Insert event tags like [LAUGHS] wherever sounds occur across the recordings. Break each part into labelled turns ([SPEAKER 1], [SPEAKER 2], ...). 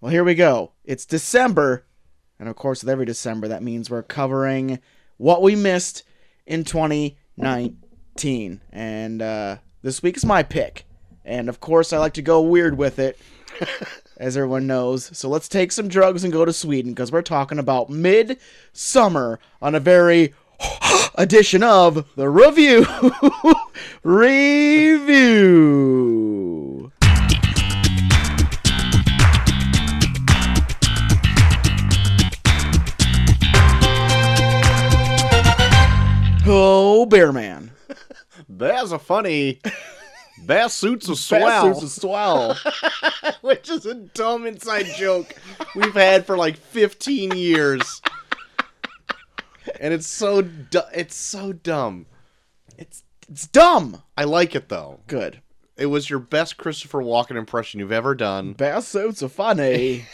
[SPEAKER 1] Well, here we go. It's December. And of course, with every December, that means we're covering what we missed in 2019. And uh, this week's my pick. And of course, I like to go weird with it, as everyone knows. So let's take some drugs and go to Sweden because we're talking about mid-summer on a very [GASPS] edition of the review [LAUGHS] review. Oh, bear man.
[SPEAKER 2] That's a funny. Bass suits a swell,
[SPEAKER 1] Bastards a swell.
[SPEAKER 2] [LAUGHS] which is a dumb inside joke we've had for like 15 years, and it's so du- it's so dumb.
[SPEAKER 1] it's it's dumb.
[SPEAKER 2] I like it though.
[SPEAKER 1] Good.
[SPEAKER 2] It was your best Christopher Walken impression you've ever done.
[SPEAKER 1] Bass suits are
[SPEAKER 2] [LAUGHS]
[SPEAKER 1] funny.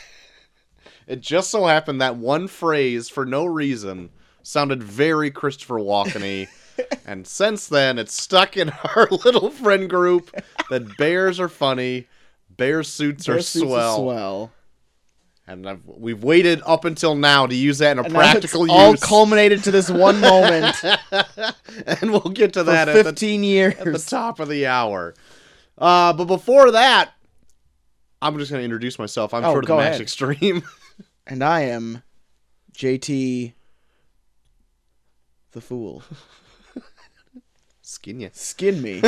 [SPEAKER 2] It just so happened that one phrase, for no reason, sounded very
[SPEAKER 1] [LAUGHS]
[SPEAKER 2] Christopher Walken and since then, it's stuck in [LAUGHS] our little friend group that bears are funny, bear suits
[SPEAKER 1] Bear
[SPEAKER 2] are
[SPEAKER 1] suits are
[SPEAKER 2] swell.
[SPEAKER 1] swell.
[SPEAKER 2] And I've, we've waited up until now to use that in a
[SPEAKER 1] And now it's
[SPEAKER 2] practical use.
[SPEAKER 1] all culminated to this one moment for
[SPEAKER 2] [LAUGHS] and we'll get to that at the,
[SPEAKER 1] 15
[SPEAKER 2] at the
[SPEAKER 1] years.
[SPEAKER 2] top of the hour. Uh, but before that, I'm just going to introduce myself. I'm
[SPEAKER 1] Oh,
[SPEAKER 2] sort of the
[SPEAKER 1] go
[SPEAKER 2] Max
[SPEAKER 1] ahead.
[SPEAKER 2] Extreme. [LAUGHS]
[SPEAKER 1] and I am JT the Fool.
[SPEAKER 2] Skin ya.
[SPEAKER 1] Skin
[SPEAKER 2] [LAUGHS]
[SPEAKER 1] me.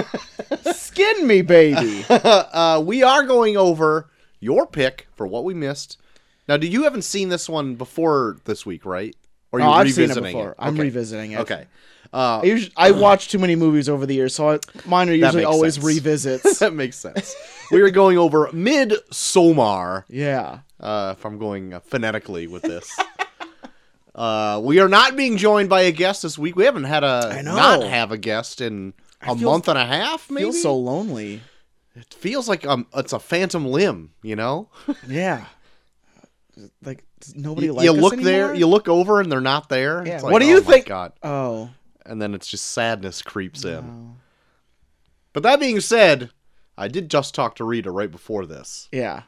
[SPEAKER 1] Skin me, baby.
[SPEAKER 2] uh, we are going over your pick for what we missed. Now, do you haven't seen this one before this week, right? Or
[SPEAKER 1] No,
[SPEAKER 2] you're
[SPEAKER 1] Oh, I've seen it
[SPEAKER 2] revisiting
[SPEAKER 1] before. I'm
[SPEAKER 2] okay.
[SPEAKER 1] revisiting it.
[SPEAKER 2] Okay. [LAUGHS] Uh-huh.
[SPEAKER 1] I, usually, I watch too many movies over the years, so I, mine are usually
[SPEAKER 2] makes
[SPEAKER 1] always
[SPEAKER 2] sense. [LAUGHS]
[SPEAKER 1] revisits.
[SPEAKER 2] that makes sense. we are going over Mid Somar,
[SPEAKER 1] yeah.
[SPEAKER 2] uh, if I'm going uh, phonetically
[SPEAKER 1] [LAUGHS]
[SPEAKER 2] with this. uh, we are not being joined by a guest this week. We haven't had a
[SPEAKER 1] I know.
[SPEAKER 2] not have a guest in a
[SPEAKER 1] feel-
[SPEAKER 2] month and a half, maybe.
[SPEAKER 1] Feel so lonely.
[SPEAKER 2] it feels like um, it's a phantom limb, you know.
[SPEAKER 1] Yeah. Like does nobody
[SPEAKER 2] you,
[SPEAKER 1] like
[SPEAKER 2] you
[SPEAKER 1] us
[SPEAKER 2] look
[SPEAKER 1] anymore?
[SPEAKER 2] there, you look over, and they're not there.
[SPEAKER 1] Yeah.
[SPEAKER 2] It's like,
[SPEAKER 1] What do
[SPEAKER 2] oh
[SPEAKER 1] you
[SPEAKER 2] my
[SPEAKER 1] think-
[SPEAKER 2] God.
[SPEAKER 1] Oh.
[SPEAKER 2] And then it's just sadness creeps in.
[SPEAKER 1] no.
[SPEAKER 2] But that being said, I did just talk to Rita right before this.
[SPEAKER 1] Yeah.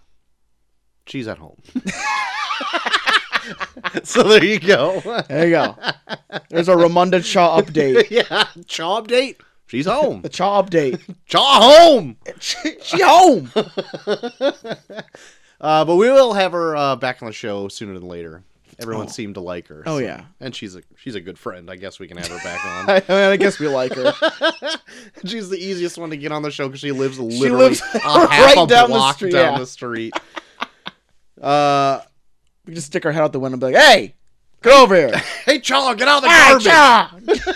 [SPEAKER 2] She's at home. [LAUGHS] so there you go. [LAUGHS]
[SPEAKER 1] There you go. There's a Ramunda Chaw update.
[SPEAKER 2] yeah, Chaw update. She's home.
[SPEAKER 1] The Chaw update.
[SPEAKER 2] Chaw home.
[SPEAKER 1] she, she home.
[SPEAKER 2] Uh, but we will have her uh, back on the show sooner than later. Everyone
[SPEAKER 1] Oh.
[SPEAKER 2] seemed to like her.
[SPEAKER 1] Oh
[SPEAKER 2] so-
[SPEAKER 1] yeah.
[SPEAKER 2] and she's a she's a good friend. I guess we can have her back on.
[SPEAKER 1] [LAUGHS] [LAUGHS]
[SPEAKER 2] [LAUGHS]
[SPEAKER 1] I, mean, I guess we like [LAUGHS] her.
[SPEAKER 2] She's the easiest one to get on the show because she lives literally
[SPEAKER 1] lives
[SPEAKER 2] a half
[SPEAKER 1] [LAUGHS] right
[SPEAKER 2] a
[SPEAKER 1] down the
[SPEAKER 2] block
[SPEAKER 1] street,
[SPEAKER 2] down
[SPEAKER 1] yeah. [LAUGHS]
[SPEAKER 2] the street. Uh,
[SPEAKER 1] We can just stick her head out the window and be like, "Hey, get over [LAUGHS] here, Ah,
[SPEAKER 2] hey, Chaw, get out of the
[SPEAKER 1] Hey,
[SPEAKER 2] garbage!
[SPEAKER 1] Chaw!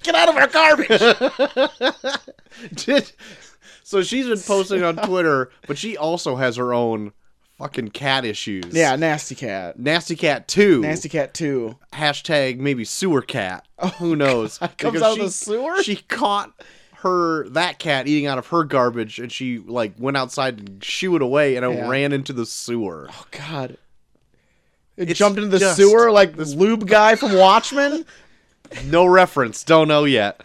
[SPEAKER 1] [LAUGHS] get out of our garbage."
[SPEAKER 2] Did- so she's been
[SPEAKER 1] [LAUGHS]
[SPEAKER 2] posting on Twitter, but she also has her own fucking cat issues.
[SPEAKER 1] Yeah, nasty cat.
[SPEAKER 2] Nasty Cat 2.
[SPEAKER 1] Nasty cat too.
[SPEAKER 2] Hashtag maybe sewer cat. Who knows?
[SPEAKER 1] Comes
[SPEAKER 2] Because
[SPEAKER 1] out
[SPEAKER 2] she-
[SPEAKER 1] of the sewer.
[SPEAKER 2] She caught her that cat eating out of her garbage and she like went outside and shoo it away and it
[SPEAKER 1] Yeah.
[SPEAKER 2] ran into the sewer.
[SPEAKER 1] oh God. It
[SPEAKER 2] It's
[SPEAKER 1] jumped into the
[SPEAKER 2] just
[SPEAKER 1] sewer like this lube guy [LAUGHS] from Watchmen.
[SPEAKER 2] No reference, don't know yet.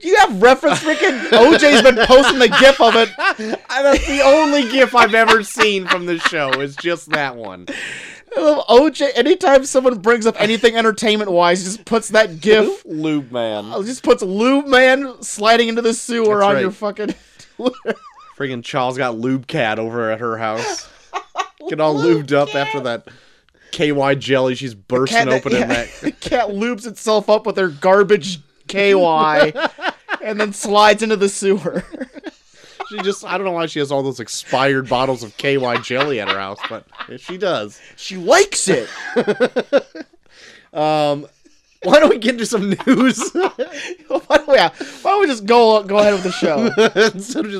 [SPEAKER 1] You have reference freaking OJ's been posting the gif of [LAUGHS] it.
[SPEAKER 2] That's the only gif I've ever seen from this show is just that one.
[SPEAKER 1] OJ anytime someone brings up anything entertainment wise, just puts that gif uh,
[SPEAKER 2] Lube man.
[SPEAKER 1] just puts lube man sliding into the sewer
[SPEAKER 2] That's
[SPEAKER 1] on
[SPEAKER 2] right.
[SPEAKER 1] your fucking
[SPEAKER 2] Friggin' Charles got lube cat over at
[SPEAKER 1] [LAUGHS]
[SPEAKER 2] her house. Get all lubed up after that KY jelly she's bursting
[SPEAKER 1] cat
[SPEAKER 2] open in
[SPEAKER 1] yeah,
[SPEAKER 2] that.
[SPEAKER 1] the [LAUGHS] cat lubes itself up with her garbage KY and then slides into the sewer. [LAUGHS]
[SPEAKER 2] She just I don't know why she has all those expired bottles of KY jelly at her house, but she does.
[SPEAKER 1] she likes it. [LAUGHS]
[SPEAKER 2] Um, why don't we get into some news [LAUGHS]
[SPEAKER 1] why, don't we, why don't we just go go ahead with the show?
[SPEAKER 2] instead of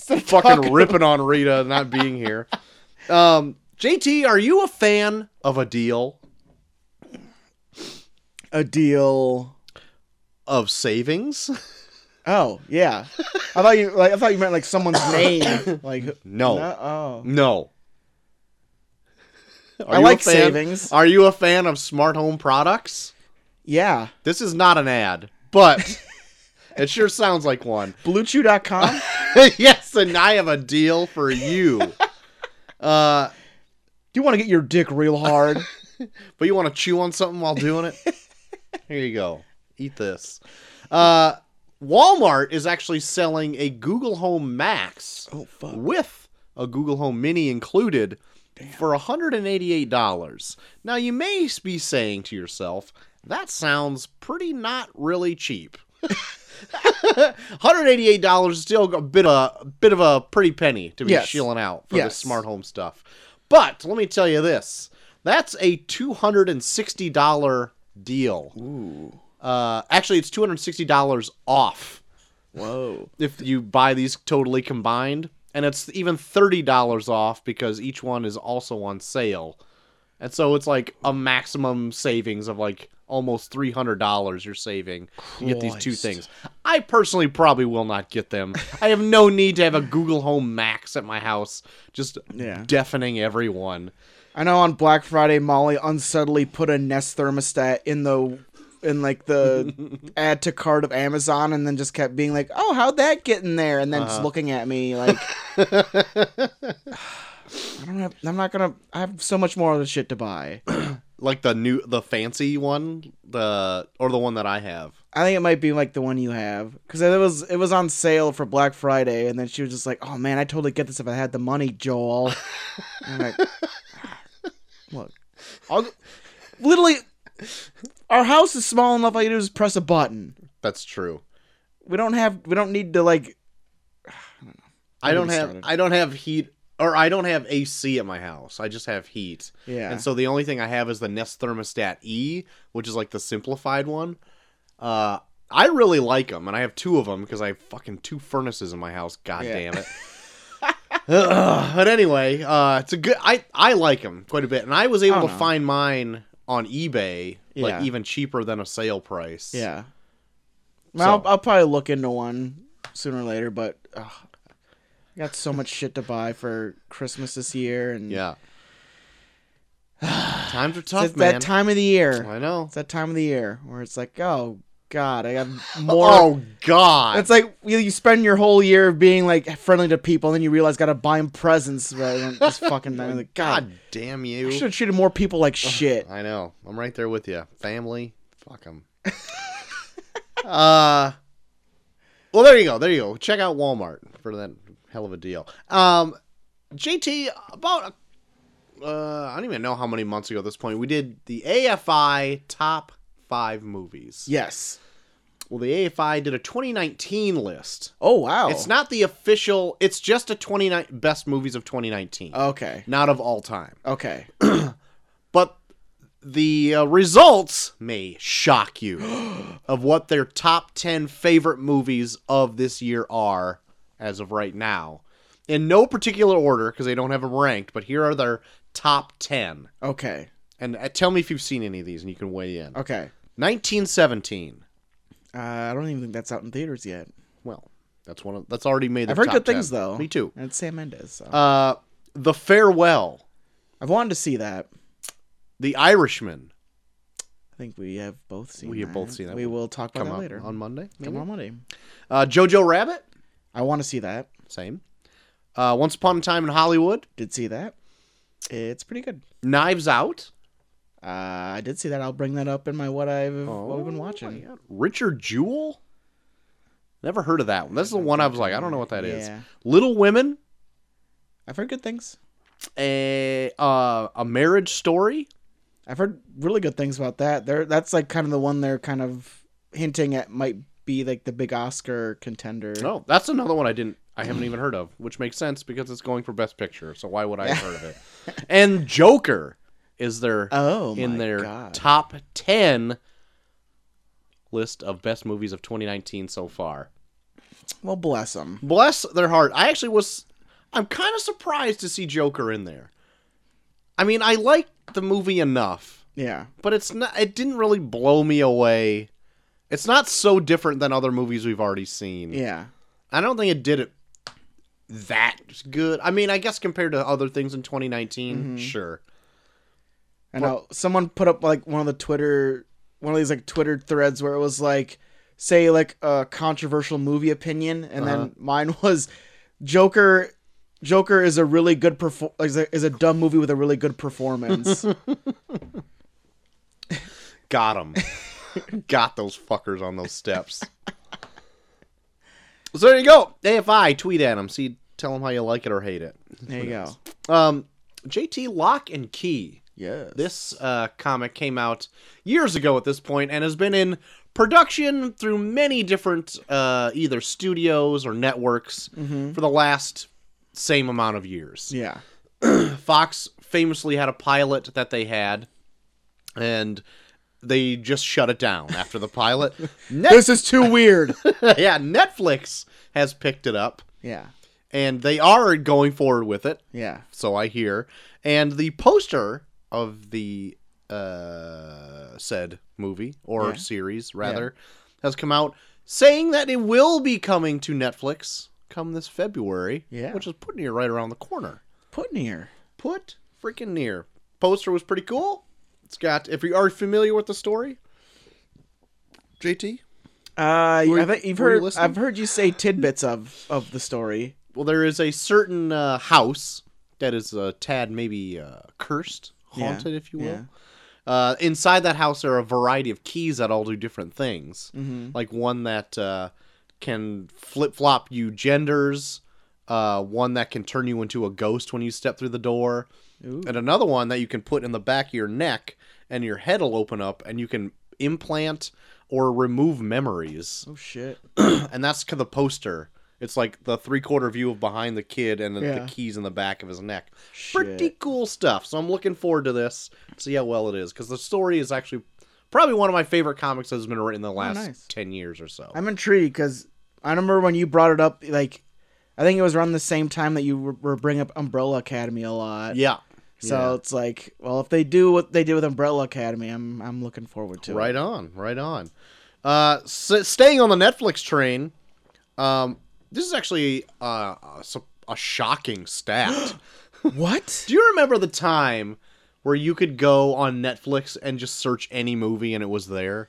[SPEAKER 2] just fucking
[SPEAKER 1] talking-
[SPEAKER 2] ripping on Rita not being here? Um, JT, are you a fan of a deal
[SPEAKER 1] [LAUGHS] A deal.
[SPEAKER 2] of savings?
[SPEAKER 1] Oh yeah, I thought you like I thought you meant like [COUGHS] someone's name. Like
[SPEAKER 2] No, no.
[SPEAKER 1] no, oh.
[SPEAKER 2] [LAUGHS] Are
[SPEAKER 1] I
[SPEAKER 2] you a
[SPEAKER 1] like
[SPEAKER 2] fan-
[SPEAKER 1] savings.
[SPEAKER 2] Are you a fan of smart home products?
[SPEAKER 1] Yeah,
[SPEAKER 2] This is not an ad, [LAUGHS] but it sure sounds like [LAUGHS] one.
[SPEAKER 1] [LAUGHS] BlueChew.com.
[SPEAKER 2] [LAUGHS] yes, and I have a deal for you. Uh,
[SPEAKER 1] you want to get your dick real hard?
[SPEAKER 2] But you want to chew on something while doing it? [LAUGHS] Here you go. Eat this. Uh, Walmart is actually selling a Google Home Max
[SPEAKER 1] oh fuck.
[SPEAKER 2] with a Google Home Mini included for $188. Now, you may be saying to yourself, that sounds pretty not really cheap. [LAUGHS] $188 is still a bit of, a bit of a pretty penny to be
[SPEAKER 1] Yes.
[SPEAKER 2] shilling out for
[SPEAKER 1] Yes.
[SPEAKER 2] the smart home stuff. But let me tell you this that's a $260 deal.
[SPEAKER 1] Ooh.
[SPEAKER 2] Uh, actually, it's $260 off
[SPEAKER 1] Whoa.
[SPEAKER 2] if you buy these totally combined and it's even $30 off because each one is also on sale and so it's like a maximum savings of like almost $300 you're saving to get these two
[SPEAKER 1] Christ.
[SPEAKER 2] things i personally probably will not get them i have no need to have a google home max at my house just
[SPEAKER 1] Yeah.
[SPEAKER 2] deafening everyone
[SPEAKER 1] I know on Black Friday, Molly unsubtly put a Nest thermostat in the in like [LAUGHS] the add to cart of Amazon, and then just kept being like, "Oh, how'd that get in there?" And then just looking at me like, I don't have, I'm not gonna. I have so much more of the shit to buy.
[SPEAKER 2] like the new the fancy one the or the one that i have
[SPEAKER 1] I think it might be like the one you have because it was it was on sale for Black Friday, and then she was just like, "Oh man, I totally get this if I had the money, Joel." And I'm like, "Ah, look, I'll, literally, our house is small enough. All you do is press a button.
[SPEAKER 2] that's true
[SPEAKER 1] We don't have we don't need to like.
[SPEAKER 2] I
[SPEAKER 1] Don't
[SPEAKER 2] don't
[SPEAKER 1] get me
[SPEAKER 2] have
[SPEAKER 1] started.
[SPEAKER 2] I don't have heat or I don't have AC at my house. I just have heat.
[SPEAKER 1] Yeah.
[SPEAKER 2] And so the only thing I have is the Nest thermostat E, which is like the simplified one. Uh I really like them and I have two of them because I have fucking two furnaces in my house. God
[SPEAKER 1] Yeah.
[SPEAKER 2] damn
[SPEAKER 1] [LAUGHS]
[SPEAKER 2] it. Ugh, but anyway, uh it's a good I I like them quite a bit and I was able
[SPEAKER 1] I
[SPEAKER 2] to
[SPEAKER 1] don't know.
[SPEAKER 2] find mine on eBay
[SPEAKER 1] Yeah.
[SPEAKER 2] like even cheaper than a sale price.
[SPEAKER 1] yeah. Well,
[SPEAKER 2] So-
[SPEAKER 1] I'll, I'll probably look into one sooner or later, but ugh, I got so much shit to buy for Christmas this year, and
[SPEAKER 2] Yeah. [SIGHS] Times are
[SPEAKER 1] it's
[SPEAKER 2] tough,
[SPEAKER 1] that
[SPEAKER 2] man.
[SPEAKER 1] time of the year.
[SPEAKER 2] I know.
[SPEAKER 1] It's that time of the year where it's like, oh god, I
[SPEAKER 2] [LAUGHS]
[SPEAKER 1] have more.
[SPEAKER 2] oh God!
[SPEAKER 1] It's like you, you spend your whole year being like friendly to people, and then you realize gotta buy them presents. But then
[SPEAKER 2] [LAUGHS]
[SPEAKER 1] just fucking I'm like, god,
[SPEAKER 2] God damn
[SPEAKER 1] I
[SPEAKER 2] you!
[SPEAKER 1] should have treated more people like shit.
[SPEAKER 2] I know. I'm right there with you. Family, fuck them.
[SPEAKER 1] [LAUGHS]
[SPEAKER 2] uh, well, there you go. There you go. Check out Walmart for that hell of a deal. Um, JT, about uh, I don't even know how many months ago at this point we did the AFI top five movies.
[SPEAKER 1] Yes.
[SPEAKER 2] Well, the AFI did a 2019 list.
[SPEAKER 1] Oh wow.
[SPEAKER 2] It's not the official. It's just a 29 best movies of 2019,
[SPEAKER 1] okay.
[SPEAKER 2] not of all time.
[SPEAKER 1] Okay.
[SPEAKER 2] but the uh, results may
[SPEAKER 1] [GASPS]
[SPEAKER 2] shock you of what their top 10 favorite movies of this year are as of right now in no particular order because they don't have them ranked but here are their top 10
[SPEAKER 1] Okay.
[SPEAKER 2] and uh, tell me if you've seen any of these and you can weigh in
[SPEAKER 1] Okay.
[SPEAKER 2] 1917
[SPEAKER 1] Uh, I don't even think that's out in theaters yet.
[SPEAKER 2] well that's one of that's already made the
[SPEAKER 1] I've heard
[SPEAKER 2] top
[SPEAKER 1] good things
[SPEAKER 2] 10.
[SPEAKER 1] though.
[SPEAKER 2] me too
[SPEAKER 1] And it's Sam Mendes. So.
[SPEAKER 2] uh the farewell
[SPEAKER 1] I've wanted to see that.
[SPEAKER 2] the irishman
[SPEAKER 1] I think we have both seen.
[SPEAKER 2] We have both seen that
[SPEAKER 1] We
[SPEAKER 2] one.
[SPEAKER 1] will talk about
[SPEAKER 2] come
[SPEAKER 1] that
[SPEAKER 2] out
[SPEAKER 1] later.
[SPEAKER 2] on monday maybe?
[SPEAKER 1] Come on Monday.
[SPEAKER 2] uh jojo rabbit
[SPEAKER 1] I want to see that.
[SPEAKER 2] Same. Uh, Once Upon a Time in Hollywood,
[SPEAKER 1] Did see that. It's pretty good.
[SPEAKER 2] Knives Out.
[SPEAKER 1] Uh, I did see that. I'll bring that up in my what I've Oh. what we've been
[SPEAKER 2] Oh, my
[SPEAKER 1] watching.
[SPEAKER 2] God. Richard Jewell. Never heard of that one. This is the one I was like, I don't know what that is.
[SPEAKER 1] Yeah.
[SPEAKER 2] Little Women,
[SPEAKER 1] I've heard good things.
[SPEAKER 2] a uh, a marriage story.
[SPEAKER 1] I've heard really good things about that. There, that's like kind of the one they're kind of hinting at might be like the big Oscar contender.
[SPEAKER 2] No, that's another one I didn't. I haven't even heard of, which makes sense because it's going for Best Picture. So why would I have heard
[SPEAKER 1] [LAUGHS]
[SPEAKER 2] of it? And Joker is there
[SPEAKER 1] Oh
[SPEAKER 2] in
[SPEAKER 1] my
[SPEAKER 2] their
[SPEAKER 1] God.
[SPEAKER 2] top ten list of best movies of 2019 so far.
[SPEAKER 1] well, bless them.
[SPEAKER 2] bless their heart. I actually was I'm kind of surprised to see Joker in there. I mean, I like the movie enough,
[SPEAKER 1] Yeah.
[SPEAKER 2] but it's not it didn't really blow me away. It's not so different than other movies we've already seen.
[SPEAKER 1] Yeah.
[SPEAKER 2] I don't think it did it that good. I mean, I guess compared to other things in 2019, sure.
[SPEAKER 1] I know someone put up like one of the Twitter one of these like Twitter threads where it was like say Uh-huh. [LAUGHS] like a controversial movie opinion and then mine was Joker Joker is a really good perfor- is, a, is a dumb movie with a really good [LAUGHS] performance.
[SPEAKER 2] Got him. Got those fuckers on those steps. so there you go. AFI, tweet at him. See, tell him how you like it or hate it.
[SPEAKER 1] there you go.
[SPEAKER 2] Um, JT Lock and Key.
[SPEAKER 1] Yes.
[SPEAKER 2] This uh, comic came out years ago at this point and has been in production through many different uh, either studios or networks for the last same amount of years.
[SPEAKER 1] Yeah.
[SPEAKER 2] Fox famously had a pilot that they had, and they just shut it down after the pilot. Net- [LAUGHS]
[SPEAKER 1] This is too [LAUGHS] weird.
[SPEAKER 2] yeah, Netflix has picked it up,
[SPEAKER 1] yeah.
[SPEAKER 2] and they are going forward with it,
[SPEAKER 1] Yeah.
[SPEAKER 2] so I hear. And the poster of the uh, said movie or
[SPEAKER 1] Yeah.
[SPEAKER 2] series, rather, has come out saying that it will be coming to Netflix come this February,
[SPEAKER 1] Yeah.
[SPEAKER 2] which is putting it right around the corner.
[SPEAKER 1] Putting here.
[SPEAKER 2] put freaking near. Poster was pretty cool. It's got if you are familiar with the story. JT?
[SPEAKER 1] Uh,
[SPEAKER 2] Were-
[SPEAKER 1] I think you've
[SPEAKER 2] were you
[SPEAKER 1] heard.
[SPEAKER 2] listening?
[SPEAKER 1] I've heard you say tidbits of of the story.
[SPEAKER 2] Well, there is a certain uh, house that is a tad maybe uh, cursed,
[SPEAKER 1] Yeah,
[SPEAKER 2] haunted, if you will. Uh, inside that house are a variety of keys that all do different things.
[SPEAKER 1] Mm-hmm.
[SPEAKER 2] Like one that uh, can flip flop you genders, uh, one that can turn you into a ghost when you step through the door,
[SPEAKER 1] Ooh.
[SPEAKER 2] and another one that you can put in the back of your neck and your head will open up and you can implant or remove memories
[SPEAKER 1] Oh shit.
[SPEAKER 2] and that's kind of the poster it's like the three quarter view of behind the kid and the-
[SPEAKER 1] Yeah.
[SPEAKER 2] the keys in the back of his neck pretty
[SPEAKER 1] Shit.
[SPEAKER 2] cool stuff so i'm looking forward to this see how well it is because the story is actually probably one of my favorite comics that's been written in the last
[SPEAKER 1] Oh, nice.
[SPEAKER 2] 10 years or so
[SPEAKER 1] I'm intrigued because I remember when you brought it up. Like, I think it was around the same time that you were, were bringing up Umbrella Academy a lot.
[SPEAKER 2] yeah
[SPEAKER 1] So
[SPEAKER 2] Yeah.
[SPEAKER 1] it's like, well, if they do what they did with Umbrella Academy, I'm I'm looking forward to it.
[SPEAKER 2] Right on, right on. Uh, s- staying on the Netflix train, um, this is actually uh, a, su- a shocking stat.
[SPEAKER 1] [GASPS] Right. What?
[SPEAKER 2] Do you remember the time where you could go on Netflix and just search any movie and it was there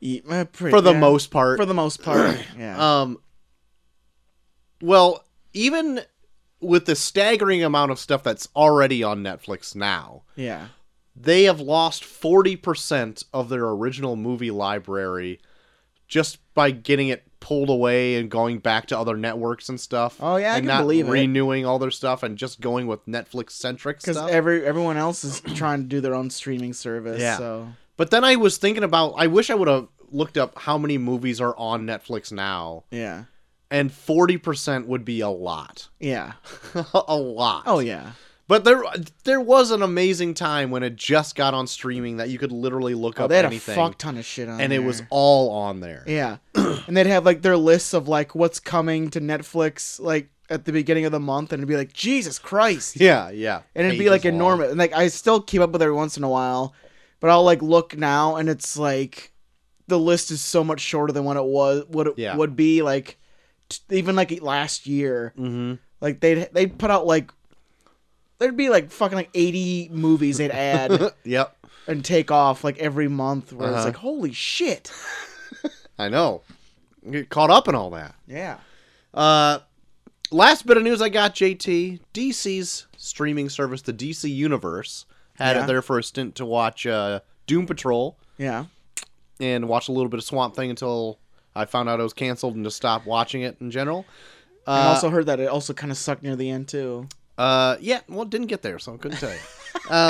[SPEAKER 1] Eat my uh, pretty,
[SPEAKER 2] for the
[SPEAKER 1] yeah.
[SPEAKER 2] most part?
[SPEAKER 1] For the most part.
[SPEAKER 2] [CLEARS THROAT]
[SPEAKER 1] Yeah.
[SPEAKER 2] um, well, even with the staggering amount of stuff that's already on Netflix now,
[SPEAKER 1] yeah.
[SPEAKER 2] they have lost 40% of their original movie library just by getting it pulled away and going back to other networks and stuff.
[SPEAKER 1] Oh, yeah, I
[SPEAKER 2] and
[SPEAKER 1] can believe it.
[SPEAKER 2] renewing all their stuff and just going with Netflix centric
[SPEAKER 1] Because
[SPEAKER 2] stuff.
[SPEAKER 1] every everyone else is [CLEARS THROAT] trying to do their own streaming service.
[SPEAKER 2] Yeah.
[SPEAKER 1] So
[SPEAKER 2] but then I was thinking about I wish I would have looked up how many movies are on Netflix now
[SPEAKER 1] yeah.
[SPEAKER 2] and 40% would be a lot.
[SPEAKER 1] Yeah.
[SPEAKER 2] [LAUGHS] a lot.
[SPEAKER 1] Oh yeah.
[SPEAKER 2] But there there was an amazing time when it just got on streaming that you could literally look
[SPEAKER 1] Oh,
[SPEAKER 2] up
[SPEAKER 1] they had
[SPEAKER 2] anything
[SPEAKER 1] a fuck ton of shit on
[SPEAKER 2] and it was
[SPEAKER 1] there.
[SPEAKER 2] all on there.
[SPEAKER 1] Yeah. and they'd have like their lists of like what's coming to Netflix like at the beginning of the month and it'd be like, Jesus Christ.
[SPEAKER 2] [LAUGHS] Yeah, yeah.
[SPEAKER 1] And it'd be like enormous. And like I still keep up with it every once in a while, but I'll like look now and it's like the list is so much shorter than what it was what it
[SPEAKER 2] Yeah.
[SPEAKER 1] would be like t- even like last year.
[SPEAKER 2] Mm-hmm.
[SPEAKER 1] Like they'd they'd put out like there'd be like fucking like 80 movies they'd
[SPEAKER 2] [LAUGHS]
[SPEAKER 1] add
[SPEAKER 2] [LAUGHS] Yep,
[SPEAKER 1] and take off like every month where it's
[SPEAKER 2] Uh-huh.
[SPEAKER 1] like holy shit.
[SPEAKER 2] I know. Get caught up in all that.
[SPEAKER 1] Yeah.
[SPEAKER 2] Uh, last bit of news I got, JT. DC's streaming service, the DC Universe, had
[SPEAKER 1] Yeah.
[SPEAKER 2] it there for a stint to watch uh, Doom Patrol
[SPEAKER 1] Yeah.
[SPEAKER 2] and watch a little bit of Swamp Thing until I found out it was canceled and just stopped watching it in general.
[SPEAKER 1] I
[SPEAKER 2] Uh,
[SPEAKER 1] also heard that it also kind of sucked near the end too.
[SPEAKER 2] Uh, yeah, well, it didn't get there, so I couldn't tell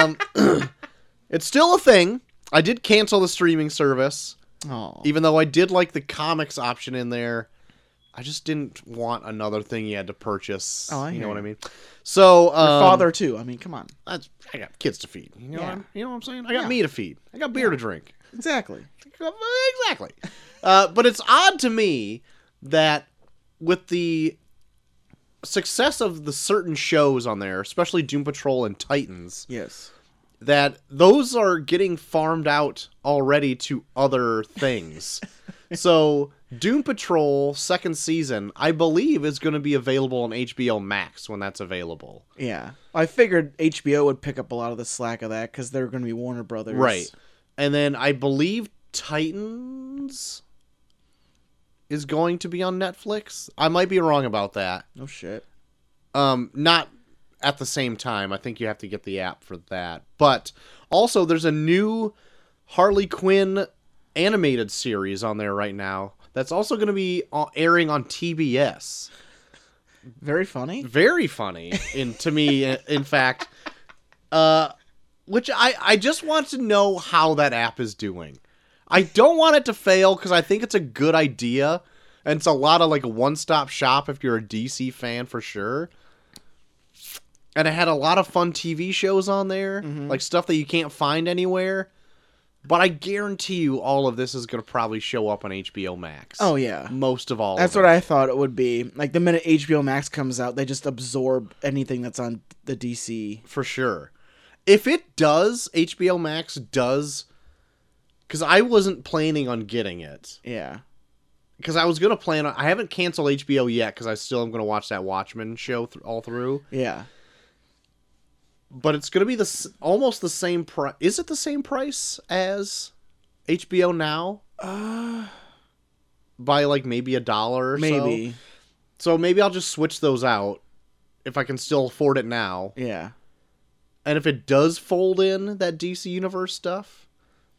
[SPEAKER 2] you. um, [CLEARS THROAT] it's still a thing. I did cancel the streaming service.
[SPEAKER 1] Oh,
[SPEAKER 2] even though I did like the comics option in there, I just didn't want another thing you had to purchase.
[SPEAKER 1] Oh, I
[SPEAKER 2] you
[SPEAKER 1] hear
[SPEAKER 2] know what
[SPEAKER 1] you.
[SPEAKER 2] I mean. So um,
[SPEAKER 1] your father too. I mean, come on.
[SPEAKER 2] that's, I got kids to feed. You know,
[SPEAKER 1] Yeah.
[SPEAKER 2] what I'm, you know what I'm saying? I got
[SPEAKER 1] Yeah.
[SPEAKER 2] me to feed. I got beer to drink.
[SPEAKER 1] Exactly.
[SPEAKER 2] Exactly. uh, but it's odd to me that with the success of the certain shows on there, especially Doom Patrol and Titans,
[SPEAKER 1] Yes.
[SPEAKER 2] that those are getting farmed out already to other things. so Doom Patrol second season, I believe, is going to be available on HBO Max when that's available.
[SPEAKER 1] Yeah. I figured HBO would pick up a lot of the slack of that because they're going to be Warner Brothers.
[SPEAKER 2] Right. And then I believe Titans is going to be on Netflix. I might be wrong about that.
[SPEAKER 1] Oh shit.
[SPEAKER 2] Um, not at the same time. I think you have to get the app for that. But also, there's a new Harley Quinn animated series on there right now that's also going to be on- airing on TBS.
[SPEAKER 1] Very funny.
[SPEAKER 2] Very funny, in to me, [LAUGHS] in fact. Uh, which I I just want to know how that app is doing. I don't want it to fail because I think it's a good idea, and it's a lot of like one stop shop if you're a DC fan for sure. And it had a lot of fun TV shows on there,
[SPEAKER 1] Mm-hmm.
[SPEAKER 2] like stuff that you can't find anywhere. But I guarantee you, all of this is going to probably show up on HBO Max.
[SPEAKER 1] Oh yeah.
[SPEAKER 2] most of all.
[SPEAKER 1] That's what I thought it would be. Like the minute HBO Max comes out, they just absorb anything that's on the DC.
[SPEAKER 2] for sure. If it does, HBO Max does, because I wasn't planning on getting it.
[SPEAKER 1] Yeah.
[SPEAKER 2] Because I was gonna plan on. I haven't canceled HBO yet because I still am gonna watch that Watchmen show th- all through.
[SPEAKER 1] Yeah.
[SPEAKER 2] But it's gonna be the s- almost the same price. Is it the same price as HBO now?
[SPEAKER 1] Uh,
[SPEAKER 2] By like maybe a dollar or so?
[SPEAKER 1] maybe.
[SPEAKER 2] So maybe I'll just switch those out if I can still afford it now.
[SPEAKER 1] Yeah.
[SPEAKER 2] And if it does fold in that DC Universe stuff,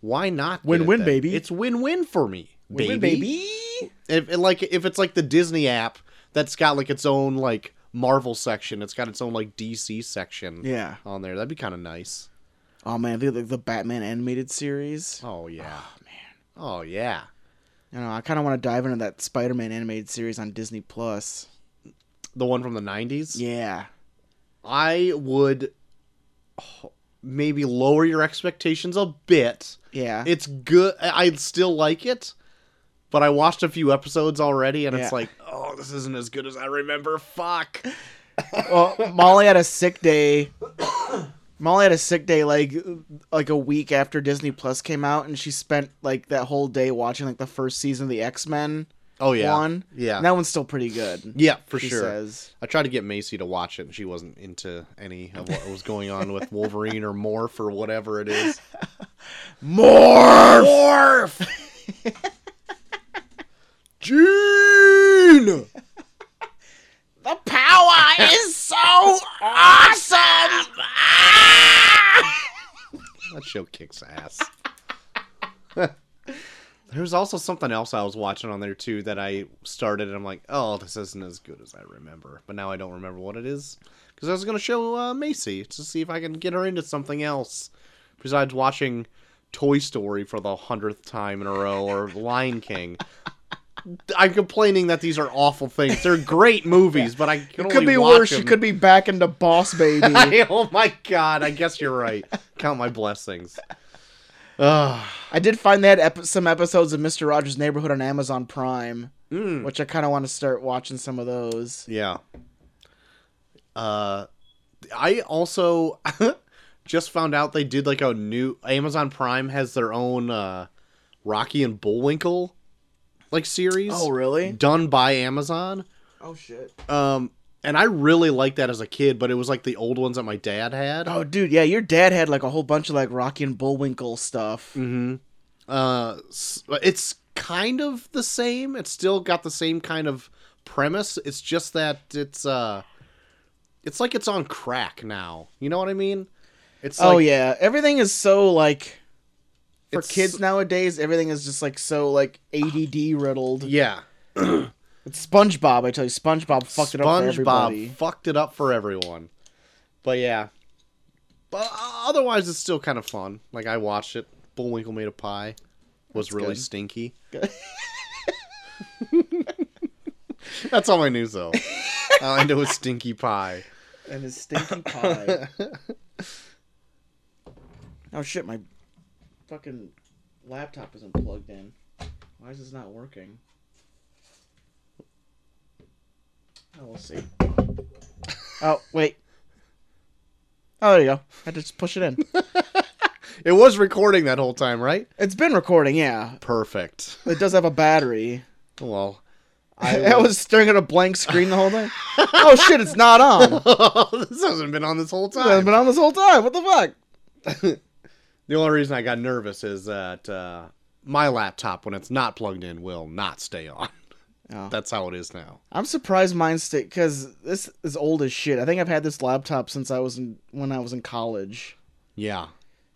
[SPEAKER 2] why not? get it
[SPEAKER 1] Win-win,
[SPEAKER 2] then?
[SPEAKER 1] baby.
[SPEAKER 2] It's win-win for me,
[SPEAKER 1] Win-win, baby.
[SPEAKER 2] If and like if it's like the Disney app that's got like its own like Marvel section, it's got its own like DC section
[SPEAKER 1] Yeah.
[SPEAKER 2] on there. That'd be kind of nice.
[SPEAKER 1] Oh man, the, the, the Batman animated series.
[SPEAKER 2] Oh yeah.
[SPEAKER 1] Ah,
[SPEAKER 2] Oh man. Oh yeah.
[SPEAKER 1] You know, I kind of want to dive into that Spider-Man animated series on Disney Plus.
[SPEAKER 2] The one from the '90s.
[SPEAKER 1] Yeah.
[SPEAKER 2] I would oh, maybe lower your expectations a bit.
[SPEAKER 1] Yeah.
[SPEAKER 2] [LAUGHS] It's good. I I'd still like it, but I watched a few episodes already, and
[SPEAKER 1] Yeah.
[SPEAKER 2] it's like, oh, this isn't as good as I remember. Fuck.
[SPEAKER 1] well, Molly had a sick day. [COUGHS] Molly had a sick day like like a week after Disney Plus came out, and she spent like that whole day watching like the first season of the X Men
[SPEAKER 2] Oh yeah.
[SPEAKER 1] one.
[SPEAKER 2] Yeah.
[SPEAKER 1] And that one's still pretty good.
[SPEAKER 2] yeah, for
[SPEAKER 1] she
[SPEAKER 2] sure.
[SPEAKER 1] says.
[SPEAKER 2] I tried to get Macy to watch it, and she wasn't into any of what was going on [LAUGHS] with Wolverine or Morph or whatever it is.
[SPEAKER 1] More.
[SPEAKER 2] [LAUGHS] Morph. [LAUGHS] Gene.
[SPEAKER 1] The power is
[SPEAKER 2] [LAUGHS]
[SPEAKER 1] so awesome.
[SPEAKER 2] That show kicks ass. [LAUGHS] There's also something else I was watching on there too that I started and I'm like, oh, this isn't as good as I remember. But now I don't remember what it is because I was gonna show uh, Macy to see if I can get her into something else besides watching Toy Story for the hundredth time in a row or
[SPEAKER 1] [LAUGHS]
[SPEAKER 2] Lion King. I'm complaining that these are awful things. They're great movies, but I can
[SPEAKER 1] Could
[SPEAKER 2] only
[SPEAKER 1] be
[SPEAKER 2] watch
[SPEAKER 1] worse. She
[SPEAKER 2] them-
[SPEAKER 1] could be back into Boss Baby. [LAUGHS]
[SPEAKER 2] [LAUGHS] I- oh my god! I guess you're right. Count my blessings. Ugh.
[SPEAKER 1] I did find they had epi- some episodes of Mister Rogers' Neighborhood on Amazon Prime,
[SPEAKER 2] Mm.
[SPEAKER 1] which I kind of want to start watching some of those.
[SPEAKER 2] Yeah. Uh, I also [LAUGHS] just found out they did like a new Amazon Prime has their own uh, Rocky and Bullwinkle like series
[SPEAKER 1] Oh, really?
[SPEAKER 2] done by Amazon.
[SPEAKER 1] Oh shit.
[SPEAKER 2] Um, and I really liked that as a kid, but it was like the old ones that my dad had.
[SPEAKER 1] Oh, dude, yeah, your dad had like a whole bunch of like Rocky and Bullwinkle stuff.
[SPEAKER 2] Mm-hmm. Uh, s- it's kind of the same. It's still got the same kind of premise. It's just that it's uh, it's like it's on crack now. You know what I mean? It's
[SPEAKER 1] oh
[SPEAKER 2] like,
[SPEAKER 1] yeah, everything is so like for
[SPEAKER 2] It's-
[SPEAKER 1] kids nowadays. Everything is just like so like ADD riddled.
[SPEAKER 2] [SIGHS] yeah.
[SPEAKER 1] It's SpongeBob, I tell you, SpongeBob fucked it up for everybody.
[SPEAKER 2] fucked it up for everyone. But yeah, but uh, otherwise it's still kind of fun. Like I watched it. Bullwinkle made a pie. Was really
[SPEAKER 1] good.
[SPEAKER 2] stinky.
[SPEAKER 1] Good.
[SPEAKER 2] [LAUGHS] That's all I
[SPEAKER 1] [LAUGHS]
[SPEAKER 2] knew though. All I know was stinky pie.
[SPEAKER 1] And his stinky [LAUGHS] pie. oh shit, my fucking laptop isn't plugged in. Why is this not working? Oh, we'll see. Oh wait. Oh, there you go. I just push [LAUGHS] it in.
[SPEAKER 2] It was recording that whole time, right?
[SPEAKER 1] It's been recording, yeah.
[SPEAKER 2] Perfect.
[SPEAKER 1] It does have a battery.
[SPEAKER 2] Well, [LAUGHS]
[SPEAKER 1] [LAUGHS] I, was staring at a blank screen the whole time. oh shit, it's not [LAUGHS] on.
[SPEAKER 2] this hasn't been on this whole
[SPEAKER 1] It's
[SPEAKER 2] time.
[SPEAKER 1] been on this whole time. What the fuck?
[SPEAKER 2] The only reason I got nervous is that uh, my laptop, when it's not plugged in, will not stay on.
[SPEAKER 1] Oh.
[SPEAKER 2] [LAUGHS] That's how it is now.
[SPEAKER 1] I'm surprised mine stick because this is old as shit. I think I've had this laptop since I was in when I was in college.
[SPEAKER 2] Yeah.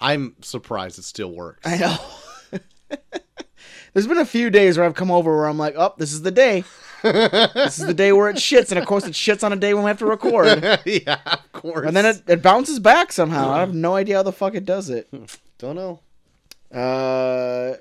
[SPEAKER 2] I'm surprised it still works.
[SPEAKER 1] I know. [LAUGHS] There's been a few days where I've come over where I'm like, oh, this is the day. this is the day where it shits, and of course it shits on a day when we have to record,
[SPEAKER 2] [LAUGHS] yeah, of course.
[SPEAKER 1] and then it, it bounces back somehow. I have no idea how the fuck it does [LAUGHS] it.
[SPEAKER 2] don't know.
[SPEAKER 1] Uh,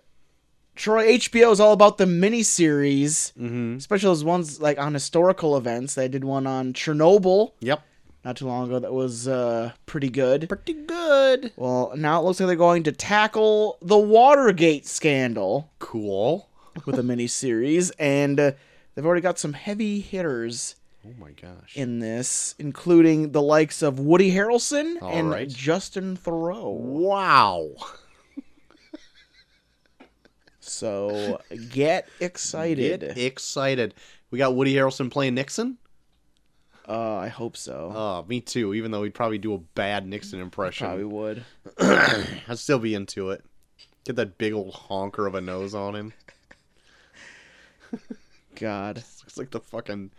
[SPEAKER 1] Troy HBO is all about the miniseries,
[SPEAKER 2] Mm-hmm.
[SPEAKER 1] especially those ones like on historical events. They did one on Chernobyl
[SPEAKER 2] Yep.
[SPEAKER 1] not too long ago that was uh, pretty good.
[SPEAKER 2] Pretty good.
[SPEAKER 1] Well, now it looks like they're going to tackle the Watergate scandal
[SPEAKER 2] Cool.
[SPEAKER 1] with a miniseries, [LAUGHS] and uh, they've already got some heavy hitters
[SPEAKER 2] Oh my gosh.
[SPEAKER 1] in this, including the likes of Woody Harrelson
[SPEAKER 2] All
[SPEAKER 1] and
[SPEAKER 2] right.
[SPEAKER 1] Justin Thoreau.
[SPEAKER 2] wow.
[SPEAKER 1] So get excited.
[SPEAKER 2] Get excited. We got Woody Harrelson playing Nixon?
[SPEAKER 1] uh, I hope so.
[SPEAKER 2] Oh, me too, even though he'd probably do a bad Nixon impression.
[SPEAKER 1] Probably would.
[SPEAKER 2] I'd still be into it. Get that big old honker of a nose
[SPEAKER 1] [LAUGHS]
[SPEAKER 2] on him.
[SPEAKER 1] God.
[SPEAKER 2] It's like the fucking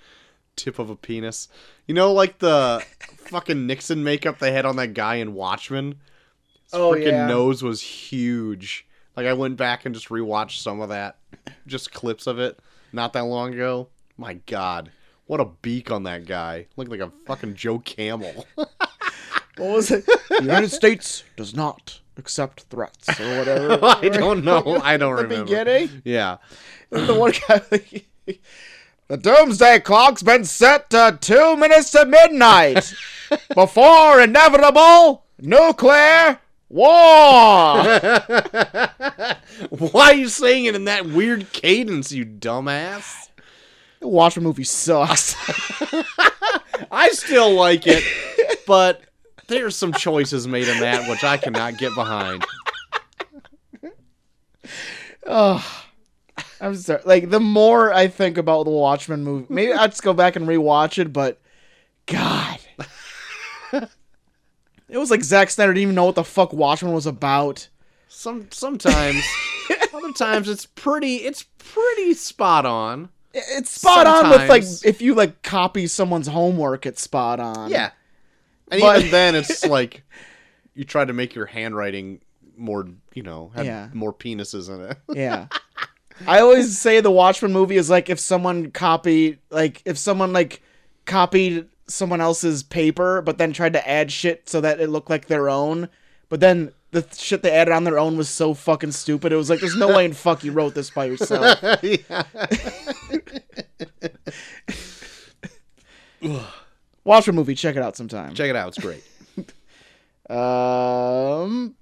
[SPEAKER 2] tip of a penis. You know, like
[SPEAKER 1] [LAUGHS]
[SPEAKER 2] the fucking Nixon makeup they had on that guy in Watchmen? His
[SPEAKER 1] Oh,
[SPEAKER 2] freaking
[SPEAKER 1] yeah.
[SPEAKER 2] nose was huge. Like, I went back and just rewatched some of that. Just clips of it not that long ago. My God. What a beak on that guy. Looked like a fucking
[SPEAKER 1] [LAUGHS]
[SPEAKER 2] Joe Camel. [LAUGHS]
[SPEAKER 1] What was it? the United States does not accept threats or whatever.
[SPEAKER 2] [LAUGHS] I don't know. I don't
[SPEAKER 1] the
[SPEAKER 2] remember.
[SPEAKER 1] beginning?
[SPEAKER 2] Yeah.
[SPEAKER 1] the one guy. [LAUGHS] the doomsday clock's been set to two minutes to [LAUGHS] midnight before inevitable nuclear [LAUGHS] war.
[SPEAKER 2] Why are you saying it in that weird cadence, you dumbass?
[SPEAKER 1] The Watchmen movie [LAUGHS] sucks.
[SPEAKER 2] I still like [LAUGHS] it, but there's some choices made in that which I cannot get behind.
[SPEAKER 1] Ugh. I'm sorry. Like the more I think about the Watchmen movie, maybe I'll just go back and rewatch it. But [LAUGHS] God, it was like Zack Snyder didn't even know what the fuck Watchmen was about.
[SPEAKER 2] Some sometimes, other times it's pretty it's pretty spot on.
[SPEAKER 1] I- It's spot on with like
[SPEAKER 2] Sometimes.
[SPEAKER 1] if you like copy someone's homework, it's spot on.
[SPEAKER 2] Yeah, and
[SPEAKER 1] But-
[SPEAKER 2] even then [LAUGHS] it's like you try to make your handwriting more you know have
[SPEAKER 1] Yeah.
[SPEAKER 2] more penises in it. [LAUGHS]
[SPEAKER 1] Yeah. I always say the Watchmen movie is like if someone copied like if someone like copied someone else's paper but then tried to add shit so that it looked like their own, but then the th- shit they added on their own was so fucking stupid. It was like there's no way in fuck you wrote this by yourself.
[SPEAKER 2] [LAUGHS] yeah.
[SPEAKER 1] Watchmen movie, check it out sometime.
[SPEAKER 2] Check it out; it's great.
[SPEAKER 1] Um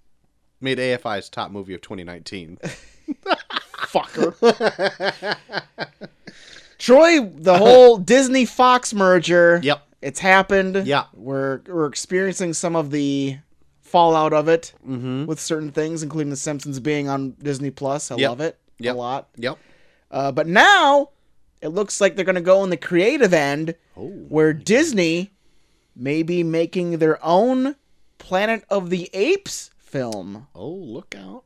[SPEAKER 2] Made AFI's top movie of [LAUGHS] 2019.
[SPEAKER 1] fucker.
[SPEAKER 2] [LAUGHS]
[SPEAKER 1] Troy, the whole Disney Fox merger.
[SPEAKER 2] Yep.
[SPEAKER 1] It's happened.
[SPEAKER 2] Yeah.
[SPEAKER 1] We're we're experiencing some of the fallout of it
[SPEAKER 2] Mm-hmm.
[SPEAKER 1] with certain things, including The Simpsons being on Disney Plus. I
[SPEAKER 2] Yep.
[SPEAKER 1] love it
[SPEAKER 2] Yep.
[SPEAKER 1] a lot.
[SPEAKER 2] Yep.
[SPEAKER 1] Uh, but now it looks like they're going to go on the creative end,
[SPEAKER 2] Oh.
[SPEAKER 1] where Disney may be making their own Planet of the Apes film.
[SPEAKER 2] Oh, look out.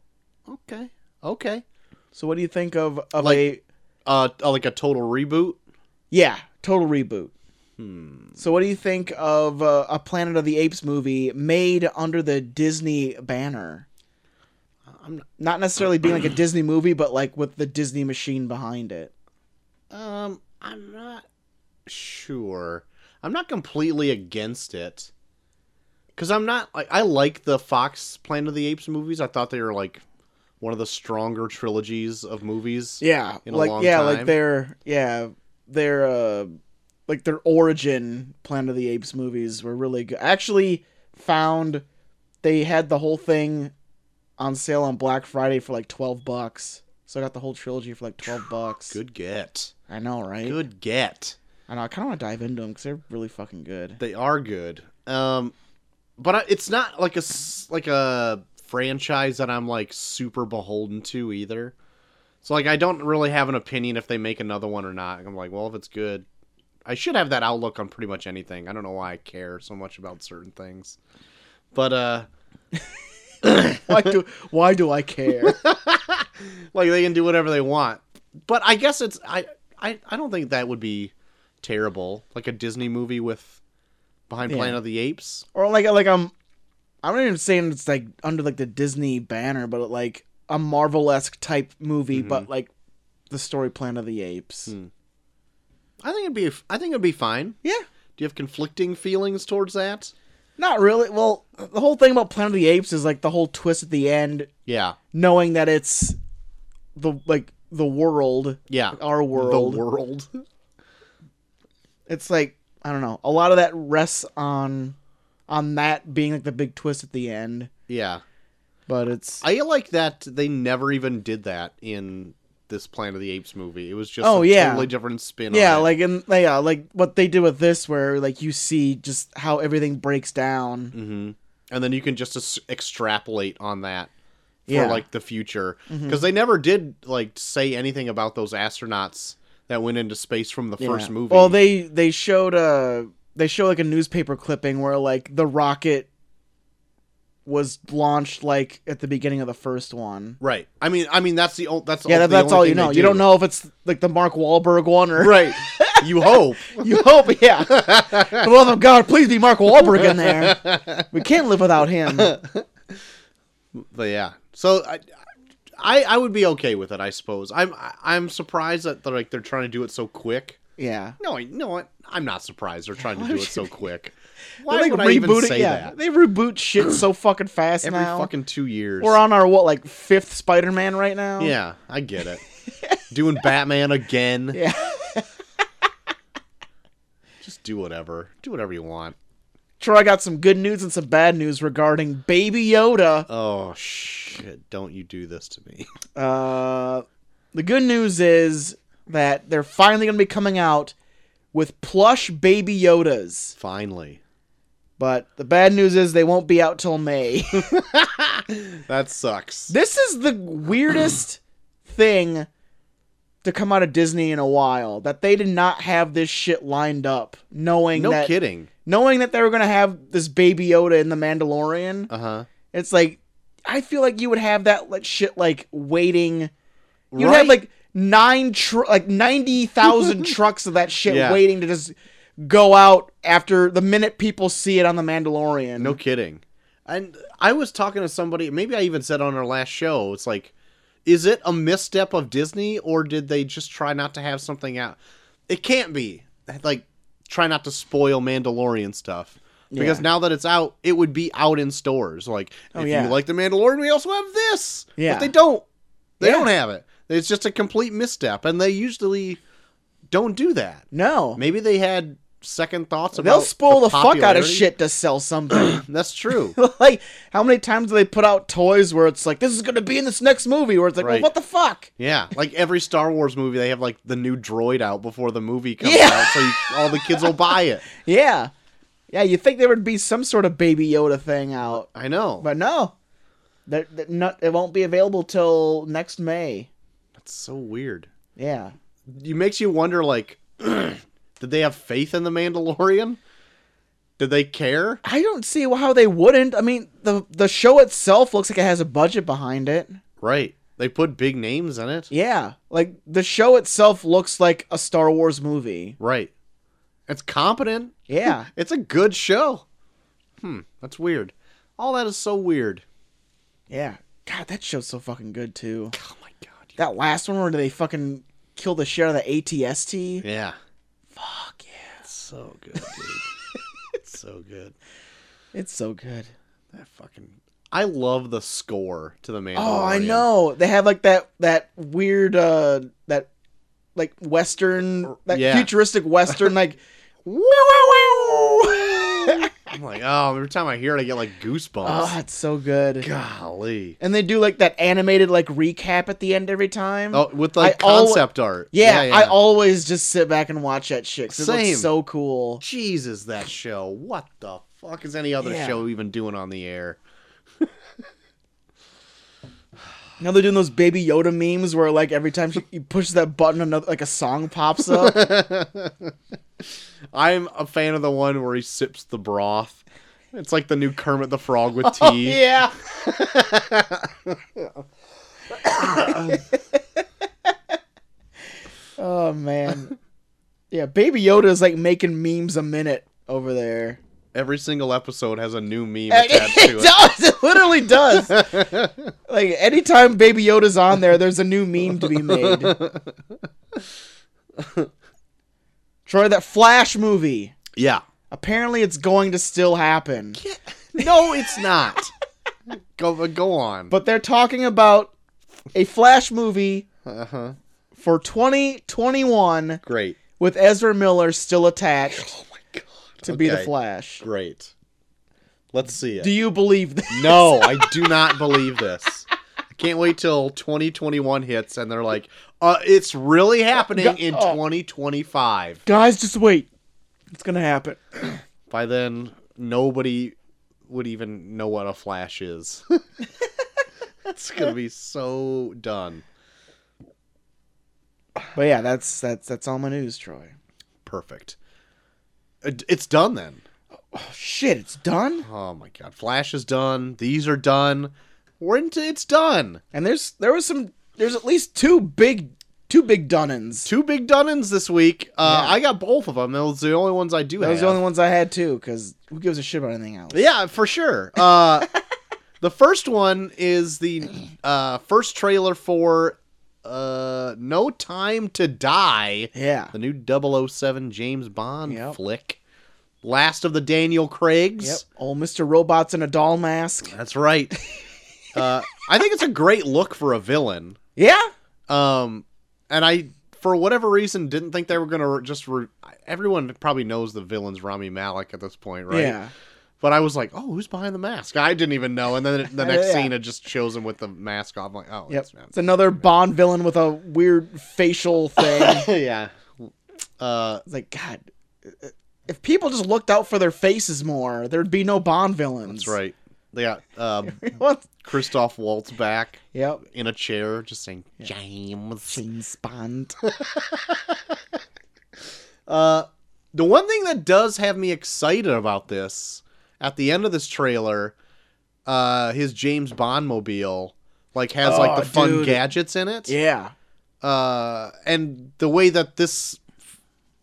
[SPEAKER 2] Okay. Okay.
[SPEAKER 1] So what do you think of of
[SPEAKER 2] Like-
[SPEAKER 1] a
[SPEAKER 2] Uh, uh, like a total reboot. Hmm,
[SPEAKER 1] yeah total reboot? So what do you think of uh, a Planet of the Apes movie made under the Disney banner?
[SPEAKER 2] I'm
[SPEAKER 1] not necessarily being like a Disney movie, but like with the Disney machine behind it.
[SPEAKER 2] um I'm not sure. I'm not completely against it. Cuz I'm not like I like the Fox Planet of the Apes movies. I thought they were like one of the stronger trilogies of movies.
[SPEAKER 1] Yeah,
[SPEAKER 2] In a
[SPEAKER 1] like
[SPEAKER 2] long
[SPEAKER 1] yeah,
[SPEAKER 2] time.
[SPEAKER 1] like their yeah their uh like their origin Planet of the Apes movies were really good. I actually found they had the whole thing on sale on Black Friday for like twelve bucks. So I got the whole trilogy for like
[SPEAKER 2] [SIGHS]
[SPEAKER 1] twelve bucks.
[SPEAKER 2] Good get.
[SPEAKER 1] I know, right?
[SPEAKER 2] Good get.
[SPEAKER 1] I know. I kind of want to dive into them because they're really fucking good.
[SPEAKER 2] They are good. Um but I, it's not like a s- like a franchise that I'm like super beholden to either. So like I don't really have an opinion if they make another one or not. I'm like, well, if it's good, I should have that outlook on pretty much anything. I don't know why I care so much about certain things. But uh
[SPEAKER 1] why do Why do I care?
[SPEAKER 2] like they can do whatever they want. But I guess it's I I, I don't think that would be terrible. Like a Disney movie with Behind
[SPEAKER 1] Yeah.
[SPEAKER 2] Planet of the Apes.
[SPEAKER 1] [LAUGHS] or like like um, I'm not even saying it's like under like the Disney banner, but like a Marvel esque type movie, but like the story Planet of the Apes.
[SPEAKER 2] I think it'd be I think it'd be fine.
[SPEAKER 1] Yeah,
[SPEAKER 2] Do you have conflicting feelings towards that?
[SPEAKER 1] not really. Well, the whole thing about Planet of the Apes is like the whole twist at the end,
[SPEAKER 2] Yeah.
[SPEAKER 1] knowing that it's the like the world,
[SPEAKER 2] Yeah.
[SPEAKER 1] our world.
[SPEAKER 2] The world. [LAUGHS]
[SPEAKER 1] it's like I don't know. A lot of that rests on on that being like the big twist at the end,
[SPEAKER 2] yeah.
[SPEAKER 1] but it's
[SPEAKER 2] I like that they never even did that in this Planet of the Apes movie. It was just
[SPEAKER 1] Oh,
[SPEAKER 2] a
[SPEAKER 1] yeah.
[SPEAKER 2] totally different spin
[SPEAKER 1] yeah
[SPEAKER 2] on it.
[SPEAKER 1] like in yeah like what they did with this where like you see just how everything breaks down
[SPEAKER 2] hmm And then you can just as- extrapolate on that for
[SPEAKER 1] Yeah. Mm-hmm.
[SPEAKER 2] like the future because they never did like say anything about those astronauts that went into space from the first
[SPEAKER 1] Yeah.
[SPEAKER 2] movie.
[SPEAKER 1] well they they showed a they show like a newspaper clipping where like the rocket was launched like at the beginning of the first one
[SPEAKER 2] right. I mean, I mean that's the o- that's
[SPEAKER 1] yeah
[SPEAKER 2] all,
[SPEAKER 1] that,
[SPEAKER 2] the
[SPEAKER 1] that's
[SPEAKER 2] only
[SPEAKER 1] all
[SPEAKER 2] thing
[SPEAKER 1] you
[SPEAKER 2] they
[SPEAKER 1] know
[SPEAKER 2] do.
[SPEAKER 1] you don't know if it's like the mark Wahlberg one or
[SPEAKER 2] right. You hope.
[SPEAKER 1] you hope yeah
[SPEAKER 2] [LAUGHS]
[SPEAKER 1] for the love of god please be mark Wahlberg in there we can't live without
[SPEAKER 2] [LAUGHS]
[SPEAKER 1] him
[SPEAKER 2] But yeah, so I, I I would be okay with it, I suppose. I'm I'm surprised that they're, like they're trying to do it so quick.
[SPEAKER 1] yeah
[SPEAKER 2] No, I no, I, I'm not surprised they're trying to do it so quick.
[SPEAKER 1] [LAUGHS]
[SPEAKER 2] Why
[SPEAKER 1] They, like,
[SPEAKER 2] would I even
[SPEAKER 1] reboot it-
[SPEAKER 2] say
[SPEAKER 1] yeah,
[SPEAKER 2] that?
[SPEAKER 1] they reboot shit so fucking fast
[SPEAKER 2] Every
[SPEAKER 1] now
[SPEAKER 2] fucking two years.
[SPEAKER 1] We're on our what like fifth Spider-Man right now.
[SPEAKER 2] Yeah, I
[SPEAKER 1] [LAUGHS]
[SPEAKER 2] get it. Doing Batman again.
[SPEAKER 1] Yeah.
[SPEAKER 2] [LAUGHS] Just do whatever. Do whatever you want.
[SPEAKER 1] Troy got some good news and some bad news regarding Baby Yoda.
[SPEAKER 2] Oh shit! Don't you do this to me? [LAUGHS]
[SPEAKER 1] Uh, the good news is that they're finally gonna be coming out with plush Baby Yodas.
[SPEAKER 2] Finally,
[SPEAKER 1] But the bad news is they won't be out till May. [LAUGHS]
[SPEAKER 2] that sucks.
[SPEAKER 1] this is the weirdest [CLEARS THROAT] thing to come out of Disney in a while that they did not have this shit lined up, knowing
[SPEAKER 2] No
[SPEAKER 1] that
[SPEAKER 2] kidding.
[SPEAKER 1] knowing that they were gonna have this Baby Yoda in the Mandalorian.
[SPEAKER 2] Uh huh.
[SPEAKER 1] It's like I feel like you would have that like shit like waiting. You'd
[SPEAKER 2] Right.
[SPEAKER 1] have like nine tr- like ninety thousand
[SPEAKER 2] [LAUGHS]
[SPEAKER 1] trucks of that shit
[SPEAKER 2] Yeah.
[SPEAKER 1] waiting to just go out after the minute people see it on the Mandalorian.
[SPEAKER 2] No kidding. And I was talking to somebody, maybe I even said on our last show, it's like, is it a misstep of Disney or did they just try not to have something out? It can't be. Like, try not to spoil Mandalorian stuff.
[SPEAKER 1] Yeah.
[SPEAKER 2] Because
[SPEAKER 1] Oh,
[SPEAKER 2] now that it's out, it would be out in stores. Like, if
[SPEAKER 1] yeah.
[SPEAKER 2] you like The Mandalorian, we also have this.
[SPEAKER 1] Yeah.
[SPEAKER 2] But they don't. They
[SPEAKER 1] Yeah.
[SPEAKER 2] don't have it. It's just a complete misstep. And they usually don't do that.
[SPEAKER 1] no.
[SPEAKER 2] Maybe they had second thoughts about
[SPEAKER 1] They'll spoil the, fuck out of
[SPEAKER 2] popularity.
[SPEAKER 1] shit to sell something.
[SPEAKER 2] [CLEARS THROAT]
[SPEAKER 1] [LAUGHS]
[SPEAKER 2] That's true.
[SPEAKER 1] like how many times do they put out toys where it's like this is going to be in this next movie where it's like well,
[SPEAKER 2] Right.
[SPEAKER 1] what the fuck?
[SPEAKER 2] Yeah, like every Star Wars movie, they have like the new droid out before the movie comes
[SPEAKER 1] Yeah.
[SPEAKER 2] out, so you, all the [LAUGHS] kids will buy it.
[SPEAKER 1] Yeah. Yeah, you think there would be some sort of baby Yoda thing out.
[SPEAKER 2] I know.
[SPEAKER 1] But no, that that not it won't be available till next May.
[SPEAKER 2] That's so weird.
[SPEAKER 1] Yeah,
[SPEAKER 2] It makes you wonder, like, [CLEARS THROAT] did they have faith in the Mandalorian? Did they care?
[SPEAKER 1] I don't see how they wouldn't. I mean, the the show itself looks like it has a budget behind it.
[SPEAKER 2] Right. They put big names in it.
[SPEAKER 1] Yeah, like the show itself looks like a Star Wars movie.
[SPEAKER 2] Right. It's competent.
[SPEAKER 1] [LAUGHS] Yeah,
[SPEAKER 2] It's a good show. Hmm. That's weird. All that is so weird.
[SPEAKER 1] yeah. God, that show's so fucking good too.
[SPEAKER 2] Oh my god.
[SPEAKER 1] That last one where they fucking kill the shit out of the ATST.
[SPEAKER 2] Yeah.
[SPEAKER 1] Fuck yeah,
[SPEAKER 2] It's so good, dude. [LAUGHS] it's so good.
[SPEAKER 1] it's so good.
[SPEAKER 2] That fucking. I love the score to the Mandalorian.
[SPEAKER 1] Oh, I know. They have like that that weird uh that like western that
[SPEAKER 2] Yeah.
[SPEAKER 1] futuristic western like
[SPEAKER 2] [LAUGHS] I'm like, oh, every time I hear it, I get like goosebumps.
[SPEAKER 1] oh, it's so good.
[SPEAKER 2] Golly.
[SPEAKER 1] And they do like that animated like recap at the end every time.
[SPEAKER 2] Oh, with like
[SPEAKER 1] I al-
[SPEAKER 2] concept art.
[SPEAKER 1] yeah, I always just sit back and watch that shit. 'cause It
[SPEAKER 2] Same.
[SPEAKER 1] looks so cool.
[SPEAKER 2] Jesus, that show. What the fuck is any other
[SPEAKER 1] Yeah.
[SPEAKER 2] show even doing on the air?
[SPEAKER 1] Now they're doing those baby Yoda memes where like every time she, you push that button, another like a song pops up.
[SPEAKER 2] I'm a fan of the one where he sips the broth. It's like the new Kermit the
[SPEAKER 1] [LAUGHS]
[SPEAKER 2] Frog with tea.
[SPEAKER 1] Oh, yeah. Oh man. Yeah, Baby Yoda is like making memes a minute over there.
[SPEAKER 2] Every single episode has a new meme
[SPEAKER 1] And [LAUGHS]
[SPEAKER 2] attached
[SPEAKER 1] it does. It literally does.
[SPEAKER 2] to it.
[SPEAKER 1] [LAUGHS] Like anytime Baby Yoda's on there, there's a new meme to be made. Troy, that Flash movie.
[SPEAKER 2] yeah.
[SPEAKER 1] Apparently, it's going to still happen.
[SPEAKER 2] No, it's
[SPEAKER 1] [LAUGHS]
[SPEAKER 2] not. go go on.
[SPEAKER 1] But they're talking about a Flash movie
[SPEAKER 2] uh-huh.
[SPEAKER 1] for 2021
[SPEAKER 2] Great.
[SPEAKER 1] with Ezra Miller still attached
[SPEAKER 2] Oh my god.
[SPEAKER 1] to be the
[SPEAKER 2] Okay.
[SPEAKER 1] Flash.
[SPEAKER 2] Great. Let's see it.
[SPEAKER 1] Do you believe this?
[SPEAKER 2] no, I do not believe this. I can't wait till 2021 hits and they're like, uh, it's really happening in
[SPEAKER 1] Oh. [LAUGHS]
[SPEAKER 2] 2025.
[SPEAKER 1] Guys, just wait. It's going to happen.
[SPEAKER 2] By then, nobody would even know what a flash is. [LAUGHS] it's gonna be so done.
[SPEAKER 1] But yeah, that's that's that's all my news, Troy.
[SPEAKER 2] Perfect. It- It's done then.
[SPEAKER 1] Oh shit, it's done.
[SPEAKER 2] Oh my god, Flash is done. These are done. We're into it's done.
[SPEAKER 1] And there's there was some there's at least two big two big Dunnins.
[SPEAKER 2] Two big Dunnins this week. Uh,
[SPEAKER 1] Yeah.
[SPEAKER 2] I got both of them. Those are the only ones I do
[SPEAKER 1] Those are
[SPEAKER 2] have.
[SPEAKER 1] the only ones I had too, because who gives a shit about anything else?
[SPEAKER 2] Yeah, for sure. Uh, [LAUGHS] the first one is the uh, first trailer for uh, No Time to Die,
[SPEAKER 1] Yeah.
[SPEAKER 2] the new 007 James Bond
[SPEAKER 1] Yep.
[SPEAKER 2] flick. Last of the Daniel Craigs.
[SPEAKER 1] Yep. Old Mr. Robot's in a doll mask.
[SPEAKER 2] That's right. uh, I think it's a great look for a villain.
[SPEAKER 1] Yeah.
[SPEAKER 2] Um, and I, for whatever reason, didn't think they were gonna re- just. Re- everyone probably knows the villain's Rami Malik at this point, right?
[SPEAKER 1] Yeah.
[SPEAKER 2] But I was like, oh, who's behind the mask? I didn't even know. And then
[SPEAKER 1] [LAUGHS]
[SPEAKER 2] it- the next
[SPEAKER 1] Yeah.
[SPEAKER 2] scene, it just shows him with the mask off. I'm like, oh,
[SPEAKER 1] Yep.
[SPEAKER 2] it's
[SPEAKER 1] It's another Bond villain with a weird facial thing. [LAUGHS]
[SPEAKER 2] yeah. Uh,
[SPEAKER 1] It's like, God, if people just looked out for their faces more, there'd be no Bond villains.
[SPEAKER 2] that's right. They got uh,
[SPEAKER 1] [LAUGHS] right.
[SPEAKER 2] Christoph Waltz back
[SPEAKER 1] yep.
[SPEAKER 2] in a chair, just saying James.
[SPEAKER 1] James Bond. [LAUGHS]
[SPEAKER 2] Uh, the one thing that does have me excited about this at the end of this trailer, uh, his James Bond mobile like has like
[SPEAKER 1] Oh,
[SPEAKER 2] the fun
[SPEAKER 1] dude.
[SPEAKER 2] gadgets in it.
[SPEAKER 1] yeah.
[SPEAKER 2] Uh, and the way that this f-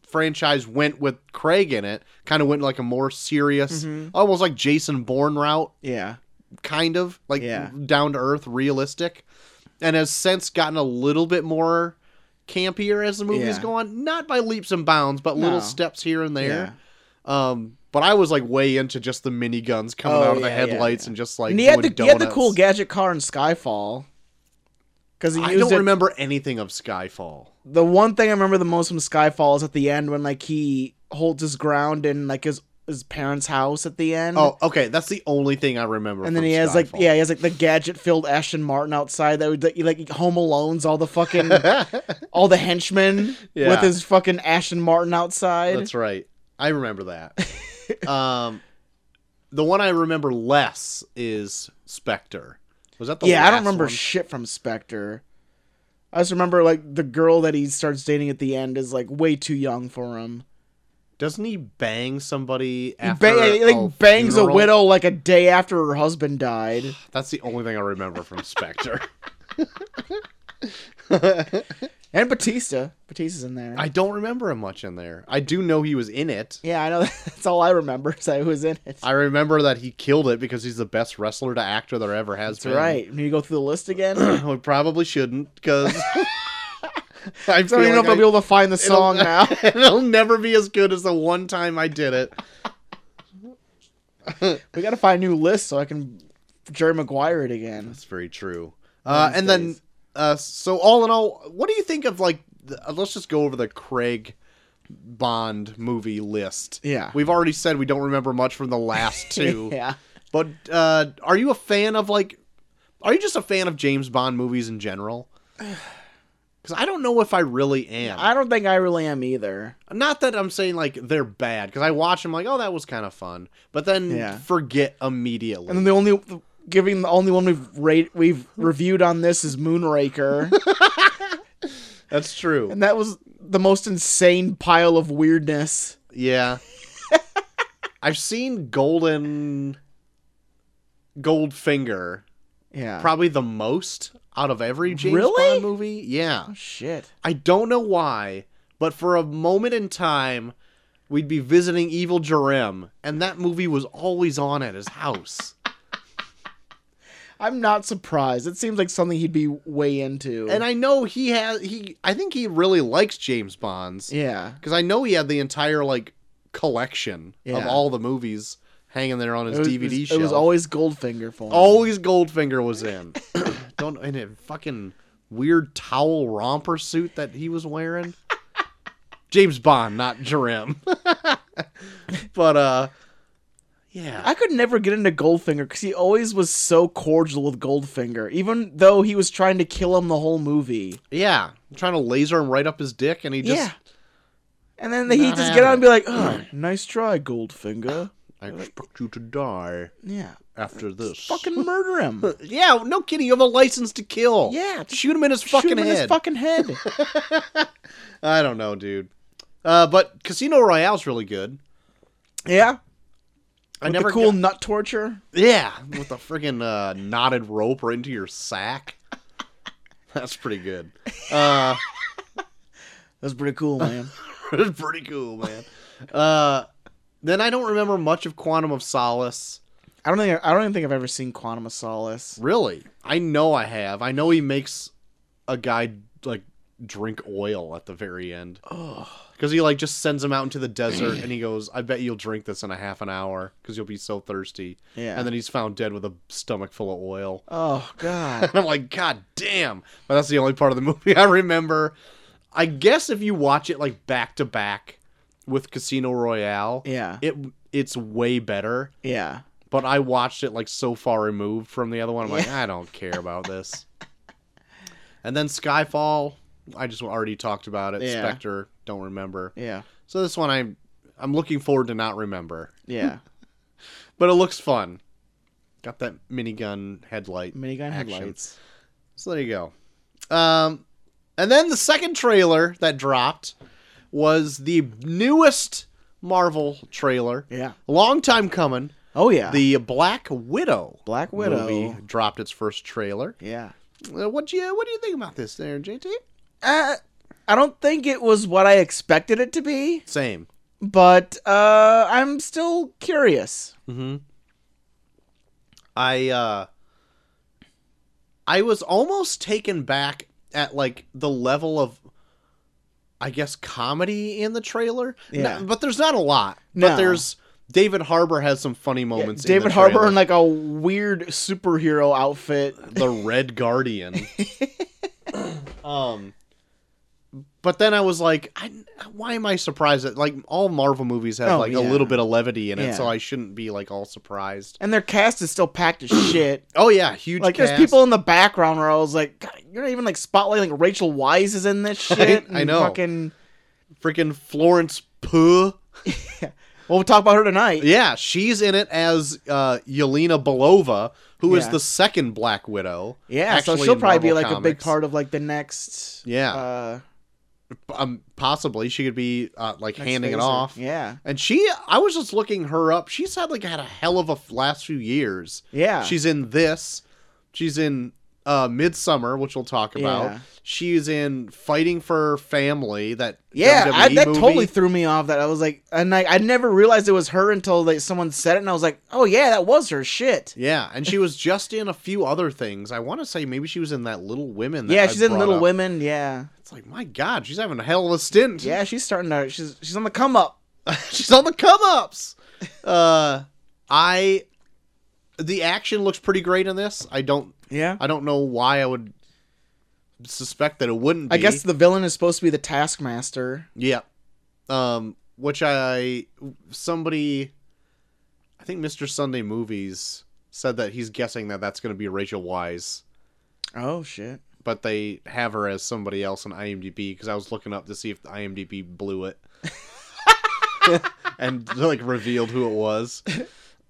[SPEAKER 2] franchise went with Craig in it kind of went like a more serious,
[SPEAKER 1] Mm-hmm.
[SPEAKER 2] almost like Jason Bourne route,
[SPEAKER 1] Yeah.
[SPEAKER 2] kind of like
[SPEAKER 1] Yeah.
[SPEAKER 2] down to earth, realistic, and has since gotten a little bit more campier as the movie's
[SPEAKER 1] Yeah.
[SPEAKER 2] go on. Not by leaps and bounds, but little
[SPEAKER 1] No.
[SPEAKER 2] steps here and there. Um, but I was like way into just the miniguns coming
[SPEAKER 1] Oh,
[SPEAKER 2] out of the
[SPEAKER 1] yeah, yeah,
[SPEAKER 2] headlights
[SPEAKER 1] yeah.
[SPEAKER 2] and just like
[SPEAKER 1] and he had,
[SPEAKER 2] doing
[SPEAKER 1] the, he had the
[SPEAKER 2] donuts.
[SPEAKER 1] cool gadget car in Skyfall. Because he
[SPEAKER 2] I
[SPEAKER 1] used
[SPEAKER 2] don't
[SPEAKER 1] it. Mm-hmm.
[SPEAKER 2] remember anything of Skyfall.
[SPEAKER 1] the one thing I remember the most from Skyfall is at the end when like he holds his ground in like his his parents' house at the end.
[SPEAKER 2] Oh, okay. That's the only thing I remember.
[SPEAKER 1] And then
[SPEAKER 2] from
[SPEAKER 1] he has like
[SPEAKER 2] Skyfall.
[SPEAKER 1] yeah he has like the gadget filled Ashton Martin outside that would that he, like Home Alone's all the fucking
[SPEAKER 2] [LAUGHS]
[SPEAKER 1] all the henchmen
[SPEAKER 2] Yeah.
[SPEAKER 1] with his fucking Ashton Martin outside.
[SPEAKER 2] That's right. I remember
[SPEAKER 1] [LAUGHS]
[SPEAKER 2] that. um, the one I remember less is Spectre. Was that the
[SPEAKER 1] yeah, I don't
[SPEAKER 2] last
[SPEAKER 1] remember
[SPEAKER 2] one?
[SPEAKER 1] shit from Spectre. I just remember like the girl that he starts dating at the end is like way too young for him.
[SPEAKER 2] Doesn't he bang somebody
[SPEAKER 1] He,
[SPEAKER 2] after?
[SPEAKER 1] ba- he,
[SPEAKER 2] a
[SPEAKER 1] like bangs
[SPEAKER 2] funeral?
[SPEAKER 1] a widow like a day after her husband died.
[SPEAKER 2] That's the only thing I remember from Spectre. [LAUGHS]
[SPEAKER 1] And Batista, Batista's in there.
[SPEAKER 2] I don't remember him much in there. I do know he was in it.
[SPEAKER 1] yeah, I know. [LAUGHS] That's all I remember. So who was in it?
[SPEAKER 2] I remember that he killed it because he's the best wrestler to actor there ever has
[SPEAKER 1] That's
[SPEAKER 2] been.
[SPEAKER 1] right. Need to go through the list again.
[SPEAKER 2] [CLEARS THROAT] we probably
[SPEAKER 1] [LAUGHS]
[SPEAKER 2] shouldn't [LAUGHS] because I
[SPEAKER 1] So I don't even know if I'll be able to find the
[SPEAKER 2] [LAUGHS]
[SPEAKER 1] song now.
[SPEAKER 2] It'll never be as good as the one time I did it.
[SPEAKER 1] We gotta find a new list so I can Jerry Maguire it again.
[SPEAKER 2] That's very true. Uh,
[SPEAKER 1] These
[SPEAKER 2] and then,
[SPEAKER 1] days.
[SPEAKER 2] uh, so all in all, what do you think of like? The, uh, let's just go over the Craig Bond movie list.
[SPEAKER 1] Yeah.
[SPEAKER 2] we've already said we don't remember much from
[SPEAKER 1] [LAUGHS]
[SPEAKER 2] the last two.
[SPEAKER 1] yeah.
[SPEAKER 2] But uh, are you a fan of like? Are you just a fan of James Bond movies in
[SPEAKER 1] [SIGHS]
[SPEAKER 2] general? Because I don't know if I really am.
[SPEAKER 1] I don't think I really am either.
[SPEAKER 2] Not that I'm saying like they're bad, because I watch them like, oh, that was kind of fun, but then
[SPEAKER 1] Yeah.
[SPEAKER 2] forget immediately.
[SPEAKER 1] And then the only giving the only one we've rate we've reviewed on this is [LAUGHS] Moonraker,
[SPEAKER 2] That's true.
[SPEAKER 1] and that was the most insane pile of weirdness. [LAUGHS]
[SPEAKER 2] Yeah. I've seen Golden Goldfinger
[SPEAKER 1] Yeah.
[SPEAKER 2] probably the most out of every James
[SPEAKER 1] Really?
[SPEAKER 2] Bond movie. Yeah.
[SPEAKER 1] oh, shit.
[SPEAKER 2] I don't know why, but for a moment in time, we'd be visiting Evil Jerem, and that movie was always on at his house.
[SPEAKER 1] I'm not surprised. It seems like something he'd be way into.
[SPEAKER 2] and I know he has he. I think he really likes James Bonds because
[SPEAKER 1] yeah.
[SPEAKER 2] I know he had the entire like collection of
[SPEAKER 1] Yeah.
[SPEAKER 2] all the movies hanging there on his
[SPEAKER 1] It was-
[SPEAKER 2] DVD
[SPEAKER 1] it was,
[SPEAKER 2] shelf.
[SPEAKER 1] It was always Goldfinger for him.
[SPEAKER 2] always Goldfinger was in. [COUGHS] don't in a fucking weird towel romper suit that he was wearing. James Bond, not Jerem. [LAUGHS] but uh yeah.
[SPEAKER 1] I could never get into Goldfinger because he always was so cordial with Goldfinger, even though he was trying to kill him the whole movie.
[SPEAKER 2] Yeah. trying to laser him right up his dick and he just
[SPEAKER 1] Yeah. And then he
[SPEAKER 2] Not
[SPEAKER 1] just get on and
[SPEAKER 2] having
[SPEAKER 1] be like, "Oh, nice try, Goldfinger."
[SPEAKER 2] I expect you to die
[SPEAKER 1] Yeah,
[SPEAKER 2] after this.
[SPEAKER 1] fucking murder [LAUGHS] him.
[SPEAKER 2] Yeah, no kidding, you have a license to kill.
[SPEAKER 1] Yeah, just
[SPEAKER 2] Shoot him in his fucking
[SPEAKER 1] Shoot him in
[SPEAKER 2] head.
[SPEAKER 1] his fucking
[SPEAKER 2] [LAUGHS]
[SPEAKER 1] head.
[SPEAKER 2] I don't know, dude. Uh, but Casino Royale's really good.
[SPEAKER 1] yeah,
[SPEAKER 2] I
[SPEAKER 1] With
[SPEAKER 2] never
[SPEAKER 1] the cool
[SPEAKER 2] got-
[SPEAKER 1] nut torture.
[SPEAKER 2] Yeah, with a friggin' uh, knotted rope right into your sack. [LAUGHS] That's pretty good. [LAUGHS] Uh,
[SPEAKER 1] That's pretty cool, man.
[SPEAKER 2] that's pretty cool, man. Uh, then I don't remember much of Quantum of Solace.
[SPEAKER 1] [LAUGHS] I don't think I, don't even think I've ever seen Quantum of Solace.
[SPEAKER 2] Really, I know I have. I know he makes a guy like drink oil at the very end
[SPEAKER 1] Oh,
[SPEAKER 2] because he like just sends him out into the desert and he goes, "I bet you'll drink this in a half an hour because you'll be so thirsty."
[SPEAKER 1] yeah.
[SPEAKER 2] And then he's found dead with a stomach full of oil.
[SPEAKER 1] oh god. [LAUGHS]
[SPEAKER 2] [LAUGHS] And I'm like, God damn. But that's the only part of the [LAUGHS] movie I remember. I guess if you watch it like back to back with Casino Royale,
[SPEAKER 1] yeah,
[SPEAKER 2] it it's way better.
[SPEAKER 1] yeah.
[SPEAKER 2] But I watched it like so far removed from the other one. I'm like, I don't care about this. and then Skyfall, I just already talked about it.
[SPEAKER 1] Yeah.
[SPEAKER 2] Spectre, don't remember.
[SPEAKER 1] Yeah.
[SPEAKER 2] So this one I'm I'm looking forward to not remember.
[SPEAKER 1] Yeah.
[SPEAKER 2] But it looks fun. Got that minigun headlight.
[SPEAKER 1] Minigun
[SPEAKER 2] Action.
[SPEAKER 1] headlights.
[SPEAKER 2] So there you go. Um, and then the second trailer that dropped was the newest Marvel trailer.
[SPEAKER 1] Yeah.
[SPEAKER 2] Long time coming.
[SPEAKER 1] Oh yeah.
[SPEAKER 2] The Black Widow.
[SPEAKER 1] Black Widow.
[SPEAKER 2] movie dropped its first trailer.
[SPEAKER 1] Yeah.
[SPEAKER 2] Uh, What do you What do you think about this, there, JT?
[SPEAKER 1] Uh, I don't think it was what I expected it to be,
[SPEAKER 2] Same.
[SPEAKER 1] but uh, I'm still curious.
[SPEAKER 2] Mm-hmm. I uh, I was almost taken back at like the level of, I guess, comedy in the trailer. No-
[SPEAKER 1] Yeah.
[SPEAKER 2] but there's not a lot. But
[SPEAKER 1] No.
[SPEAKER 2] there's David Harbor has some funny moments. in
[SPEAKER 1] David
[SPEAKER 2] the
[SPEAKER 1] Harbour
[SPEAKER 2] trailer.
[SPEAKER 1] in like a weird superhero outfit.
[SPEAKER 2] the
[SPEAKER 1] [LAUGHS]
[SPEAKER 2] Red Guardian. um. But then I was like, I, why am I surprised that like all Marvel movies have
[SPEAKER 1] Oh,
[SPEAKER 2] like
[SPEAKER 1] yeah.
[SPEAKER 2] a little bit of levity in it,
[SPEAKER 1] Yeah.
[SPEAKER 2] so I shouldn't be like all surprised.
[SPEAKER 1] And their cast is still packed as shit.
[SPEAKER 2] Oh yeah, huge.
[SPEAKER 1] like
[SPEAKER 2] cast.
[SPEAKER 1] there's people in the background where I was like, God, you're not even like spotlighting. Like Rachel Wise is in this shit.
[SPEAKER 2] Right? [LAUGHS] I
[SPEAKER 1] and
[SPEAKER 2] know.
[SPEAKER 1] Fucking.
[SPEAKER 2] freaking Florence Pugh.
[SPEAKER 1] Well, we'll talk about her tonight.
[SPEAKER 2] Yeah, she's in it as uh, Yelena Belova, who is
[SPEAKER 1] Yeah.
[SPEAKER 2] the second Black Widow.
[SPEAKER 1] Yeah, so
[SPEAKER 2] actually
[SPEAKER 1] she'll
[SPEAKER 2] in
[SPEAKER 1] probably be
[SPEAKER 2] Marvel
[SPEAKER 1] like a big
[SPEAKER 2] Comics.
[SPEAKER 1] part of like the next.
[SPEAKER 2] Yeah.
[SPEAKER 1] Uh,
[SPEAKER 2] Um, possibly she could be uh, like
[SPEAKER 1] next
[SPEAKER 2] handing it
[SPEAKER 1] phase or-
[SPEAKER 2] off.
[SPEAKER 1] Yeah.
[SPEAKER 2] And she, I was just looking her up. She's had like had a hell of a f- last few years.
[SPEAKER 1] Yeah.
[SPEAKER 2] She's in this. She's in uh, Midsummer, which we'll talk about.
[SPEAKER 1] Yeah.
[SPEAKER 2] She's in Fighting for Family. That
[SPEAKER 1] Yeah, I,
[SPEAKER 2] WWE
[SPEAKER 1] that
[SPEAKER 2] E movie.
[SPEAKER 1] totally threw me off. That I was like, and I, I never realized it was her until like someone said it, and I was like, oh yeah, that was her shit.
[SPEAKER 2] Yeah, and she was just in a few other things. I want to say maybe she was in that Little Women. That
[SPEAKER 1] yeah,
[SPEAKER 2] I
[SPEAKER 1] she's in
[SPEAKER 2] brought
[SPEAKER 1] Little
[SPEAKER 2] up.
[SPEAKER 1] Women. Yeah,
[SPEAKER 2] It's like my God, she's having a hell of a stint.
[SPEAKER 1] yeah, she's starting to. She's she's on the come up.
[SPEAKER 2] [LAUGHS] she's on the come ups. Uh, I the action looks pretty great in this. I don't
[SPEAKER 1] Yeah,
[SPEAKER 2] I don't know why I would suspect that it wouldn't. Be.
[SPEAKER 1] I guess the villain is supposed to be the Taskmaster.
[SPEAKER 2] yeah. Um, which I somebody, I think Mr. Sunday Movies said that he's guessing that that's going to be Rachel Wise.
[SPEAKER 1] Oh shit.
[SPEAKER 2] but they have her as somebody else on IMDb because I was looking up to see if the IMDb blew [LAUGHS] it and like revealed who it was.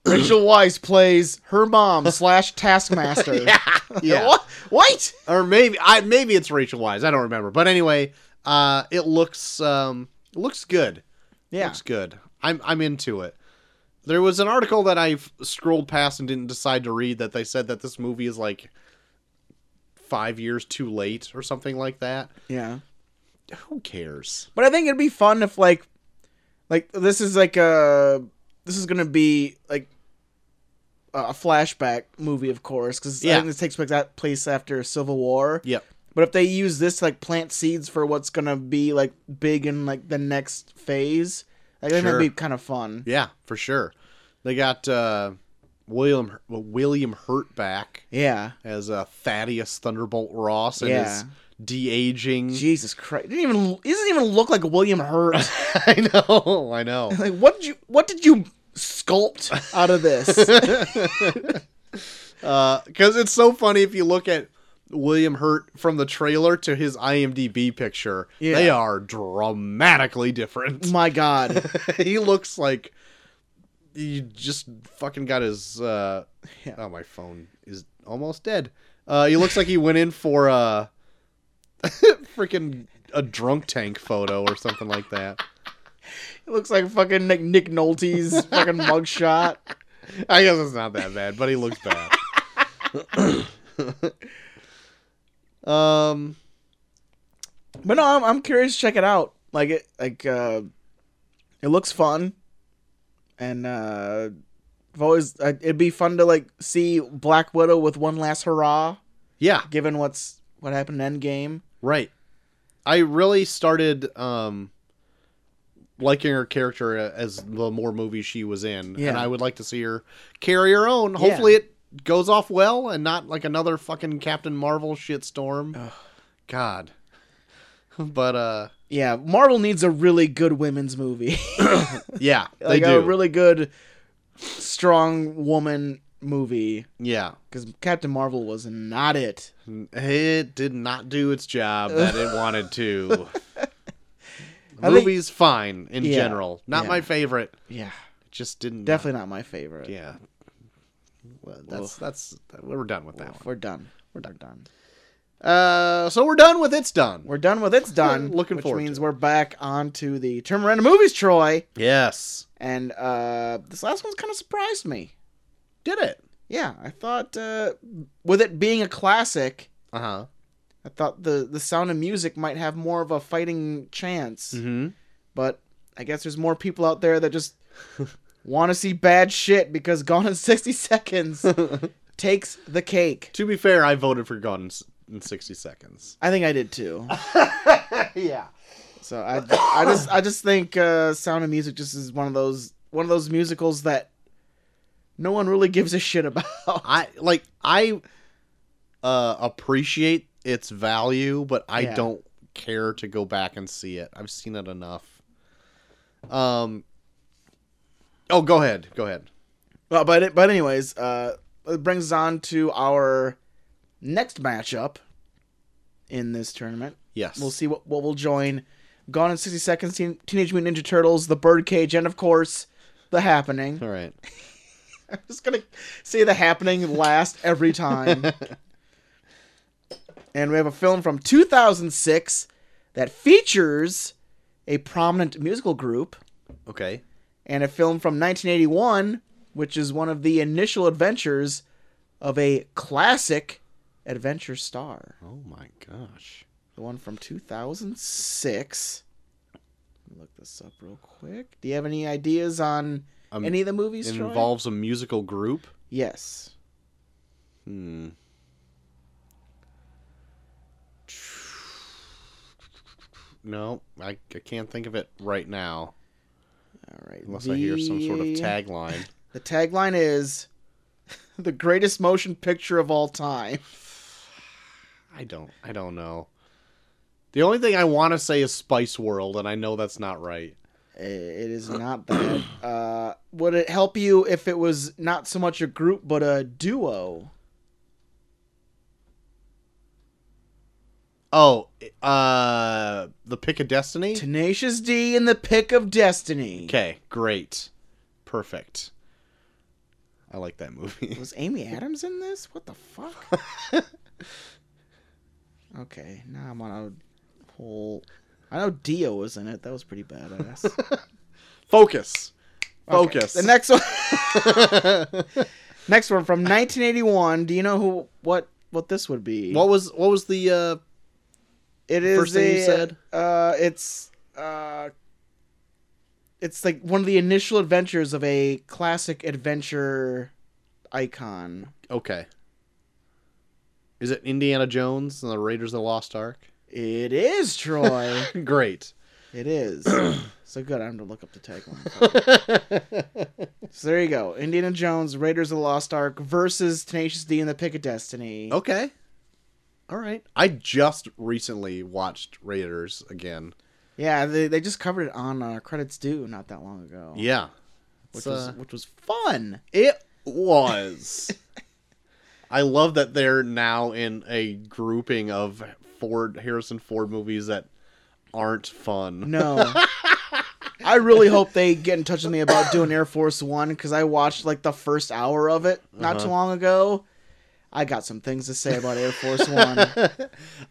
[SPEAKER 1] Rachel Weisz plays her mom slash Taskmaster.
[SPEAKER 2] [LAUGHS] [LAUGHS] Yeah,
[SPEAKER 1] What? Wait.
[SPEAKER 2] or maybe I maybe it's Rachel Wise. I don't remember, but anyway, uh, it looks um looks good.
[SPEAKER 1] Yeah.
[SPEAKER 2] Looks good. I'm I'm into it. There was an article that I scrolled past and didn't decide to read that they said that this movie is like five years too late or something like that.
[SPEAKER 1] Yeah.
[SPEAKER 2] Who cares?
[SPEAKER 1] But I think it'd be fun if like like this is like a this is gonna be like a flashback movie, of course, because I
[SPEAKER 2] Yeah.
[SPEAKER 1] think this takes place that place after Civil War.
[SPEAKER 2] Yep.
[SPEAKER 1] But if they use this to, like plant seeds for what's gonna be like big in like the next phase, I think
[SPEAKER 2] Sure.
[SPEAKER 1] that'd be kind of fun.
[SPEAKER 2] Yeah, for sure. They got uh, William William Hurt back
[SPEAKER 1] Yeah.
[SPEAKER 2] as uh, Thaddeus Thunderbolt Ross and his
[SPEAKER 1] Yeah.
[SPEAKER 2] de aging.
[SPEAKER 1] Jesus Christ! Didn't even he doesn't even look like William Hurt.
[SPEAKER 2] [LAUGHS] I know, I know.
[SPEAKER 1] [LAUGHS] like what did you what did you sculpt out of [LAUGHS] this?
[SPEAKER 2] because Uh, it's so funny if you look at William Hurt from the trailer to his IMDb picture.
[SPEAKER 1] Yeah.
[SPEAKER 2] They are dramatically different.
[SPEAKER 1] My God.
[SPEAKER 2] [LAUGHS] he looks like he just fucking got his. Uh,
[SPEAKER 1] Yeah.
[SPEAKER 2] Oh, my phone is almost dead. Uh, he looks like he went in for a [LAUGHS] freaking a drunk tank photo or something like that.
[SPEAKER 1] It looks like fucking Nick, Nick Nolte's [LAUGHS] fucking mugshot.
[SPEAKER 2] I guess it's not that bad, but he looks bad. um.
[SPEAKER 1] But no, I'm, I'm curious to check it out. Like it, like uh, it looks fun, and uh, I've always I, it'd be fun to like see Black Widow with one last hurrah,
[SPEAKER 2] Yeah.
[SPEAKER 1] given what's what happened in Endgame.
[SPEAKER 2] Right. I really started um liking her character a- as the more movies she was in,
[SPEAKER 1] Yeah.
[SPEAKER 2] and I would like to see her carry her own. Hopefully, it goes off well and not like another fucking Captain Marvel shitstorm.
[SPEAKER 1] Ugh.
[SPEAKER 2] God. [LAUGHS] But uh,
[SPEAKER 1] Yeah, Marvel needs a really good women's movie, [LAUGHS]
[SPEAKER 2] yeah, they
[SPEAKER 1] like
[SPEAKER 2] do.
[SPEAKER 1] a really good, strong woman movie.
[SPEAKER 2] yeah,
[SPEAKER 1] Because Captain Marvel was not it.
[SPEAKER 2] it did not do its job
[SPEAKER 1] [LAUGHS]
[SPEAKER 2] that it wanted to.
[SPEAKER 1] I think-
[SPEAKER 2] Movies fine in
[SPEAKER 1] Yeah.
[SPEAKER 2] general. Not
[SPEAKER 1] Yeah.
[SPEAKER 2] my favorite.
[SPEAKER 1] Yeah,
[SPEAKER 2] It just didn't
[SPEAKER 1] definitely not my favorite.
[SPEAKER 2] Yeah. Well, that's that's we're done with that one.
[SPEAKER 1] We're done. We're done. We're done.
[SPEAKER 2] Uh, so we're done with it's done.
[SPEAKER 1] We're done with it's done.
[SPEAKER 2] [LAUGHS] Looking
[SPEAKER 1] which
[SPEAKER 2] forward
[SPEAKER 1] means
[SPEAKER 2] to
[SPEAKER 1] we're back onto the term random movies, Troy.
[SPEAKER 2] Yes,
[SPEAKER 1] And uh, this last one's kind of surprised me.
[SPEAKER 2] did it.
[SPEAKER 1] Yeah, I thought uh, with it being a classic,
[SPEAKER 2] Uh huh.
[SPEAKER 1] I thought the the Sound of Music might have more of a fighting chance.
[SPEAKER 2] Mm-hmm.
[SPEAKER 1] But I guess there's more people out there that
[SPEAKER 2] [LAUGHS]
[SPEAKER 1] just want to see bad shit because Gone in 60
[SPEAKER 2] [LAUGHS]
[SPEAKER 1] Seconds takes the cake.
[SPEAKER 2] To be fair, I voted for Gone in s- in sixty [LAUGHS] seconds.
[SPEAKER 1] I think I did too.
[SPEAKER 2] yeah.
[SPEAKER 1] So I, I just I just think uh, Sound of Music just is one of those one of those musicals that no one really gives a shit about. [LAUGHS]
[SPEAKER 2] I like I uh appreciate its value, but I
[SPEAKER 1] Yeah.
[SPEAKER 2] don't care to go back and see it. I've seen it enough. Um. Oh, go ahead. Go ahead.
[SPEAKER 1] Well, but it, but anyways, uh, it brings us on to our next matchup in this tournament.
[SPEAKER 2] Yes.
[SPEAKER 1] We'll see what what will join Gone in sixty seconds, Teen, Teenage Mutant Ninja Turtles, The Birdcage, and of course The Happening.
[SPEAKER 2] All [LAUGHS] right.
[SPEAKER 1] I'm [LAUGHS] just gonna say The Happening last every time.
[SPEAKER 2] [LAUGHS]
[SPEAKER 1] and we have a film from 2006 that features a prominent musical group
[SPEAKER 2] Okay.
[SPEAKER 1] and a film from 1981 which is one of the initial adventures of a classic adventure star
[SPEAKER 2] Oh my gosh.
[SPEAKER 1] the one from 2006 Let me look this up real quick do you have any ideas on
[SPEAKER 2] Um,
[SPEAKER 1] any of the movies
[SPEAKER 2] It
[SPEAKER 1] Troy?
[SPEAKER 2] involves a musical group.
[SPEAKER 1] yes
[SPEAKER 2] Hmm. No, I, I can't think of it right now.
[SPEAKER 1] all right
[SPEAKER 2] Unless I hear some sort of
[SPEAKER 1] The-
[SPEAKER 2] tagline.
[SPEAKER 1] the tagline is [LAUGHS] the greatest motion picture of all time
[SPEAKER 2] I don't. I don't know. The only thing I want to say is Spice World, and I know that's not right.
[SPEAKER 1] It is not
[SPEAKER 2] [CLEARS THROAT]
[SPEAKER 1] that. Uh, would it help you if it was not so much a group but a duo?
[SPEAKER 2] Oh, uh, the Pick of Destiny.
[SPEAKER 1] Tenacious D in the Pick of Destiny.
[SPEAKER 2] Okay, great, perfect. I like that movie.
[SPEAKER 1] Was Amy Adams in this? What the fuck?
[SPEAKER 2] [LAUGHS]
[SPEAKER 1] okay, now I'm on a
[SPEAKER 2] [LAUGHS]
[SPEAKER 1] whole. I know Dio was in it. That was pretty badass.
[SPEAKER 2] Focus.
[SPEAKER 1] Okay,
[SPEAKER 2] Focus.
[SPEAKER 1] The next one, [LAUGHS] next one from 1981. Do you know who? What? What this would be?
[SPEAKER 2] [LAUGHS] what was what was the uh
[SPEAKER 1] it is
[SPEAKER 2] first thing you
[SPEAKER 1] a-
[SPEAKER 2] said?
[SPEAKER 1] Uh, it's uh, it's like one of the initial adventures of a classic adventure icon.
[SPEAKER 2] okay. Is it Indiana Jones and the Raiders of the Lost Ark? [LAUGHS]
[SPEAKER 1] It is Troy.
[SPEAKER 2] Great.
[SPEAKER 1] it is. so good. I'm gonna look up the tagline.
[SPEAKER 2] [LAUGHS]
[SPEAKER 1] so there you go. Indiana Jones, Raiders of the Lost Ark versus Tenacious D and the Pick of Destiny.
[SPEAKER 2] okay. Oh, All right. I just recently watched Raiders again.
[SPEAKER 1] Yeah, they, they just covered it on uh, Credits Due not that long ago.
[SPEAKER 2] Yeah.
[SPEAKER 1] which
[SPEAKER 2] It's,
[SPEAKER 1] was
[SPEAKER 2] uh,
[SPEAKER 1] which was fun.
[SPEAKER 2] It was. [LAUGHS] I love that they're now in a grouping of Ford Harrison Ford movies that aren't fun.
[SPEAKER 1] No. I really hope they get in touch with me about doing Air Force One because I watched like the first hour of it not too
[SPEAKER 2] Uh-huh.
[SPEAKER 1] long ago. I got some things to say about Air
[SPEAKER 2] [LAUGHS]
[SPEAKER 1] Force One.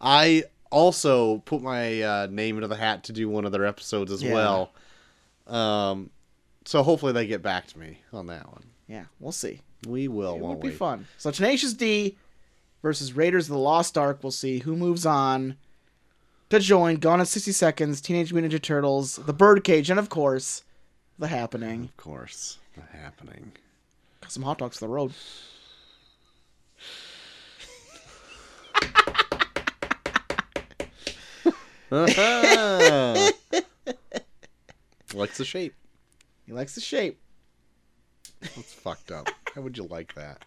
[SPEAKER 2] I also put my uh, name into the hat to do one of their episodes as
[SPEAKER 1] Yeah.
[SPEAKER 2] well. Um, so hopefully they get back to me on that one.
[SPEAKER 1] Yeah, we'll see.
[SPEAKER 2] We will,
[SPEAKER 1] It
[SPEAKER 2] won't
[SPEAKER 1] would be
[SPEAKER 2] we?
[SPEAKER 1] fun. So Tenacious D versus Raiders of the Lost Ark. We'll see who moves on to join Gone in 60 Seconds, Teenage Mutant Ninja Turtles, The Birdcage, and of course, The Happening.
[SPEAKER 2] Of course, not happening.
[SPEAKER 1] Got some hot dogs to the road. Uh-huh.
[SPEAKER 2] [LAUGHS] Likes the shape.
[SPEAKER 1] He likes the shape.
[SPEAKER 2] That's fucked up. How would you like that?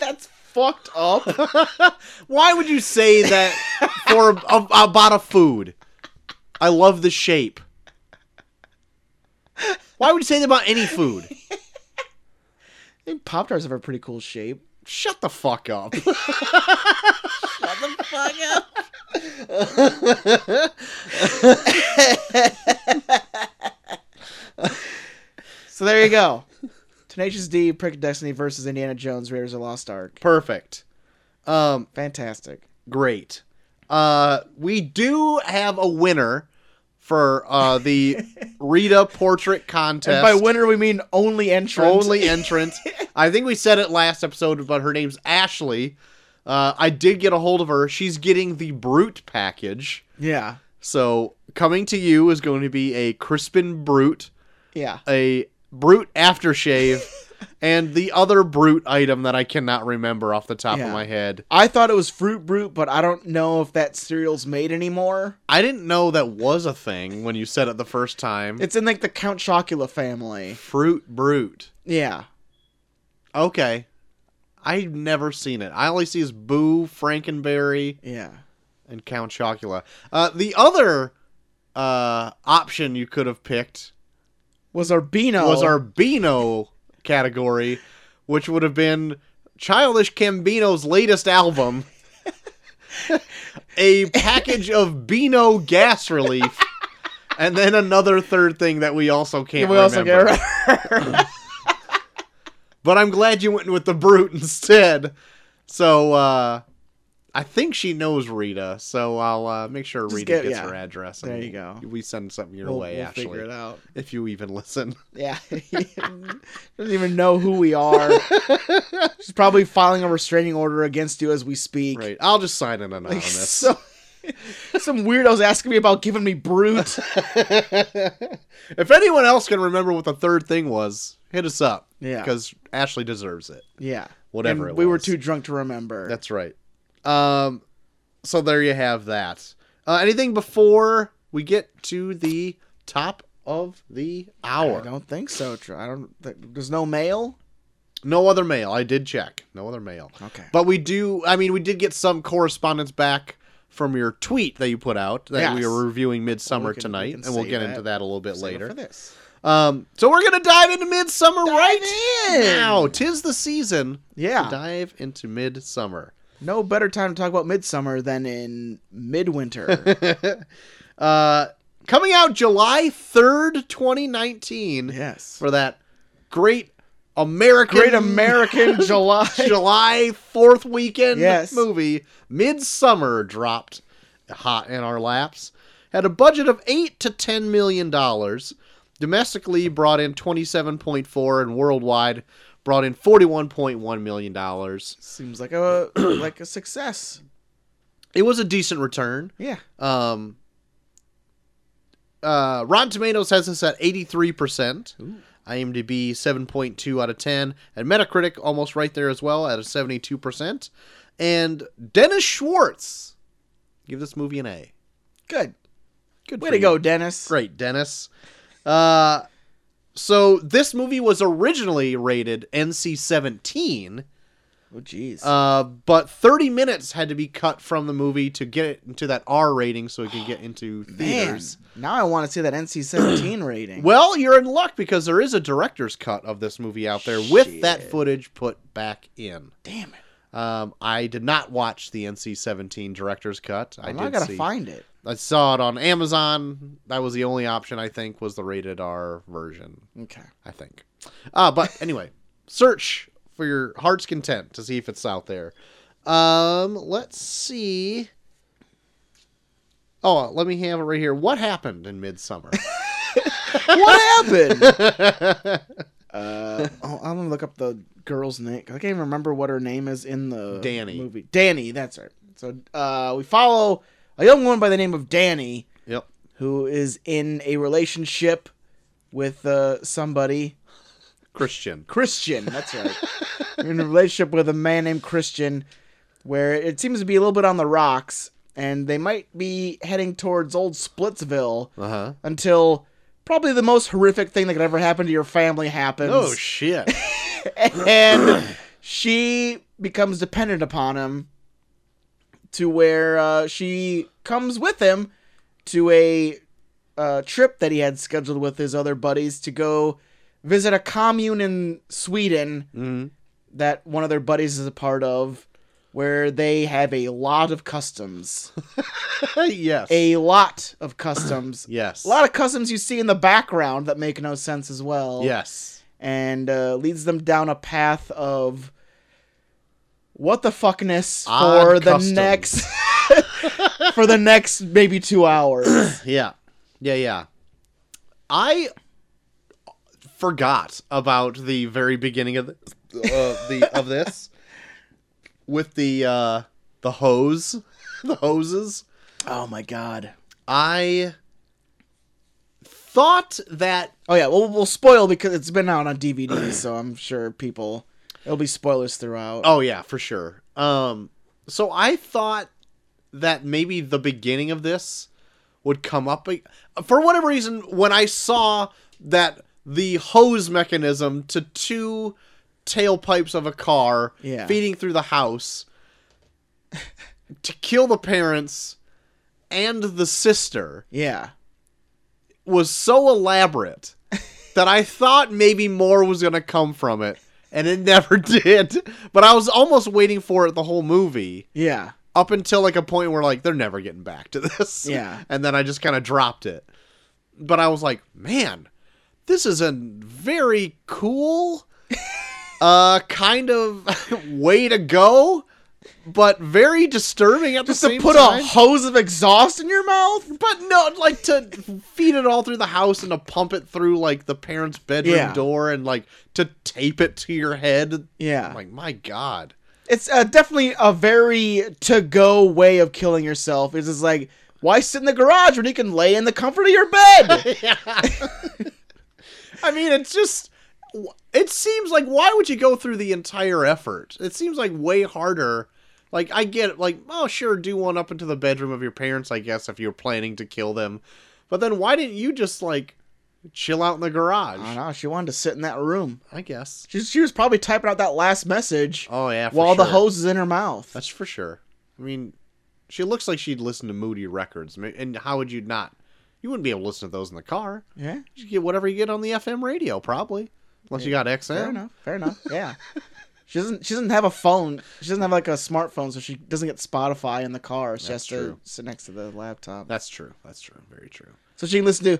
[SPEAKER 1] That's fucked up.
[SPEAKER 2] [LAUGHS] Why would you say that for a, a, about a food? I love the shape. Why would you say that about any food?
[SPEAKER 1] I think Pop Tarts have a pretty cool shape.
[SPEAKER 2] Shut the fuck up.
[SPEAKER 1] Shut the fuck up. so there you go. Tenacious D, Prick of Destiny versus Indiana Jones, Raiders of the Lost Ark.
[SPEAKER 2] Perfect. Um,
[SPEAKER 1] Fantastic.
[SPEAKER 2] great. Uh, we do have a winner for uh,
[SPEAKER 1] [LAUGHS]
[SPEAKER 2] the Rita portrait contest.
[SPEAKER 1] And by winner, we mean only entrant. [LAUGHS]
[SPEAKER 2] only entrant. I think we said it last episode, but her name's Ashley. Uh, I did get a hold of her. She's getting the Brute package.
[SPEAKER 1] Yeah.
[SPEAKER 2] So coming to you is going to be a Crispin Brute,
[SPEAKER 1] Yeah.
[SPEAKER 2] a Brute
[SPEAKER 1] [LAUGHS]
[SPEAKER 2] aftershave, and the other Brute item that I cannot remember off the top
[SPEAKER 1] Yeah.
[SPEAKER 2] of my head.
[SPEAKER 1] I thought it was Fruit Brute, but I don't know if that cereal's made anymore.
[SPEAKER 2] I didn't know that was a thing when you said it the first time.
[SPEAKER 1] It's in like the Count Chocula family.
[SPEAKER 2] Fruit Brute.
[SPEAKER 1] Yeah.
[SPEAKER 2] Okay. I've never seen it. I only see is Boo, Frankenberry,
[SPEAKER 1] Yeah.
[SPEAKER 2] and Count Chocula. Uh, the other uh, option you could have picked
[SPEAKER 1] Was our Beano.
[SPEAKER 2] was our Beano category, which would have been Childish Cambino's latest album, a package of Beano gas relief, and then another third thing that we also can't
[SPEAKER 1] We also
[SPEAKER 2] remember.
[SPEAKER 1] get-
[SPEAKER 2] but I'm glad you went with the brute [LAUGHS] instead. So uh, I think she knows Rita, so I'll uh, make sure Rita
[SPEAKER 1] get-
[SPEAKER 2] gets
[SPEAKER 1] yeah.
[SPEAKER 2] her address.
[SPEAKER 1] There
[SPEAKER 2] and
[SPEAKER 1] you go.
[SPEAKER 2] We send something your
[SPEAKER 1] We'll-
[SPEAKER 2] way,
[SPEAKER 1] we'll
[SPEAKER 2] Ashley,
[SPEAKER 1] figure it out.
[SPEAKER 2] if you even
[SPEAKER 1] [LAUGHS]
[SPEAKER 2] [LAUGHS] listen.
[SPEAKER 1] Yeah. doesn't even know who we are. She's probably filing a restraining order against you as we speak.
[SPEAKER 2] Right, Oh, I'll just sign
[SPEAKER 1] [LAUGHS]
[SPEAKER 2] an
[SPEAKER 1] Like, [LAUGHS]
[SPEAKER 2] anonymous.
[SPEAKER 1] so, some weirdos asking me about giving me brute.
[SPEAKER 2] if anyone else can remember what the third thing was, hit us up.
[SPEAKER 1] Yeah.
[SPEAKER 2] because Ashley deserves it.
[SPEAKER 1] Yeah.
[SPEAKER 2] Whatever
[SPEAKER 1] And
[SPEAKER 2] it
[SPEAKER 1] we were
[SPEAKER 2] was.
[SPEAKER 1] too drunk to remember.
[SPEAKER 2] That's right. Um, so there you have that. Uh, anything before we get to the top of the
[SPEAKER 1] I
[SPEAKER 2] hour?
[SPEAKER 1] don't think so. Tr- I don't. th- There's no mail.
[SPEAKER 2] No other mail. I did check. No other mail.
[SPEAKER 1] Okay.
[SPEAKER 2] But we do. I mean, we did get some correspondence back from your tweet that you put out that we
[SPEAKER 1] Yes.
[SPEAKER 2] were reviewing Midsummer
[SPEAKER 1] We can- we
[SPEAKER 2] tonight,
[SPEAKER 1] can
[SPEAKER 2] and we'll
[SPEAKER 1] save
[SPEAKER 2] get
[SPEAKER 1] that.
[SPEAKER 2] into that a little bit
[SPEAKER 1] Save it
[SPEAKER 2] later.
[SPEAKER 1] for this.
[SPEAKER 2] Um, so we're gonna dive into Midsummer right
[SPEAKER 1] in.
[SPEAKER 2] now. Tis the season.
[SPEAKER 1] Yeah.
[SPEAKER 2] To dive into Midsummer.
[SPEAKER 1] No better time to talk about midsummer than in
[SPEAKER 2] [LAUGHS]
[SPEAKER 1] midwinter.
[SPEAKER 2] Uh, coming out July third, twenty nineteen.
[SPEAKER 1] yes.
[SPEAKER 2] For that great American
[SPEAKER 1] Great
[SPEAKER 2] [LAUGHS]
[SPEAKER 1] American July.
[SPEAKER 2] July 4th weekend
[SPEAKER 1] Yes.
[SPEAKER 2] movie, Midsummer, dropped hot in our laps. Had a budget of 8 to 10 million dollars. domestically brought in 27.4 and worldwide brought in 41.1 million dollars.
[SPEAKER 1] Seems like a [CLEARS THROAT] like a success.
[SPEAKER 2] It was a decent return.
[SPEAKER 1] Yeah.
[SPEAKER 2] Um, uh, Rotten Tomatoes has this at 83%.
[SPEAKER 1] Ooh.
[SPEAKER 2] IMDb 7.2 out of 10. And Metacritic almost right there as well at a 72%. And Dennis Schwartz. Give this movie an A.
[SPEAKER 1] Good.
[SPEAKER 2] Good
[SPEAKER 1] Way
[SPEAKER 2] for
[SPEAKER 1] to
[SPEAKER 2] you.
[SPEAKER 1] go, Dennis.
[SPEAKER 2] Great, Dennis. Uh, so this movie was originally rated NC 17.
[SPEAKER 1] Oh, jeez.
[SPEAKER 2] Uh, but 30 minutes had to be cut from the movie to get it into that R rating so it could get into
[SPEAKER 1] Man,
[SPEAKER 2] theaters.
[SPEAKER 1] now I want to see that
[SPEAKER 2] [CLEARS THROAT]
[SPEAKER 1] NC-17 rating.
[SPEAKER 2] Well, you're in luck because there is a director's cut of this movie out there with that
[SPEAKER 1] Shit.
[SPEAKER 2] footage put back in.
[SPEAKER 1] Damn it!
[SPEAKER 2] Um, I did not watch the NC-17 director's cut. I
[SPEAKER 1] I,
[SPEAKER 2] did
[SPEAKER 1] gotta
[SPEAKER 2] see.
[SPEAKER 1] find it.
[SPEAKER 2] I saw it on Amazon. That was the only option I think was the rated R version.
[SPEAKER 1] Okay.
[SPEAKER 2] I think.
[SPEAKER 1] [LAUGHS]
[SPEAKER 2] Uh, but anyway, search for your heart's content to see if it's out there. Um, let's see. Oh, let me have it right here. What happened
[SPEAKER 1] [LAUGHS]
[SPEAKER 2] in Midsummer?
[SPEAKER 1] What
[SPEAKER 2] [LAUGHS]
[SPEAKER 1] happened? uh, oh, I'm gonna look up the girl's name. 'cause I can't even remember what her name is in the
[SPEAKER 2] Danny.
[SPEAKER 1] movie. Danny, that's right. So uh, we follow a young woman by the name of Danny,
[SPEAKER 2] yep.
[SPEAKER 1] who is in a relationship with uh, somebody.
[SPEAKER 2] Christian.
[SPEAKER 1] Christian. That's right. You're in a relationship with a man named Christian, where it seems to be a little bit on the rocks, and they might be heading towards old Splitsville
[SPEAKER 2] Uh huh.
[SPEAKER 1] until probably the most horrific thing that could ever happen to your family happens.
[SPEAKER 2] Oh shit. [LAUGHS]
[SPEAKER 1] and she becomes dependent upon him to where uh, she comes with him to a uh, trip that he had scheduled with his other buddies to go visit a commune in Sweden
[SPEAKER 2] Mhm.
[SPEAKER 1] that one of their buddies is a part of, where they have a lot of customs.
[SPEAKER 2] yes.
[SPEAKER 1] A lot of customs.
[SPEAKER 2] yes.
[SPEAKER 1] A lot of customs you see in the background that make no sense as well
[SPEAKER 2] yes.
[SPEAKER 1] and uh, leads them down a path of what the fuckness
[SPEAKER 2] Odd
[SPEAKER 1] for the
[SPEAKER 2] customs. [LAUGHS]
[SPEAKER 1] next [LAUGHS] for the next maybe two
[SPEAKER 2] [CLEARS THROAT]
[SPEAKER 1] hours.
[SPEAKER 2] Yeah. Yeah, yeah. I forgot about the very beginning of the, uh, the of
[SPEAKER 1] [LAUGHS]
[SPEAKER 2] this with the uh the hose, [LAUGHS] the hoses.
[SPEAKER 1] oh my god!
[SPEAKER 2] I thought that
[SPEAKER 1] Oh yeah, well we'll spoil because it's been out on
[SPEAKER 2] [CLEARS THROAT]
[SPEAKER 1] DVD, so I'm sure people it'll be spoilers throughout.
[SPEAKER 2] Oh yeah, for sure. Um so I thought that maybe the beginning of this would come up ag- for whatever reason when I saw that the hose mechanism to two tailpipes of a car
[SPEAKER 1] Yeah.
[SPEAKER 2] feeding through the house [LAUGHS] to kill the parents and the sister
[SPEAKER 1] Yeah,
[SPEAKER 2] was so
[SPEAKER 1] [LAUGHS]
[SPEAKER 2] elaborate that I thought maybe more was going to come from it, and it never [LAUGHS] did. But I was almost waiting for it the whole movie
[SPEAKER 1] yeah,
[SPEAKER 2] up until like a point where like they're never getting back to [LAUGHS] this.
[SPEAKER 1] Yeah.
[SPEAKER 2] And then I just kind of dropped it. But I was like, man, this is a very
[SPEAKER 1] [LAUGHS]
[SPEAKER 2] cool uh kind of [LAUGHS] way to go, but very disturbing at
[SPEAKER 1] just
[SPEAKER 2] the
[SPEAKER 1] to
[SPEAKER 2] same
[SPEAKER 1] put
[SPEAKER 2] time.
[SPEAKER 1] a hose of exhaust in your mouth.
[SPEAKER 2] But no, like to feed it all through the house and to pump it through like the parents' bedroom
[SPEAKER 1] Yeah.
[SPEAKER 2] door and like to tape it to your head.
[SPEAKER 1] Yeah,
[SPEAKER 2] I'm like, Oh my [LAUGHS] God.
[SPEAKER 1] it's uh, definitely a very to-go way of killing yourself. It's just like why sit in the garage when you can lay in the comfort of your bed?
[SPEAKER 2] I mean, it's just. It seems like why would you go through the entire effort? It seems like way harder. Like I get it, like oh sure do one up into the bedroom of your parents I guess if you're planning to kill them, but then why didn't you just like chill out in the garage?
[SPEAKER 1] I don't know. She wanted to sit in that room.
[SPEAKER 2] I guess.
[SPEAKER 1] She, she was probably typing out that last message
[SPEAKER 2] Oh yeah. for
[SPEAKER 1] while the
[SPEAKER 2] sure.
[SPEAKER 1] hose is in her mouth.
[SPEAKER 2] That's for sure. I mean, she looks like she'd listen to Moody records. ma- And how would you not? You wouldn't be able to listen to those in the car.
[SPEAKER 1] yeah,
[SPEAKER 2] You should get whatever you get on the FM radio, probably. Unless you got XM.
[SPEAKER 1] fair enough. Fair enough. Yeah. [LAUGHS] she doesn't. She doesn't have a phone. She doesn't have like a smartphone, so she doesn't get Spotify in the car. She
[SPEAKER 2] That's
[SPEAKER 1] has to
[SPEAKER 2] true.
[SPEAKER 1] sit next to the laptop,
[SPEAKER 2] That's true. That's true. Very true.
[SPEAKER 1] so she can listen to.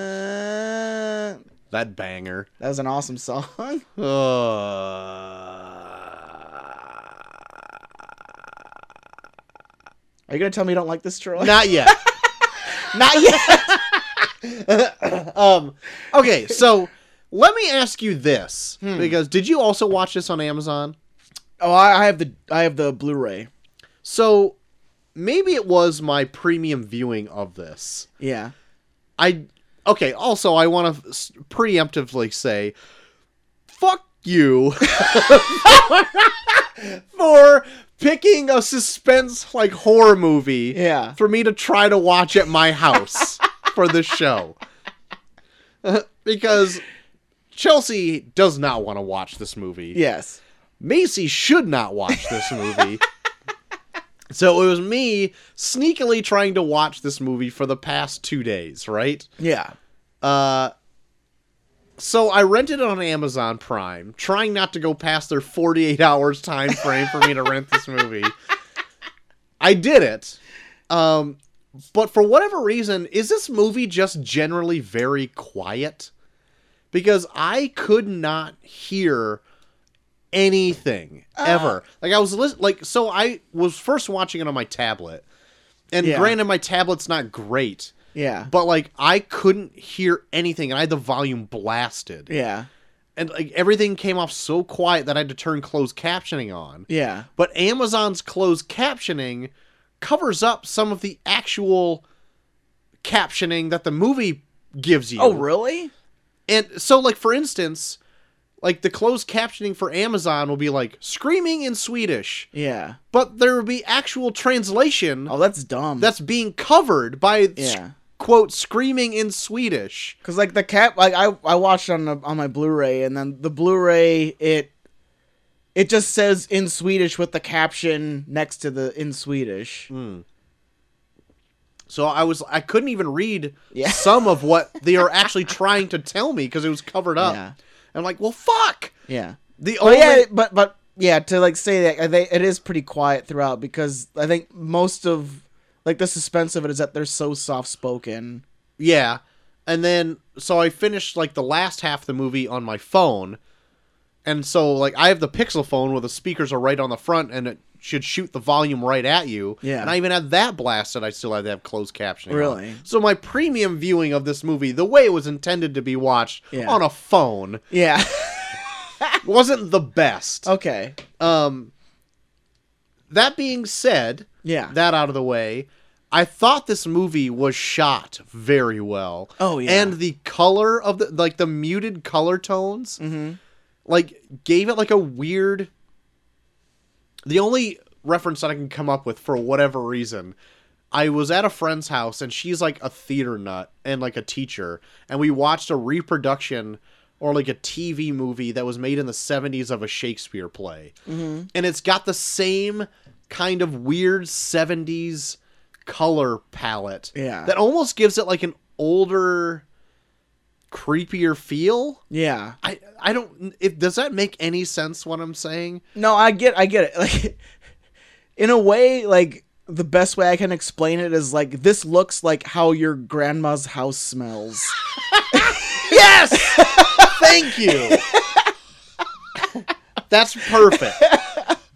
[SPEAKER 1] Na-
[SPEAKER 2] That banger.
[SPEAKER 1] that was an awesome [LAUGHS] song.
[SPEAKER 2] Uh...
[SPEAKER 1] Are you gonna tell me you don't like this, Troy?
[SPEAKER 2] Not
[SPEAKER 1] [LAUGHS]
[SPEAKER 2] yet. Not yet. [LAUGHS] um, okay, so let me ask you this
[SPEAKER 1] Hmm.
[SPEAKER 2] because did you also watch this on Amazon?
[SPEAKER 1] Oh, I, I have the I have the Blu-ray.
[SPEAKER 2] So maybe it was my premium viewing of this.
[SPEAKER 1] Yeah.
[SPEAKER 2] I okay. Also, I want to preemptively say, fuck you [LAUGHS] for picking a suspense like horror movie
[SPEAKER 1] Yeah.
[SPEAKER 2] for me to try to watch at my house [LAUGHS] for this show [LAUGHS] because Chelsea does not want to watch this movie.
[SPEAKER 1] Yes.
[SPEAKER 2] Macy should not watch this movie. so it was me sneakily trying to watch this movie for the past two days, right?
[SPEAKER 1] Yeah.
[SPEAKER 2] Uh, so I rented it on Amazon Prime, trying not to go past their 48 hours time frame for me to rent this movie. I did it. Um, but for whatever reason, is this movie just generally very quiet? Because I could not hear anything ever. Like I was lis- like so I was first watching it on my tablet. And
[SPEAKER 1] Yeah.
[SPEAKER 2] granted my tablet's not great,
[SPEAKER 1] Yeah.
[SPEAKER 2] but like I couldn't hear anything, and I had the volume blasted,
[SPEAKER 1] Yeah.
[SPEAKER 2] and like everything came off so quiet that I had to turn closed captioning on.
[SPEAKER 1] Yeah.
[SPEAKER 2] But Amazon's closed captioning covers up some of the actual captioning that the movie gives you.
[SPEAKER 1] Oh, really?
[SPEAKER 2] And so, like for instance, like the closed captioning for Amazon will be like screaming in Swedish,
[SPEAKER 1] Yeah.
[SPEAKER 2] but there will be actual translation
[SPEAKER 1] Oh, that's dumb.
[SPEAKER 2] that's being covered by
[SPEAKER 1] yeah.
[SPEAKER 2] quote screaming in Swedish.
[SPEAKER 1] Cause like the cap, like I I watched on the, on my Blu-ray, and then the Blu-ray it it just says in Swedish with the caption next to the in Swedish.
[SPEAKER 2] So I was I couldn't even read
[SPEAKER 1] Yeah.
[SPEAKER 2] some
[SPEAKER 1] [LAUGHS]
[SPEAKER 2] of what they are actually trying to tell me because it was covered up.
[SPEAKER 1] Yeah.
[SPEAKER 2] I'm like, well, fuck.
[SPEAKER 1] Yeah.
[SPEAKER 2] The
[SPEAKER 1] But
[SPEAKER 2] only
[SPEAKER 1] yeah, but but yeah, to like say that I think it is pretty quiet throughout because I think most of like the suspense of it is that they're so soft spoken.
[SPEAKER 2] Yeah. And then so I finished like the last half of the movie on my phone. And so like I have the Pixel phone where the speakers are right on the front and it should shoot the volume right at you.
[SPEAKER 1] Yeah.
[SPEAKER 2] And I even had that blasted. I still had to have closed captioning. on.
[SPEAKER 1] Really?
[SPEAKER 2] So my premium viewing of this movie, the way it was intended to be watched
[SPEAKER 1] Yeah.
[SPEAKER 2] on a phone,
[SPEAKER 1] Yeah. [LAUGHS]
[SPEAKER 2] wasn't the best.
[SPEAKER 1] okay.
[SPEAKER 2] Um, that being said,
[SPEAKER 1] Yeah.
[SPEAKER 2] that out of the way, I thought this movie was shot very well.
[SPEAKER 1] Oh, yeah.
[SPEAKER 2] and the color of the like the muted color tones,
[SPEAKER 1] Mm-hmm.
[SPEAKER 2] like gave it like a weird. The only reference that I can come up with for whatever reason. I was at a friend's house and she's like a theater nut and like a teacher and we watched a reproduction or like a TV movie that was made in the 70s of a Shakespeare play and it's got the same kind of weird 70s color palette
[SPEAKER 1] Yeah.
[SPEAKER 2] that almost gives it like an older creepier feel
[SPEAKER 1] yeah.
[SPEAKER 2] i i don't if does that make any sense what i'm saying
[SPEAKER 1] No, I get I get it. [LAUGHS] Like in a way, like the best way I can explain it is like this looks like how your grandma's house smells.
[SPEAKER 2] yes [LAUGHS] thank you that's perfect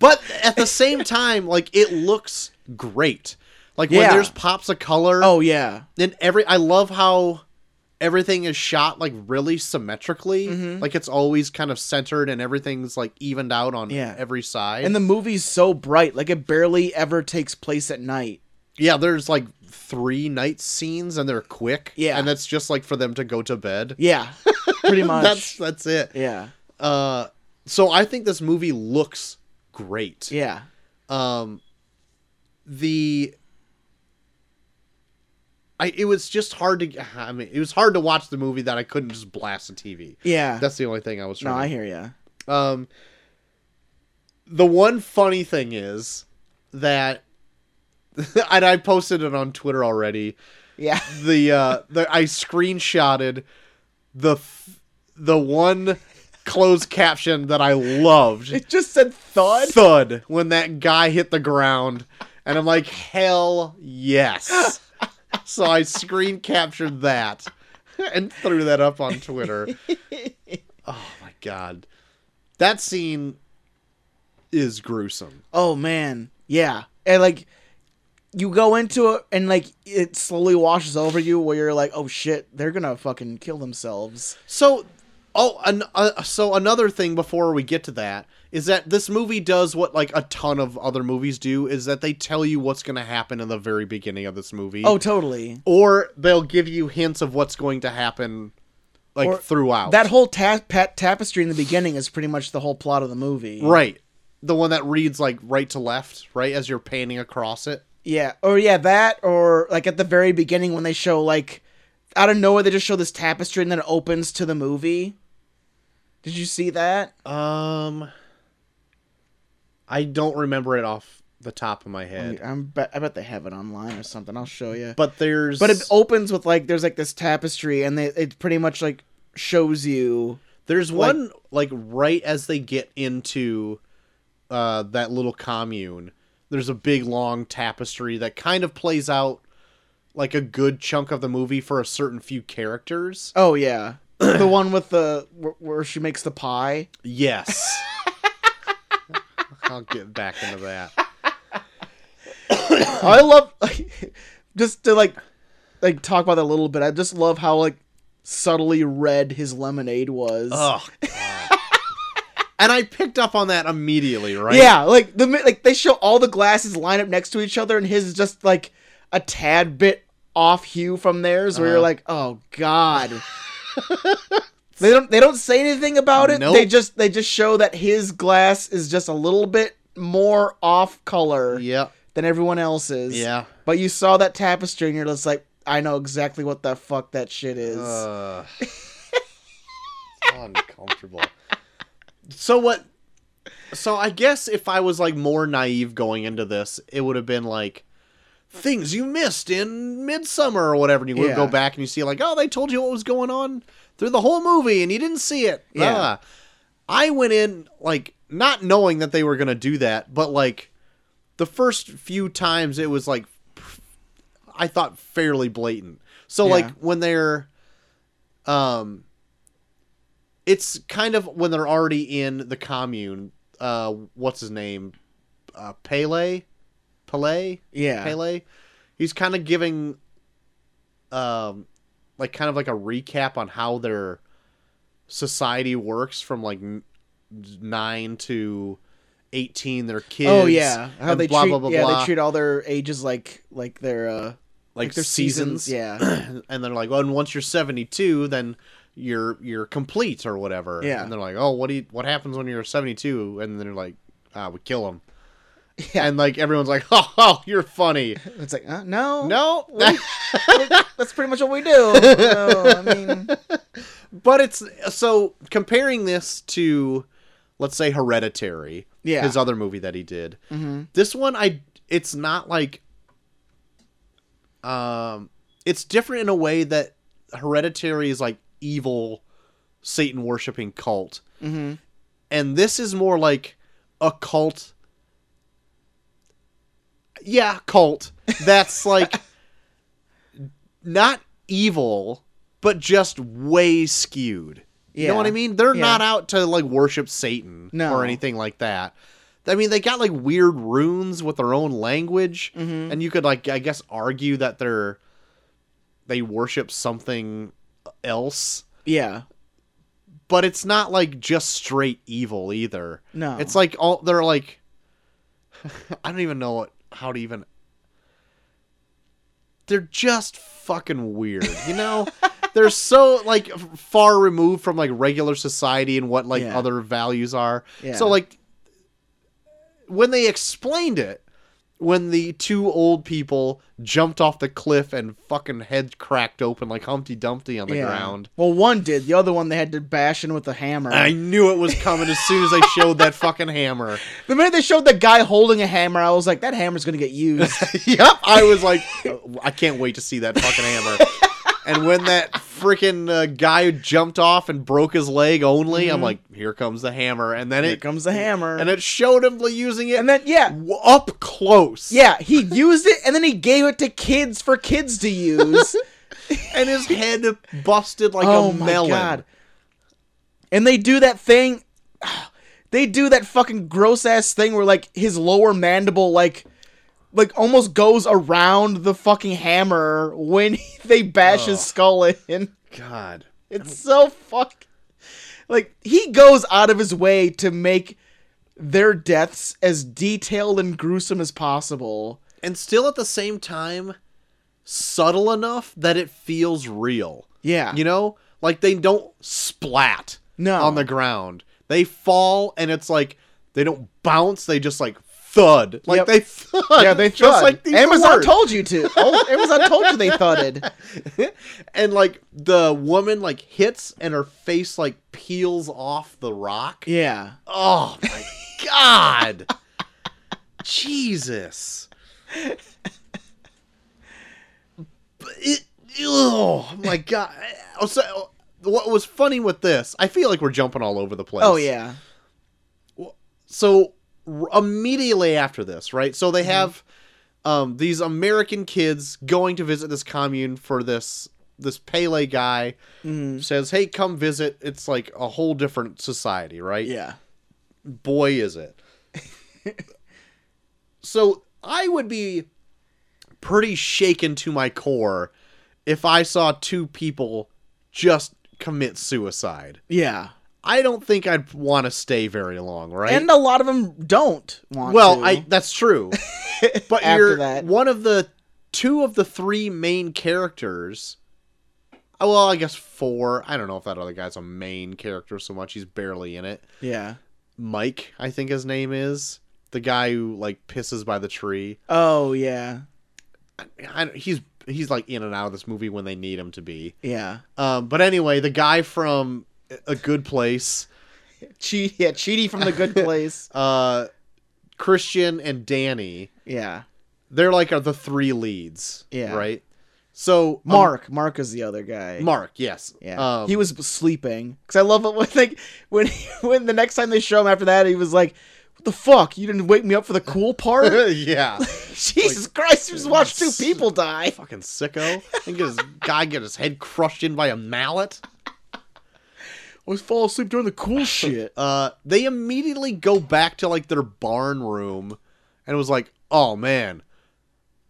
[SPEAKER 2] but at the same time like it looks great like when
[SPEAKER 1] Yeah.
[SPEAKER 2] there's pops of color
[SPEAKER 1] oh yeah.
[SPEAKER 2] then every I love how everything is shot like really symmetrically.
[SPEAKER 1] Mm-hmm.
[SPEAKER 2] Like it's always kind of centered and everything's like evened out on
[SPEAKER 1] Yeah.
[SPEAKER 2] every side.
[SPEAKER 1] And
[SPEAKER 2] And
[SPEAKER 1] the movie's so bright, like it barely ever takes place at night.
[SPEAKER 2] yeah, there's like three night scenes and they're quick.
[SPEAKER 1] Yeah.
[SPEAKER 2] And that's just like for them to go to bed.
[SPEAKER 1] Yeah. Pretty much.
[SPEAKER 2] [LAUGHS] That's that's it.
[SPEAKER 1] yeah.
[SPEAKER 2] Uh so I think this movie looks great.
[SPEAKER 1] Yeah.
[SPEAKER 2] um the I, it was just hard to I mean it was hard to watch the movie that I couldn't just blast the TV.
[SPEAKER 1] Yeah.
[SPEAKER 2] That's the only thing I was
[SPEAKER 1] no, I
[SPEAKER 2] trying.
[SPEAKER 1] hear you.
[SPEAKER 2] to Um the one funny thing is that [LAUGHS] and I posted it on Twitter already.
[SPEAKER 1] Yeah.
[SPEAKER 2] The uh the I screenshotted the f- the one closed caption that
[SPEAKER 1] [LAUGHS]
[SPEAKER 2] I
[SPEAKER 1] [LAUGHS]
[SPEAKER 2] loved
[SPEAKER 1] It just said thud.
[SPEAKER 2] thud when that guy hit the ground and i'm like hell yes so i screen captured that [LAUGHS] and threw that up on twitter oh my god that scene is gruesome
[SPEAKER 1] Oh man. Yeah. And like you go into it and like it slowly washes over you where you're like, oh shit, they're gonna fucking kill themselves.
[SPEAKER 2] So, oh, an, uh, so another thing before we get to that is that this movie does what like a ton of other movies do is that they tell you what's going to happen in the very beginning of this movie.
[SPEAKER 1] Oh, totally.
[SPEAKER 2] or they'll give you hints of what's going to happen, like
[SPEAKER 1] Or-
[SPEAKER 2] throughout
[SPEAKER 1] That whole ta- pat- tapestry in the beginning is pretty much the whole plot of the movie.
[SPEAKER 2] Right, the one that reads like right to left, right as you're panning across it.
[SPEAKER 1] Yeah. Or yeah, that or like at the very beginning when they show like out of nowhere they just show this tapestry and then it opens to the movie. Did you see that?
[SPEAKER 2] Um, I don't remember it off the top of my head,
[SPEAKER 1] I'm bet I bet they have it online or something. I'll show you.
[SPEAKER 2] but there's
[SPEAKER 1] But it opens with like there's like this tapestry and they, it pretty much like shows you
[SPEAKER 2] There's one like right as they get into uh, that little commune. There's a big long tapestry that kind of plays out like a good chunk of the movie for a certain few characters.
[SPEAKER 1] Oh yeah, [COUGHS] the one with the where, where she makes the pie.
[SPEAKER 2] Yes. [LAUGHS] I'll get back into that.
[SPEAKER 1] I love [LAUGHS] just to like like talk about that a little bit. I just love how like subtly red his lemonade was.
[SPEAKER 2] Oh. God. and I picked up on that immediately, right?
[SPEAKER 1] Yeah, like the mi- like they show all the glasses line up next to each other, and his is just like a tad bit off hue from theirs. Where you're
[SPEAKER 2] Uh-huh.
[SPEAKER 1] like, oh
[SPEAKER 2] [LAUGHS]
[SPEAKER 1] god. They don't. They don't say anything about it. They
[SPEAKER 2] Nope.
[SPEAKER 1] just. They just show that his glass is just a little bit more off color
[SPEAKER 2] Yeah.
[SPEAKER 1] than everyone else's.
[SPEAKER 2] Yeah.
[SPEAKER 1] But you saw that tapestry and you're just like, I know exactly what the fuck that shit is.
[SPEAKER 2] Ugh. uncomfortable. So what? So I guess if I was like more naive going into this, it would have been like things you missed in Midsummer or whatever, and you would
[SPEAKER 1] Yeah.
[SPEAKER 2] go back and you see like, oh, they told you what was going on through the whole movie, and you didn't see it.
[SPEAKER 1] Yeah.
[SPEAKER 2] Ah. I went in like not knowing that they were gonna do that, but like the first few times it was like I thought fairly blatant. So
[SPEAKER 1] Yeah.
[SPEAKER 2] like when they're um it's kind of when they're already in the commune, uh what's his name? Uh Pele? Pele?
[SPEAKER 1] yeah.
[SPEAKER 2] Pele? He's kind of giving um like kind of like a recap on how their society works from like n- 9 to 18 their kids
[SPEAKER 1] oh yeah. How
[SPEAKER 2] and
[SPEAKER 1] they
[SPEAKER 2] blah,
[SPEAKER 1] treat
[SPEAKER 2] blah, blah,
[SPEAKER 1] yeah,
[SPEAKER 2] blah.
[SPEAKER 1] they treat all their ages like like their uh like,
[SPEAKER 2] like,
[SPEAKER 1] their
[SPEAKER 2] seasons, [COUGHS]
[SPEAKER 1] Yeah.
[SPEAKER 2] [CLEARS THROAT] and they're like, "Well, and once you're 72, then you're you're complete or whatever."
[SPEAKER 1] Yeah.
[SPEAKER 2] And they're like, "Oh, what do you, what happens when you're 72?" And they're like, "Ah, we kill him."
[SPEAKER 1] [LAUGHS] Yeah.
[SPEAKER 2] And like everyone's like, [LAUGHS] "Oh, oh you're funny."
[SPEAKER 1] It's like, uh, no.
[SPEAKER 2] [LAUGHS] no,
[SPEAKER 1] we- That's pretty much what we do. No, I
[SPEAKER 2] [LAUGHS]
[SPEAKER 1] mean
[SPEAKER 2] but it's so comparing this to let's say Hereditary,
[SPEAKER 1] Yeah.
[SPEAKER 2] his other movie that he did.
[SPEAKER 1] mhm.
[SPEAKER 2] This one I it's not like um it's different in a way that Hereditary is like evil Satan worshipping cult.
[SPEAKER 1] Mhm.
[SPEAKER 2] And this is more like a cult Yeah, cult.
[SPEAKER 1] [LAUGHS]
[SPEAKER 2] That's like not evil, but just way skewed. You know what I
[SPEAKER 1] Yeah.
[SPEAKER 2] mean? They're
[SPEAKER 1] Yeah.
[SPEAKER 2] not out to like worship Satan
[SPEAKER 1] No.
[SPEAKER 2] or anything like that. I mean, they got like weird runes with their own language,
[SPEAKER 1] Mhm.
[SPEAKER 2] and you could like I guess argue that they're they worship something else,
[SPEAKER 1] Yeah.
[SPEAKER 2] but it's not like just straight evil either.
[SPEAKER 1] No.
[SPEAKER 2] It's like all they're like [LAUGHS] I don't even know what how to even They're just fucking weird,
[SPEAKER 1] [LAUGHS]
[SPEAKER 2] you know? they're so like f- far removed from like regular society and what like
[SPEAKER 1] Yeah.
[SPEAKER 2] other values are.
[SPEAKER 1] Yeah.
[SPEAKER 2] So like when they explained it when the two old people jumped off the cliff and fucking head cracked open like Humpty Dumpty on the
[SPEAKER 1] Yeah.
[SPEAKER 2] ground.
[SPEAKER 1] Well, one did. The other one they had to bash in with a hammer.
[SPEAKER 2] I knew it was coming as soon as they showed that
[SPEAKER 1] [LAUGHS]
[SPEAKER 2] fucking hammer.
[SPEAKER 1] The minute they showed the guy holding a hammer, I was like, that hammer's gonna get
[SPEAKER 2] [LAUGHS]
[SPEAKER 1] used.
[SPEAKER 2] yep. I was like, "Oh, I can't wait to see that fucking hammer. and when that freaking uh, guy jumped off and broke his leg only, I'm like, here comes the hammer. And then
[SPEAKER 1] Mm-hmm. Here
[SPEAKER 2] it
[SPEAKER 1] comes the hammer.
[SPEAKER 2] and it showed him using it
[SPEAKER 1] and then yeah,
[SPEAKER 2] w- up close.
[SPEAKER 1] Yeah, he used it and then he gave it to kids for kids to
[SPEAKER 2] [LAUGHS]
[SPEAKER 1] use.
[SPEAKER 2] And his head busted like
[SPEAKER 1] oh
[SPEAKER 2] a
[SPEAKER 1] my
[SPEAKER 2] melon.
[SPEAKER 1] god. And they do that thing [SIGHS] they do that fucking gross ass thing where like his lower mandible like like almost goes around the fucking hammer when [LAUGHS] he, they bash
[SPEAKER 2] Ugh.
[SPEAKER 1] his skull in.
[SPEAKER 2] God.
[SPEAKER 1] It's so fuck. Like he goes out of his way to make their deaths as detailed and gruesome as possible.
[SPEAKER 2] And still at the same time, subtle enough that it feels real.
[SPEAKER 1] Yeah.
[SPEAKER 2] You know? Like they don't splat
[SPEAKER 1] No.
[SPEAKER 2] on the ground. They fall and it's like they don't bounce, they just like thud. Like
[SPEAKER 1] Yep.
[SPEAKER 2] they thud.
[SPEAKER 1] yeah, they
[SPEAKER 2] [LAUGHS] just
[SPEAKER 1] thud.
[SPEAKER 2] like these
[SPEAKER 1] Amazon
[SPEAKER 2] words.
[SPEAKER 1] told you to. Oh, Amazon told you they thudded.
[SPEAKER 2] and like the woman like hits and her face like peels off the rock.
[SPEAKER 1] [LAUGHS] Yeah.
[SPEAKER 2] Oh my god. Jesus. But it, oh my god. Oh, So, what was funny with this? I feel like we're jumping all over the place.
[SPEAKER 1] Oh yeah.
[SPEAKER 2] So r- immediately after this, right? So
[SPEAKER 1] Mm-hmm.
[SPEAKER 2] they have um, these American kids going to visit this commune for this this Pele guy
[SPEAKER 1] Mhm.
[SPEAKER 2] says, "Hey, come visit." It's like a whole different society, right?
[SPEAKER 1] Yeah.
[SPEAKER 2] boy is it. so I would be pretty shaken to my core if I saw two people just commit suicide.
[SPEAKER 1] Yeah.
[SPEAKER 2] I don't think I'd want to stay very long, right?
[SPEAKER 1] And a lot of them don't want
[SPEAKER 2] well,
[SPEAKER 1] to.
[SPEAKER 2] I that's
[SPEAKER 1] [LAUGHS]
[SPEAKER 2] true. But
[SPEAKER 1] After
[SPEAKER 2] you're
[SPEAKER 1] that.
[SPEAKER 2] one of the two of the three main characters. oh, Well, I guess four. I don't know if that other guy's a main character so much. He's barely in it.
[SPEAKER 1] Yeah.
[SPEAKER 2] Mike, I think his name is the guy who like pisses by the tree.
[SPEAKER 1] Oh yeah.
[SPEAKER 2] I, I, he's he's like in and out of this movie when they need him to be.
[SPEAKER 1] Yeah.
[SPEAKER 2] Um, but anyway, the guy from A Good Place,
[SPEAKER 1] Cheat yeah, cheaty from the [LAUGHS] good place.
[SPEAKER 2] uh, Christian and Danny,
[SPEAKER 1] yeah.
[SPEAKER 2] they're like are the three leads.
[SPEAKER 1] Yeah.
[SPEAKER 2] Right. So um,
[SPEAKER 1] Mark. Mark is the other guy.
[SPEAKER 2] Mark, yes.
[SPEAKER 1] Yeah.
[SPEAKER 2] Um,
[SPEAKER 1] he was sleeping. Cause I love it when like when he, [LAUGHS] when the next time they show him after that, he was like, What the fuck? You didn't wake me up for the cool [LAUGHS] part?
[SPEAKER 2] [LAUGHS] yeah.
[SPEAKER 1] Jesus Christ, you just watched two
[SPEAKER 2] s-
[SPEAKER 1] people die.
[SPEAKER 2] Fucking sicko. And get his guy get his head crushed in by a mallet.
[SPEAKER 1] I was fall asleep during the cool shit.
[SPEAKER 2] uh, they immediately go back to like their barn room and was like, oh man,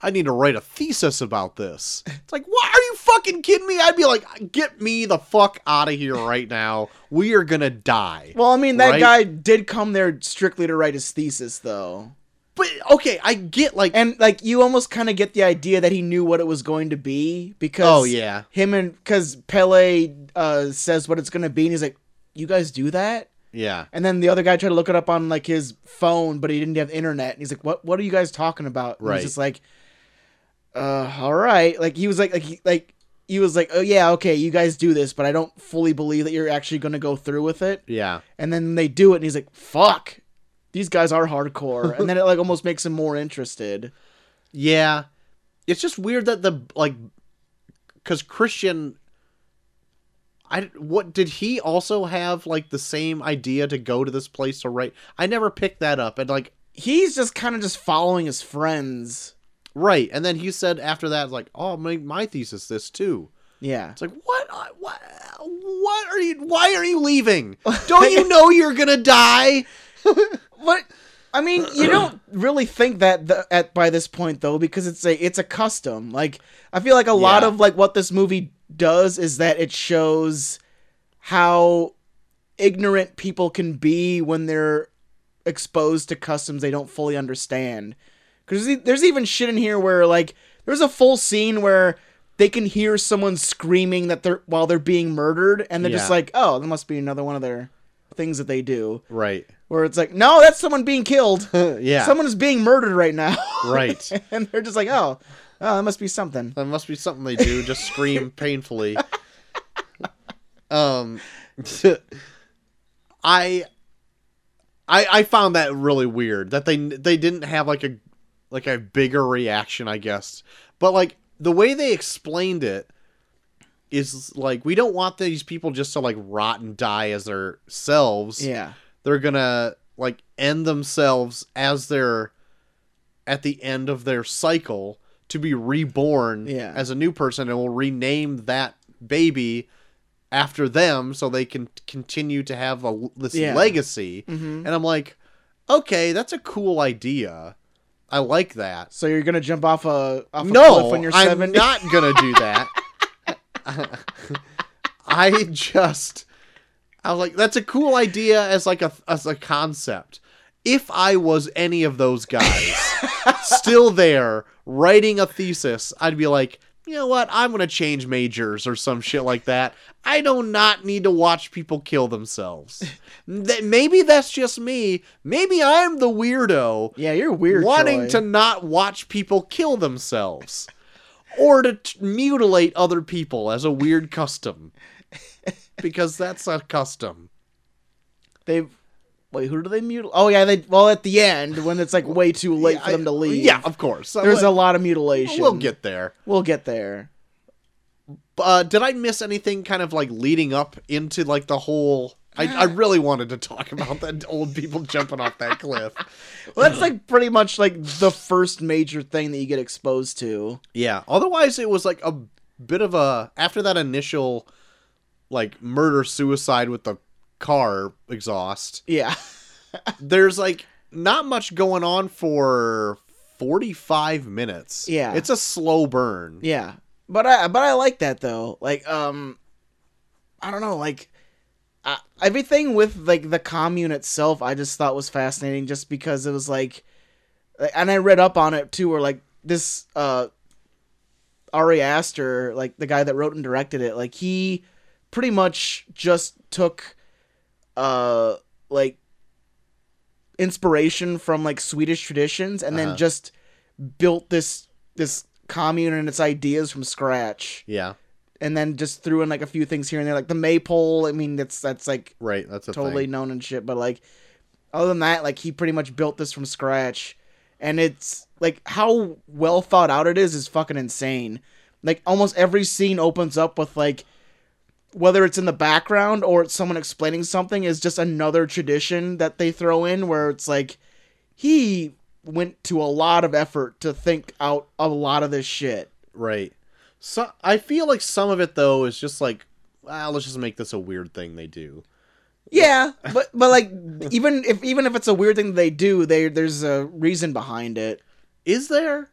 [SPEAKER 2] I need to write a thesis about this. It's like, what? Are you fucking kidding me? I'd be like, get me the fuck out of here right now. We are gonna die.
[SPEAKER 1] [LAUGHS] Well, I mean that
[SPEAKER 2] Right?
[SPEAKER 1] guy did come there strictly to write his thesis though.
[SPEAKER 2] But okay, I get like,
[SPEAKER 1] And like you almost kind of get the idea that he knew what it was going to be because
[SPEAKER 2] oh yeah,
[SPEAKER 1] him and because Pele uh, says what it's gonna be and he's like, you guys do that?
[SPEAKER 2] yeah,
[SPEAKER 1] And then the other guy tried to look it up on like his phone, but he didn't have internet. And he's like, "What? What are you guys talking about?" And
[SPEAKER 2] Right.
[SPEAKER 1] He's just like, "Uh, all right." Like he was like, like he, like he was like, "Oh yeah, okay, you guys do this, but I don't fully believe that you're actually going to go through with it."
[SPEAKER 2] yeah.
[SPEAKER 1] And then they do it, and he's like, "Fuck, these guys are hardcore." and then it like almost makes him more interested.
[SPEAKER 2] Yeah. It's just weird that the like cuz Christian I what did he also have like the same idea to go to this place to write? I never picked that up and like
[SPEAKER 1] He's just kind of just following his friends.
[SPEAKER 2] right and then he said after that like oh my, my thesis this too.
[SPEAKER 1] Yeah.
[SPEAKER 2] It's like what I- what what are you why are you [LAUGHS] leaving? Don't you know you're going to die?
[SPEAKER 1] But I mean, you
[SPEAKER 2] [CLEARS THROAT]
[SPEAKER 1] don't really think that th- at by this point though, because it's a it's a custom. Like I feel like a lot
[SPEAKER 2] Yeah.
[SPEAKER 1] of like what this movie does is that it shows how ignorant people can be when they're exposed to customs they don't fully understand. Because there's even shit in here where like there's a full scene where they can hear someone screaming that they're while they're being murdered, and they're just
[SPEAKER 2] Yeah.
[SPEAKER 1] like, oh, that must be another one of their things that they do
[SPEAKER 2] Right.
[SPEAKER 1] where it's like, no, that's someone being [LAUGHS] killed.
[SPEAKER 2] yeah.
[SPEAKER 1] Someone is being murdered right now. [LAUGHS]
[SPEAKER 2] Right.
[SPEAKER 1] and they're just like, oh, oh, that must be something.
[SPEAKER 2] That must be something they do. Just scream painfully. Um, I, I, I found that really weird that they they didn't have like a like a bigger reaction, I guess. But like the way they explained it is like we don't want these people just to like rot and die as their selves
[SPEAKER 1] Yeah.
[SPEAKER 2] they're gonna like end themselves as they're at the end of their cycle to be reborn
[SPEAKER 1] Yeah.
[SPEAKER 2] as a new person and will rename that baby after them so they can continue to have a, this
[SPEAKER 1] Yeah.
[SPEAKER 2] legacy
[SPEAKER 1] Mm-hmm.
[SPEAKER 2] and i'm like okay that's a cool idea I like that.
[SPEAKER 1] So you're gonna jump off a off a cliff
[SPEAKER 2] No,
[SPEAKER 1] when you're
[SPEAKER 2] I'm
[SPEAKER 1] 70?
[SPEAKER 2] not gonna do
[SPEAKER 1] [LAUGHS]
[SPEAKER 2] that. I just, I was like, that's a cool idea as like a as a concept. If I was any of those
[SPEAKER 1] [LAUGHS]
[SPEAKER 2] guys, still there writing a thesis, I'd be like, you know what? I'm gonna change majors or some shit like that. I do not need to watch people kill themselves.
[SPEAKER 1] [LAUGHS]
[SPEAKER 2] Th- maybe that's just me. Maybe I'm the weirdo
[SPEAKER 1] Yeah, you're weird.
[SPEAKER 2] wanting
[SPEAKER 1] Troy.
[SPEAKER 2] to not watch people kill themselves or to t- mutilate other people as a weird custom because that's a custom
[SPEAKER 1] they wait. Who do they mutilate? Oh yeah, they well at the end when it's like way too late for them to leave.
[SPEAKER 2] yeah of course
[SPEAKER 1] there's a
[SPEAKER 2] we'll,
[SPEAKER 1] lot of mutilation.
[SPEAKER 2] we'll get there
[SPEAKER 1] we'll get there.
[SPEAKER 2] uh did i miss anything kind of like leading up into like the whole I, I really wanted to talk about that [LAUGHS] old people jumping off that cliff.
[SPEAKER 1] Well, that's like pretty much like the first major thing that you get exposed to.
[SPEAKER 2] Yeah. Otherwise, it was like a bit of a after that initial like murder suicide with the car exhaust.
[SPEAKER 1] Yeah,
[SPEAKER 2] there's like not much going on for 45 minutes.
[SPEAKER 1] Yeah.
[SPEAKER 2] It's a slow burn.
[SPEAKER 1] yeah. But I but I like that though. Like um, I don't know. Like I, everything with like the commune itself, I just thought was fascinating, just because it was like, like, and I read up on it too. Where like this uh, Ari Aster, like the guy that wrote and directed it, like he pretty much just took uh like inspiration from like Swedish traditions and then
[SPEAKER 2] Uh-huh.
[SPEAKER 1] just built this this commune and its ideas from scratch
[SPEAKER 2] Yeah.
[SPEAKER 1] and then just threw in like a few things here and there like the maypole i mean that's that's like
[SPEAKER 2] Right. That's a
[SPEAKER 1] totally
[SPEAKER 2] thing.
[SPEAKER 1] known and shit but like other than that like he pretty much built this from scratch and it's like how well thought out it is is fucking insane like almost every scene opens up with like whether it's in the background or it's someone explaining something is just another tradition that they throw in where it's like he went to a lot of effort to think out a lot of this shit
[SPEAKER 2] Right. So I feel like some of it though is just like, ah, let's just make this a weird thing they do.
[SPEAKER 1] Yeah, but but like even if even if it's a weird thing they do, they there's a reason behind it.
[SPEAKER 2] Is there?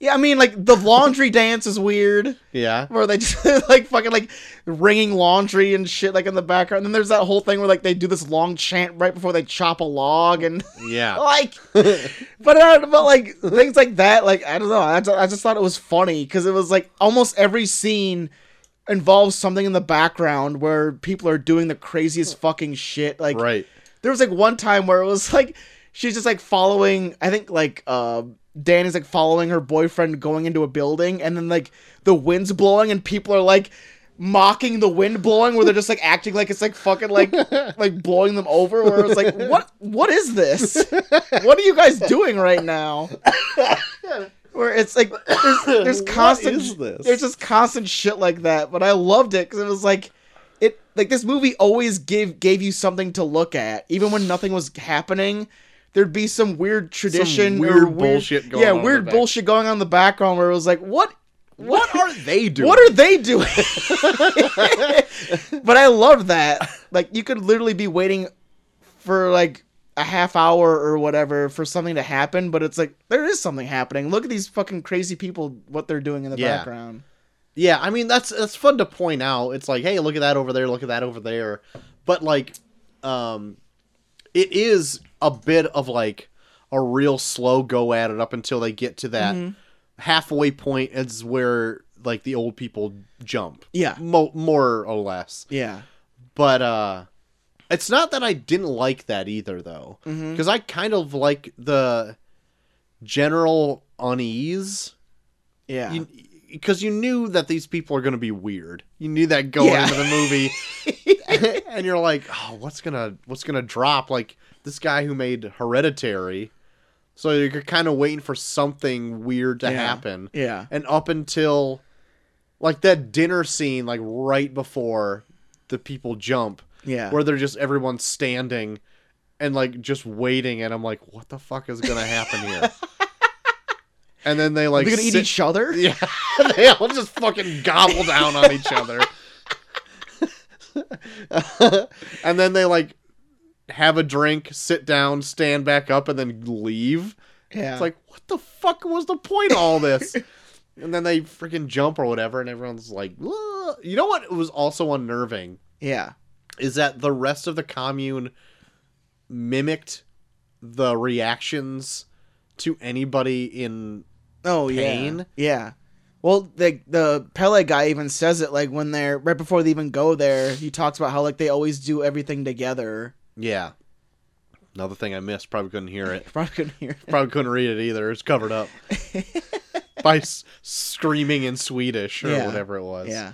[SPEAKER 1] Yeah, I mean like the laundry dance is weird,
[SPEAKER 2] Yeah.
[SPEAKER 1] where they just [LAUGHS] like fucking like wringing laundry and shit like in the background. And then there's that whole thing where like they do this long chant right before they chop a log and [LAUGHS]
[SPEAKER 2] Yeah.
[SPEAKER 1] like, but uh, but like things like that. Like I don't know, I just, I just thought it was funny because it was like almost every scene involves something in the background where people are doing the craziest fucking shit. Like
[SPEAKER 2] right.
[SPEAKER 1] there was like one time where it was like she's just like following i think like uh dan is like following her boyfriend going into a building and then like the wind's blowing and people are like mocking the wind blowing where they're just like acting like it's like fucking
[SPEAKER 2] [LAUGHS]
[SPEAKER 1] like like blowing them over where it's like what what is this what are you guys doing right
[SPEAKER 2] [LAUGHS]
[SPEAKER 1] now where it's like there's, there's
[SPEAKER 2] What
[SPEAKER 1] constant
[SPEAKER 2] is this?
[SPEAKER 1] there's just constant shit like that but i loved it because it was like it like this movie always give gave you something to look at even when nothing was happening there'd be some weird tradition
[SPEAKER 2] weird
[SPEAKER 1] or
[SPEAKER 2] bullshit going
[SPEAKER 1] yeah
[SPEAKER 2] on in
[SPEAKER 1] weird
[SPEAKER 2] the back-
[SPEAKER 1] bullshit going on in the background where it was like what what
[SPEAKER 2] What are they doing?
[SPEAKER 1] what are they doing? [LAUGHS] but I love that. Like you could literally be waiting for like a half hour or whatever for something to happen, but it's like there is something happening. Look at these fucking crazy people what they're doing in the
[SPEAKER 2] Yeah.
[SPEAKER 1] background.
[SPEAKER 2] Yeah, I mean that's that's fun to point out. It's like, hey, look at that over there, look at that over there. But like um it is a bit of like a real slow go at it up until they get to that halfway point is where like the old people jump.
[SPEAKER 1] Yeah.
[SPEAKER 2] Mo- more or less.
[SPEAKER 1] Yeah.
[SPEAKER 2] But uh it's not that I didn't like that either though.
[SPEAKER 1] Mhm.
[SPEAKER 2] Cuz I kind of like the general unease
[SPEAKER 1] Yeah.
[SPEAKER 2] because you, knew that these people are going to be weird. You knew that going
[SPEAKER 1] Yeah.
[SPEAKER 2] into the movie,
[SPEAKER 1] [LAUGHS]
[SPEAKER 2] and you're like, oh, what's gonna what's gonna drop? Like this guy who made Hereditary, so you're kind of waiting for something weird to
[SPEAKER 1] Yeah.
[SPEAKER 2] happen,
[SPEAKER 1] yeah.
[SPEAKER 2] and up until like that dinner scene, like right before the people jump,
[SPEAKER 1] Yeah.
[SPEAKER 2] where they're just everyone standing and like just waiting, and I'm like, what the fuck is gonna happen
[SPEAKER 1] [LAUGHS]
[SPEAKER 2] here? And then they like
[SPEAKER 1] they're gonna eat
[SPEAKER 2] sit-
[SPEAKER 1] each other?
[SPEAKER 2] yeah, [LAUGHS] they all just fucking gobble down on each other. [LAUGHS] and then they like have a drink, sit down, stand back up, and then leave.
[SPEAKER 1] Yeah.
[SPEAKER 2] It's like, what the fuck was the point of all this? and then they freaking jump or whatever, and everyone's like, "Whoa." you know what was also unnerving
[SPEAKER 1] yeah.
[SPEAKER 2] is that the rest of the commune mimicked the reactions to anybody in
[SPEAKER 1] Oh
[SPEAKER 2] pain.
[SPEAKER 1] yeah. Yeah. Well, the the Pele guy even says it like when they're right before they even go there. He talks about how like they always do everything together. [LAUGHS]
[SPEAKER 2] yeah. Another thing I missed, probably couldn't
[SPEAKER 1] [LAUGHS]
[SPEAKER 2] hear it.
[SPEAKER 1] Probably couldn't hear.
[SPEAKER 2] Probably couldn't read it either. It's
[SPEAKER 1] [LAUGHS]
[SPEAKER 2] covered up by s- screaming in Swedish or
[SPEAKER 1] Yeah.
[SPEAKER 2] whatever it was.
[SPEAKER 1] Yeah.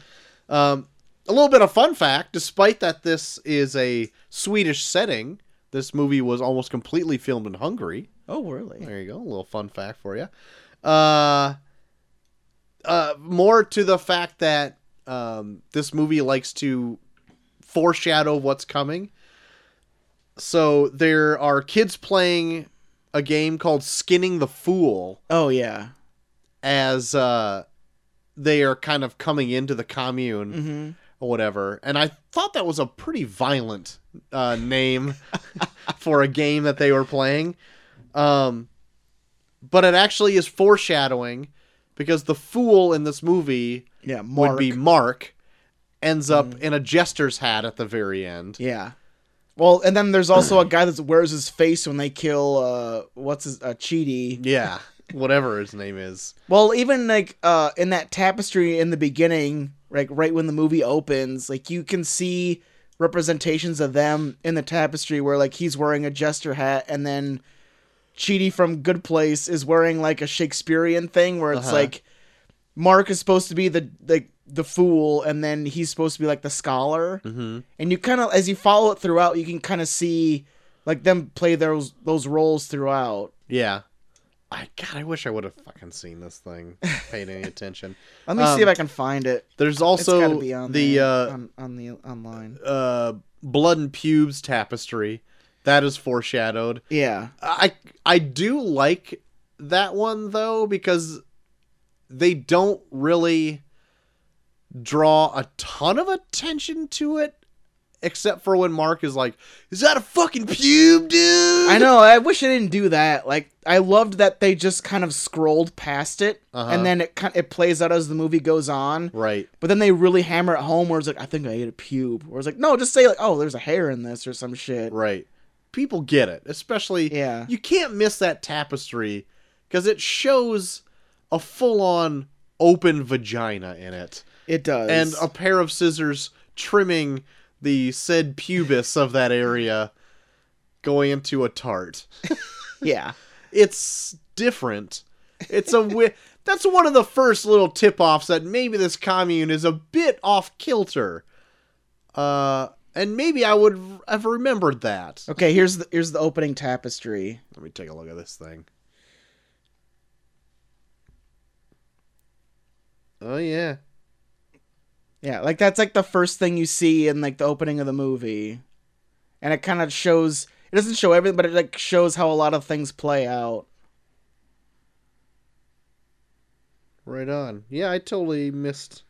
[SPEAKER 2] Um, a little bit of fun fact despite that this is a Swedish setting, this movie was almost completely filmed in Hungary.
[SPEAKER 1] Oh really?
[SPEAKER 2] There you go. A little fun fact for you. Uh, uh, more to the fact that um, this movie likes to foreshadow what's coming. So there are kids playing a game called Skinning the Fool
[SPEAKER 1] Oh yeah.
[SPEAKER 2] as uh, they are kind of coming into the commune
[SPEAKER 1] Mm-hmm.
[SPEAKER 2] or whatever. And I thought that was a pretty violent uh, name [LAUGHS] for a game that they were playing. Um, but it actually is foreshadowing because the fool in this movie
[SPEAKER 1] Yeah. Mark. Mm.
[SPEAKER 2] would be Mark, ends up in a jester's hat at the very end.
[SPEAKER 1] [CLEARS THROAT] Yeah. Well, and then there's also a guy that wears his face when they kill uh what's his uh, Chidi.
[SPEAKER 2] Yeah,
[SPEAKER 1] [LAUGHS]
[SPEAKER 2] whatever his name is.
[SPEAKER 1] Well, even like uh in that tapestry in the beginning, like right when the movie opens, like you can see representations of them in the tapestry where like he's wearing a jester hat and then Chidi from Good Place is wearing like a Shakespearean thing where it's
[SPEAKER 2] Uh-huh.
[SPEAKER 1] like Mark is supposed to be the like the fool and then he's supposed to be like the scholar
[SPEAKER 2] Mm-hmm.
[SPEAKER 1] and you kind of as you follow it throughout you can kind of see like them play those those roles throughout
[SPEAKER 2] Yeah. I God, I wish I would have fucking seen this thing,
[SPEAKER 1] [LAUGHS]
[SPEAKER 2] paid any attention.
[SPEAKER 1] let me
[SPEAKER 2] Um,
[SPEAKER 1] see if i can find it
[SPEAKER 2] There's
[SPEAKER 1] It's gotta
[SPEAKER 2] also
[SPEAKER 1] be on
[SPEAKER 2] the
[SPEAKER 1] there, Oh,
[SPEAKER 2] uh,
[SPEAKER 1] on, on the online
[SPEAKER 2] uh, blood and pubes tapestry that is foreshadowed
[SPEAKER 1] yeah
[SPEAKER 2] i i do like that one though because they don't really draw a ton of attention to it except for when mark is like is that a fucking pube dude
[SPEAKER 1] i know i wish i didn't do that like i loved that they just kind of scrolled past it
[SPEAKER 2] Uh-huh.
[SPEAKER 1] and then it kind it plays out as the movie goes on
[SPEAKER 2] right
[SPEAKER 1] but then they really hammer it home where it's like i think i ate a pube or it's like no just say like oh there's a hair in this or some shit
[SPEAKER 2] right people get it especially
[SPEAKER 1] yeah
[SPEAKER 2] you can't miss that tapestry because it shows a full-on open vagina in it
[SPEAKER 1] it does
[SPEAKER 2] and uh, a pair of scissors trimming the said pubis of that area going into a tart.
[SPEAKER 1] yeah
[SPEAKER 2] It's different. It's a wi- [LAUGHS] that's one of the first little tip-offs that maybe this commune is a bit off kilter. Uh and maybe I would have remembered that.
[SPEAKER 1] okay here's the here's the opening tapestry
[SPEAKER 2] Let me take a look at this thing. Oh yeah.
[SPEAKER 1] Yeah, like that's like the first thing you see in like the opening of the movie. And it kind of shows it doesn't show everything, but it like shows how a lot of things play out.
[SPEAKER 2] Right on. Yeah, I totally missed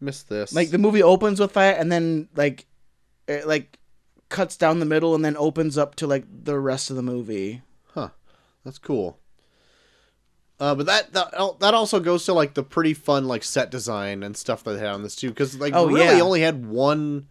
[SPEAKER 2] missed this.
[SPEAKER 1] Like the movie opens with that and then like it like cuts down the middle and then opens up to like the rest of the movie.
[SPEAKER 2] Huh. That's cool. Uh, but that, that al- that also goes to like the pretty fun like set design and stuff that they had on this too, because like
[SPEAKER 1] Oh,
[SPEAKER 2] really
[SPEAKER 1] yeah.
[SPEAKER 2] only had one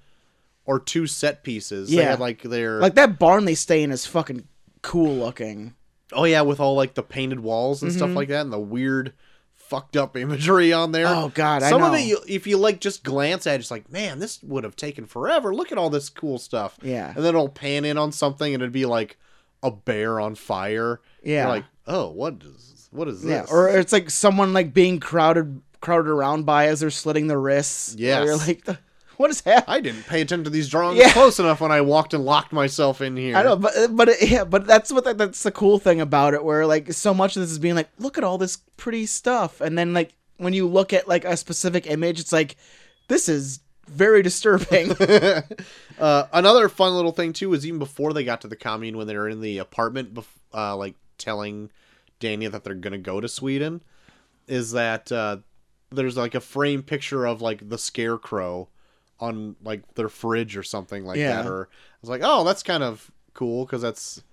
[SPEAKER 2] or two set pieces. They
[SPEAKER 1] Yeah.
[SPEAKER 2] had like their
[SPEAKER 1] Like that barn they stay in is fucking cool looking.
[SPEAKER 2] oh yeah, with all like the painted walls and stuff
[SPEAKER 1] Mhm.
[SPEAKER 2] like that, and the weird fucked up imagery on there.
[SPEAKER 1] Oh god, I
[SPEAKER 2] Some
[SPEAKER 1] know.
[SPEAKER 2] of it, you, if you like, just glance at, it, it's like, man, this would have taken forever. Look at all this cool stuff,
[SPEAKER 1] yeah.
[SPEAKER 2] and then it'll pan in on something, and it'd be like a bear on fire.
[SPEAKER 1] Yeah.
[SPEAKER 2] You're like, oh, what is what is this?
[SPEAKER 1] yeah, or it's like someone like being crowded crowded around by as they're slitting their wrists.
[SPEAKER 2] Yes.
[SPEAKER 1] You're like what is happening?
[SPEAKER 2] I didn't pay attention to these drawings
[SPEAKER 1] Yeah.
[SPEAKER 2] close enough when I walked and locked myself in here.
[SPEAKER 1] I know, but but it, yeah, but that's what that's the cool thing about it, where like so much of this is being like, look at all this pretty stuff, and then like when you look at like a specific image, it's like, this is very disturbing.
[SPEAKER 2] [LAUGHS]
[SPEAKER 1] [LAUGHS]
[SPEAKER 2] uh, another fun little thing too is even before they got to the commune, when they were in the apartment, bef- uh, like telling Dania that they're gonna go to Sweden, is that uh, there's like a frame picture of like the scarecrow on like their fridge or something like
[SPEAKER 1] Yeah.
[SPEAKER 2] that. Or I was like, oh, that's kind of cool because that's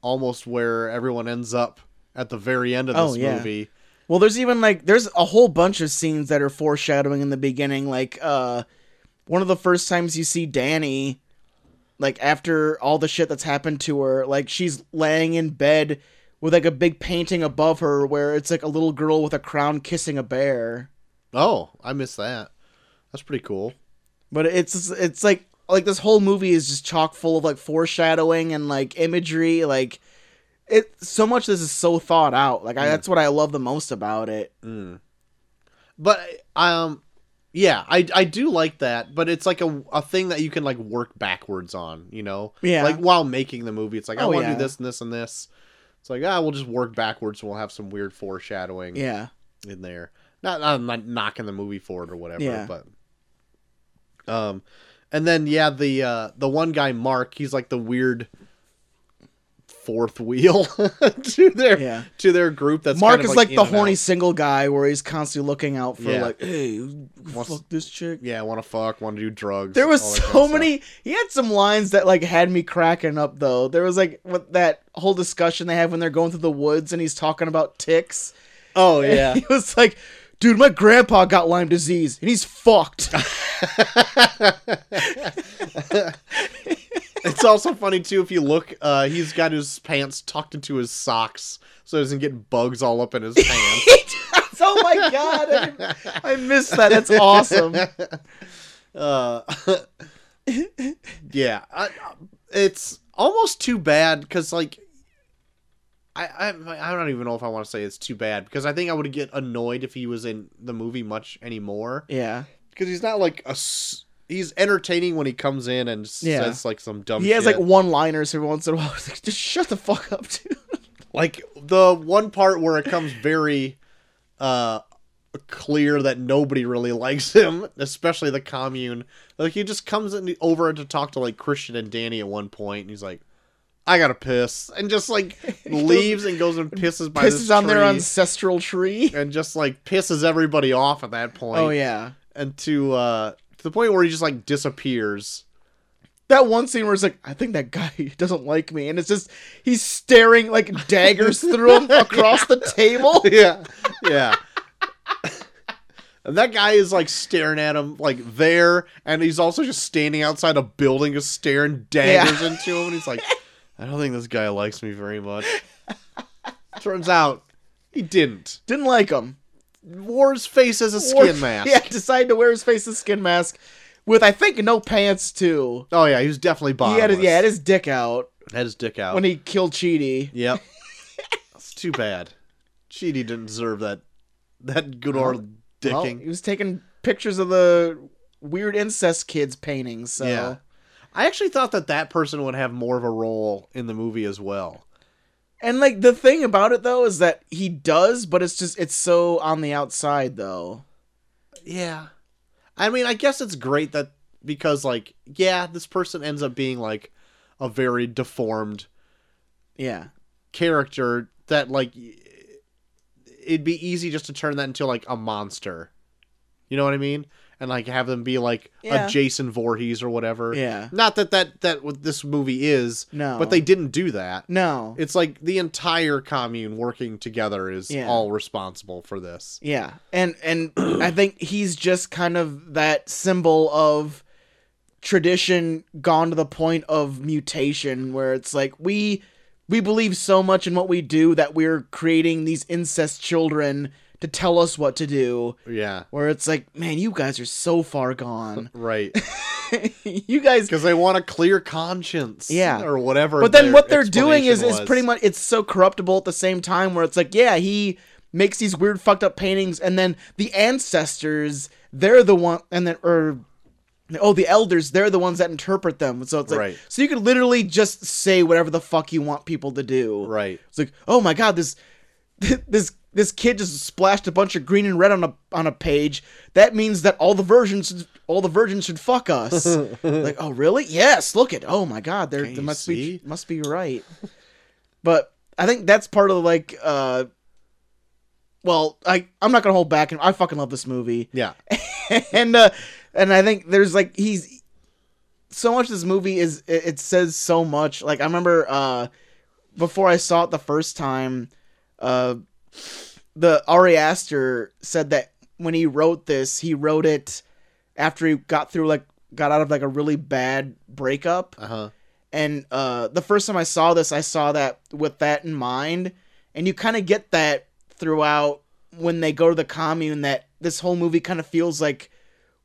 [SPEAKER 2] almost where everyone ends up at the very end of this
[SPEAKER 1] Oh, yeah.
[SPEAKER 2] movie.
[SPEAKER 1] Well, there's even like there's a whole bunch of scenes that are foreshadowing in the beginning. Like uh, one of the first times you see Danny, like after all the shit that's happened to her, like she's laying in bed with like a big painting above her where it's like a little girl with a crown kissing a bear.
[SPEAKER 2] Oh, I missed that. That's pretty cool.
[SPEAKER 1] But it's it's like like this whole movie is just chock full of like foreshadowing and like imagery. Like it so much. This is so thought out. Like I, that's what I love the most about it.
[SPEAKER 2] Mm. But um, yeah, I I do like that. But it's like a a thing that you can like work backwards on. You know,
[SPEAKER 1] Yeah.
[SPEAKER 2] Like while making the movie, it's like I
[SPEAKER 1] Oh,
[SPEAKER 2] want to
[SPEAKER 1] yeah.
[SPEAKER 2] do this and this and this. It's like ah, we'll just work backwards. and We'll have some weird foreshadowing
[SPEAKER 1] Yeah.
[SPEAKER 2] in there. Not I'm not knocking the movie for it or whatever.
[SPEAKER 1] Yeah.
[SPEAKER 2] But um, and then yeah, the uh the one guy Mark, he's like the weird fourth wheel [LAUGHS] to their
[SPEAKER 1] Yeah.
[SPEAKER 2] to their group. That's
[SPEAKER 1] Mark
[SPEAKER 2] kind of,
[SPEAKER 1] is like,
[SPEAKER 2] in
[SPEAKER 1] the
[SPEAKER 2] and out.
[SPEAKER 1] horny single guy where he's constantly looking out for
[SPEAKER 2] Yeah.
[SPEAKER 1] like, hey, who
[SPEAKER 2] Wants-
[SPEAKER 1] fuck this chick.
[SPEAKER 2] yeah, I want to fuck, want to do drugs.
[SPEAKER 1] There was
[SPEAKER 2] all that kind
[SPEAKER 1] so
[SPEAKER 2] of stuff.
[SPEAKER 1] many. He had some lines that like had me cracking up though. There was like what that whole discussion they have when they're going through the woods and he's talking about ticks.
[SPEAKER 2] Oh
[SPEAKER 1] [LAUGHS]
[SPEAKER 2] yeah,
[SPEAKER 1] he was like, dude, my grandpa got Lyme disease and he's
[SPEAKER 2] [LAUGHS]
[SPEAKER 1] fucked.
[SPEAKER 2] [LAUGHS]
[SPEAKER 1] [LAUGHS]
[SPEAKER 2] it's also funny too if you look. Uh, he's got his pants tucked into his socks so he doesn't get bugs all up
[SPEAKER 1] [LAUGHS]
[SPEAKER 2] in his pants.
[SPEAKER 1] oh my god, I, didn't- I missed that. That's awesome.
[SPEAKER 2] [LAUGHS] Uh, [LAUGHS] yeah, I, it's almost too bad because like. I, I I don't even know if I want to say it's too bad because I think I would get annoyed if he was in the movie much anymore.
[SPEAKER 1] Yeah,
[SPEAKER 2] because he's not like a s- he's entertaining when he comes in and s-
[SPEAKER 1] Yeah.
[SPEAKER 2] says like some dumb
[SPEAKER 1] he has
[SPEAKER 2] shit.
[SPEAKER 1] like one-liners every once in a while. [LAUGHS] It's like, Just shut the fuck up, dude.
[SPEAKER 2] like the one part where it comes very uh clear that nobody really [LAUGHS] likes him especially the commune like he just comes in over to talk to like christian and danny at one point and he's like i gotta piss and
[SPEAKER 1] [LAUGHS]
[SPEAKER 2] just like leaves and goes and pisses by this
[SPEAKER 1] Pisses on their
[SPEAKER 2] tree
[SPEAKER 1] ancestral tree.
[SPEAKER 2] and just like pisses everybody off at that point
[SPEAKER 1] Oh yeah.
[SPEAKER 2] and to uh to the point where he just like disappears
[SPEAKER 1] that one scene where it's like, I think that guy [LAUGHS] doesn't like me, and it's just he's staring like [LAUGHS] daggers through him across the table.
[SPEAKER 2] [LAUGHS] yeah, yeah. and that guy is like staring at him like there, and he's also just standing outside a building, just staring daggers into him. And
[SPEAKER 1] [LAUGHS]
[SPEAKER 2] he's like, I don't think this guy likes me very much. Turns out he didn't.
[SPEAKER 1] Didn't like him.
[SPEAKER 2] Wore his face as a skin
[SPEAKER 1] Wore-
[SPEAKER 2] mask.
[SPEAKER 1] [LAUGHS] Yeah, decided to wear his face's skin mask with I think no pants too.
[SPEAKER 2] Oh yeah, he was definitely
[SPEAKER 1] He had
[SPEAKER 2] bottomless.
[SPEAKER 1] his, yeah, had his dick out
[SPEAKER 2] had his dick out.
[SPEAKER 1] when he killed Cheaty.
[SPEAKER 2] yep.
[SPEAKER 1] [LAUGHS]
[SPEAKER 2] It's too bad. Cheaty didn't deserve that. That good
[SPEAKER 1] Well,
[SPEAKER 2] old
[SPEAKER 1] Well,
[SPEAKER 2] dicking.
[SPEAKER 1] he was taking pictures of the weird incest kids paintings. So
[SPEAKER 2] Yeah. I actually thought that that person would have more of a role in the movie as well.
[SPEAKER 1] And like the thing about it though is that he does, but it's just it's so on the outside though.
[SPEAKER 2] Yeah. I mean, I guess it's great that because like yeah, this person ends up being like a very deformed
[SPEAKER 1] Yeah.
[SPEAKER 2] character that like y- it'd be easy just to turn that into like a monster. You know what I mean? And like have them be like
[SPEAKER 1] Yeah.
[SPEAKER 2] a Jason Voorhees or whatever.
[SPEAKER 1] Yeah.
[SPEAKER 2] Not that that that what this movie is,
[SPEAKER 1] No.
[SPEAKER 2] but they didn't do that.
[SPEAKER 1] No.
[SPEAKER 2] It's like the entire commune working together is
[SPEAKER 1] Yeah.
[SPEAKER 2] all responsible for this.
[SPEAKER 1] Yeah, and and I think he's just kind of that symbol of tradition gone to the point of mutation, where it's like we we believe so much in what we do that we're creating these incest children to tell us what to do.
[SPEAKER 2] Yeah.
[SPEAKER 1] Where it's like, man, you guys are so far gone. [LAUGHS]
[SPEAKER 2] Right.
[SPEAKER 1] you guys.
[SPEAKER 2] Because they want a clear conscience.
[SPEAKER 1] Yeah.
[SPEAKER 2] Or whatever.
[SPEAKER 1] But then
[SPEAKER 2] their
[SPEAKER 1] what they're doing is is
[SPEAKER 2] explanation
[SPEAKER 1] pretty
[SPEAKER 2] was.
[SPEAKER 1] much it's so corruptible at the same time where it's like, yeah, he makes these weird fucked up paintings and then the ancestors, they're the one and then or oh, the elders, they're the ones that interpret them. So it's like
[SPEAKER 2] Right.
[SPEAKER 1] so you could literally just say whatever the fuck you want people to do.
[SPEAKER 2] Right.
[SPEAKER 1] It's like, oh my god, this [LAUGHS] this this kid just splashed a bunch of green and red on a on a page. That means that all the virgins all the virgins should fuck
[SPEAKER 2] [LAUGHS]
[SPEAKER 1] us. like, oh really? Yes. Look at oh my god, there
[SPEAKER 2] Can't
[SPEAKER 1] there
[SPEAKER 2] you
[SPEAKER 1] must
[SPEAKER 2] see?
[SPEAKER 1] be must be right. but I think that's part of like uh well, I I'm not gonna hold back and I fucking love this movie
[SPEAKER 2] Yeah.
[SPEAKER 1] [LAUGHS] and uh, and I think there's like he's so much. This movie is it, it says so much. Like I remember uh, before I saw it the first time, uh, the Ari Aster said that when he wrote this, he wrote it after he got through like got out of like a really bad breakup.
[SPEAKER 2] Uh huh.
[SPEAKER 1] And uh, the first time I saw this, I saw that with that in mind, and you kind of get that throughout when they go to the commune. That this whole movie kind of feels like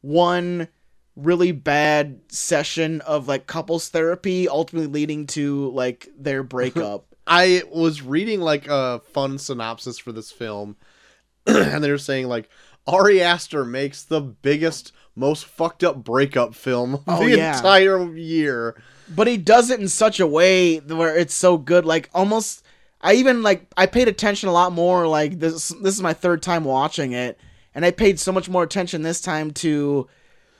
[SPEAKER 1] one really bad session of like couples therapy, ultimately leading to like their breakup.
[SPEAKER 2] I was reading like a fun synopsis for this film, [CLEARS THROAT] and they were saying like Ari Aster makes the biggest, most fucked up breakup film of
[SPEAKER 1] Oh,
[SPEAKER 2] the
[SPEAKER 1] yeah.
[SPEAKER 2] entire year.
[SPEAKER 1] but he does it in such a way where it's so good like almost i even like i paid attention a lot more like this this is my third time watching it and i paid so much more attention this time to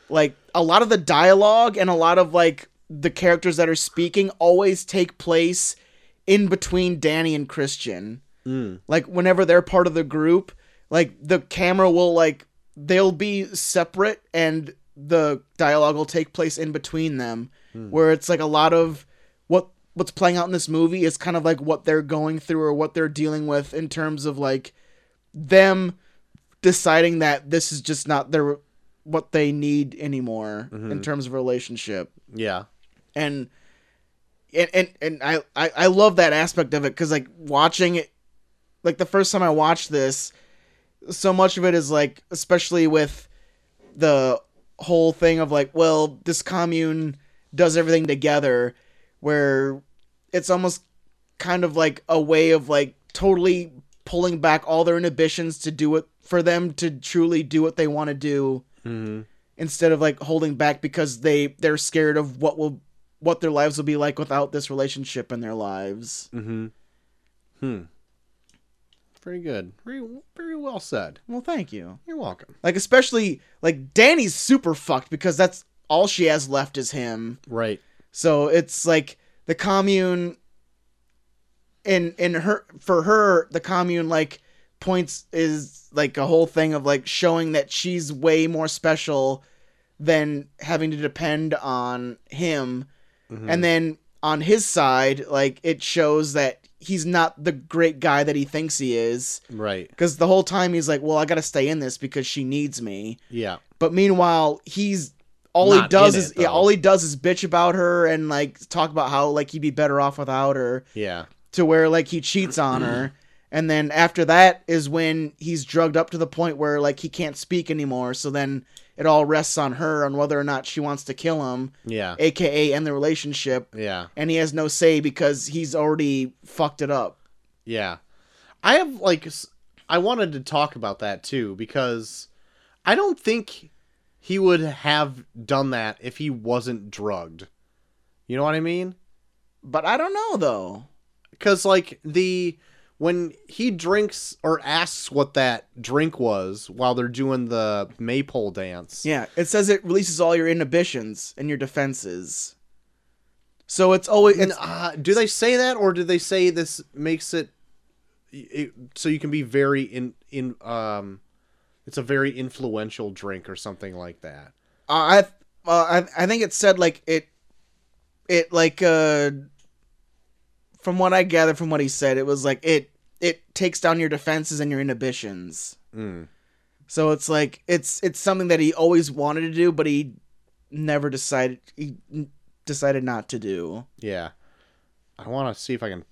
[SPEAKER 1] like a lot of the dialogue and a lot of like the characters that are speaking always take place in between danny and christian like whenever they're part of the group like the camera will like they'll be separate and the dialogue will take place in between them where it's like a lot of what what's playing out in this movie is kind of like what they're going through or what they're dealing with in terms of like them deciding that this is just not their what they need anymore in terms of relationship
[SPEAKER 2] Yeah.
[SPEAKER 1] and and and, and I, I I love that aspect of it because like watching it, like the first time I watched this, so much of it is like, especially with the whole thing of like, well, this commune does everything together, where it's almost kind of like a way of like totally pulling back all their inhibitions to do it for them to truly do what they want to do
[SPEAKER 2] Mm-hmm.
[SPEAKER 1] instead of like holding back because they they're scared of what will what their lives will be like without this relationship in their lives.
[SPEAKER 2] Mm-hmm. Hmm. Very good. Very very well said.
[SPEAKER 1] Well, thank you.
[SPEAKER 2] You're welcome.
[SPEAKER 1] Like especially like Danny's super fucked because that's all she has left is him.
[SPEAKER 2] Right.
[SPEAKER 1] So it's like the commune in in her for her the commune like points is like a whole thing of like showing that she's way more special than having to depend on him And then on his side, like it shows that he's not the great guy that he thinks he is.
[SPEAKER 2] right.
[SPEAKER 1] Because the whole time he's like, well, I got to stay in this because she needs me.
[SPEAKER 2] Yeah.
[SPEAKER 1] But meanwhile, he's all he
[SPEAKER 2] Not
[SPEAKER 1] does
[SPEAKER 2] in
[SPEAKER 1] is
[SPEAKER 2] it,
[SPEAKER 1] yeah,
[SPEAKER 2] though.
[SPEAKER 1] all he does is bitch about her and like talk about how like he'd be better off without her
[SPEAKER 2] Yeah.
[SPEAKER 1] to where like he cheats on
[SPEAKER 2] [CLEARS THROAT]
[SPEAKER 1] her. And then after that is when he's drugged up to the point where like he can't speak anymore. So then it all rests on her on whether or not she wants to kill him,
[SPEAKER 2] Yeah.
[SPEAKER 1] aka end the relationship
[SPEAKER 2] Yeah.
[SPEAKER 1] and he has no say because he's already fucked it up.
[SPEAKER 2] Yeah. I have like s- I wanted to talk about that too because I don't think he would have done that if he wasn't drugged. You know what I mean?
[SPEAKER 1] But I don't know though.
[SPEAKER 2] Cuz like the when he drinks or asks what that drink was while they're doing the maypole dance.
[SPEAKER 1] Yeah, it says it releases all your inhibitions and your defenses. So it's always
[SPEAKER 2] And,
[SPEAKER 1] it's,
[SPEAKER 2] uh, do they say that, or do they say this makes it, it so you can be very in in um, it's a very influential drink or something like that.
[SPEAKER 1] I I- uh, I I think it said like it it like uh from what I gather from what he said it was like it it takes down your defenses and your inhibitions.
[SPEAKER 2] Mm.
[SPEAKER 1] So it's like it's it's something that he always wanted to do but he never decided he n- decided not to do.
[SPEAKER 2] Yeah, I want to see if I can.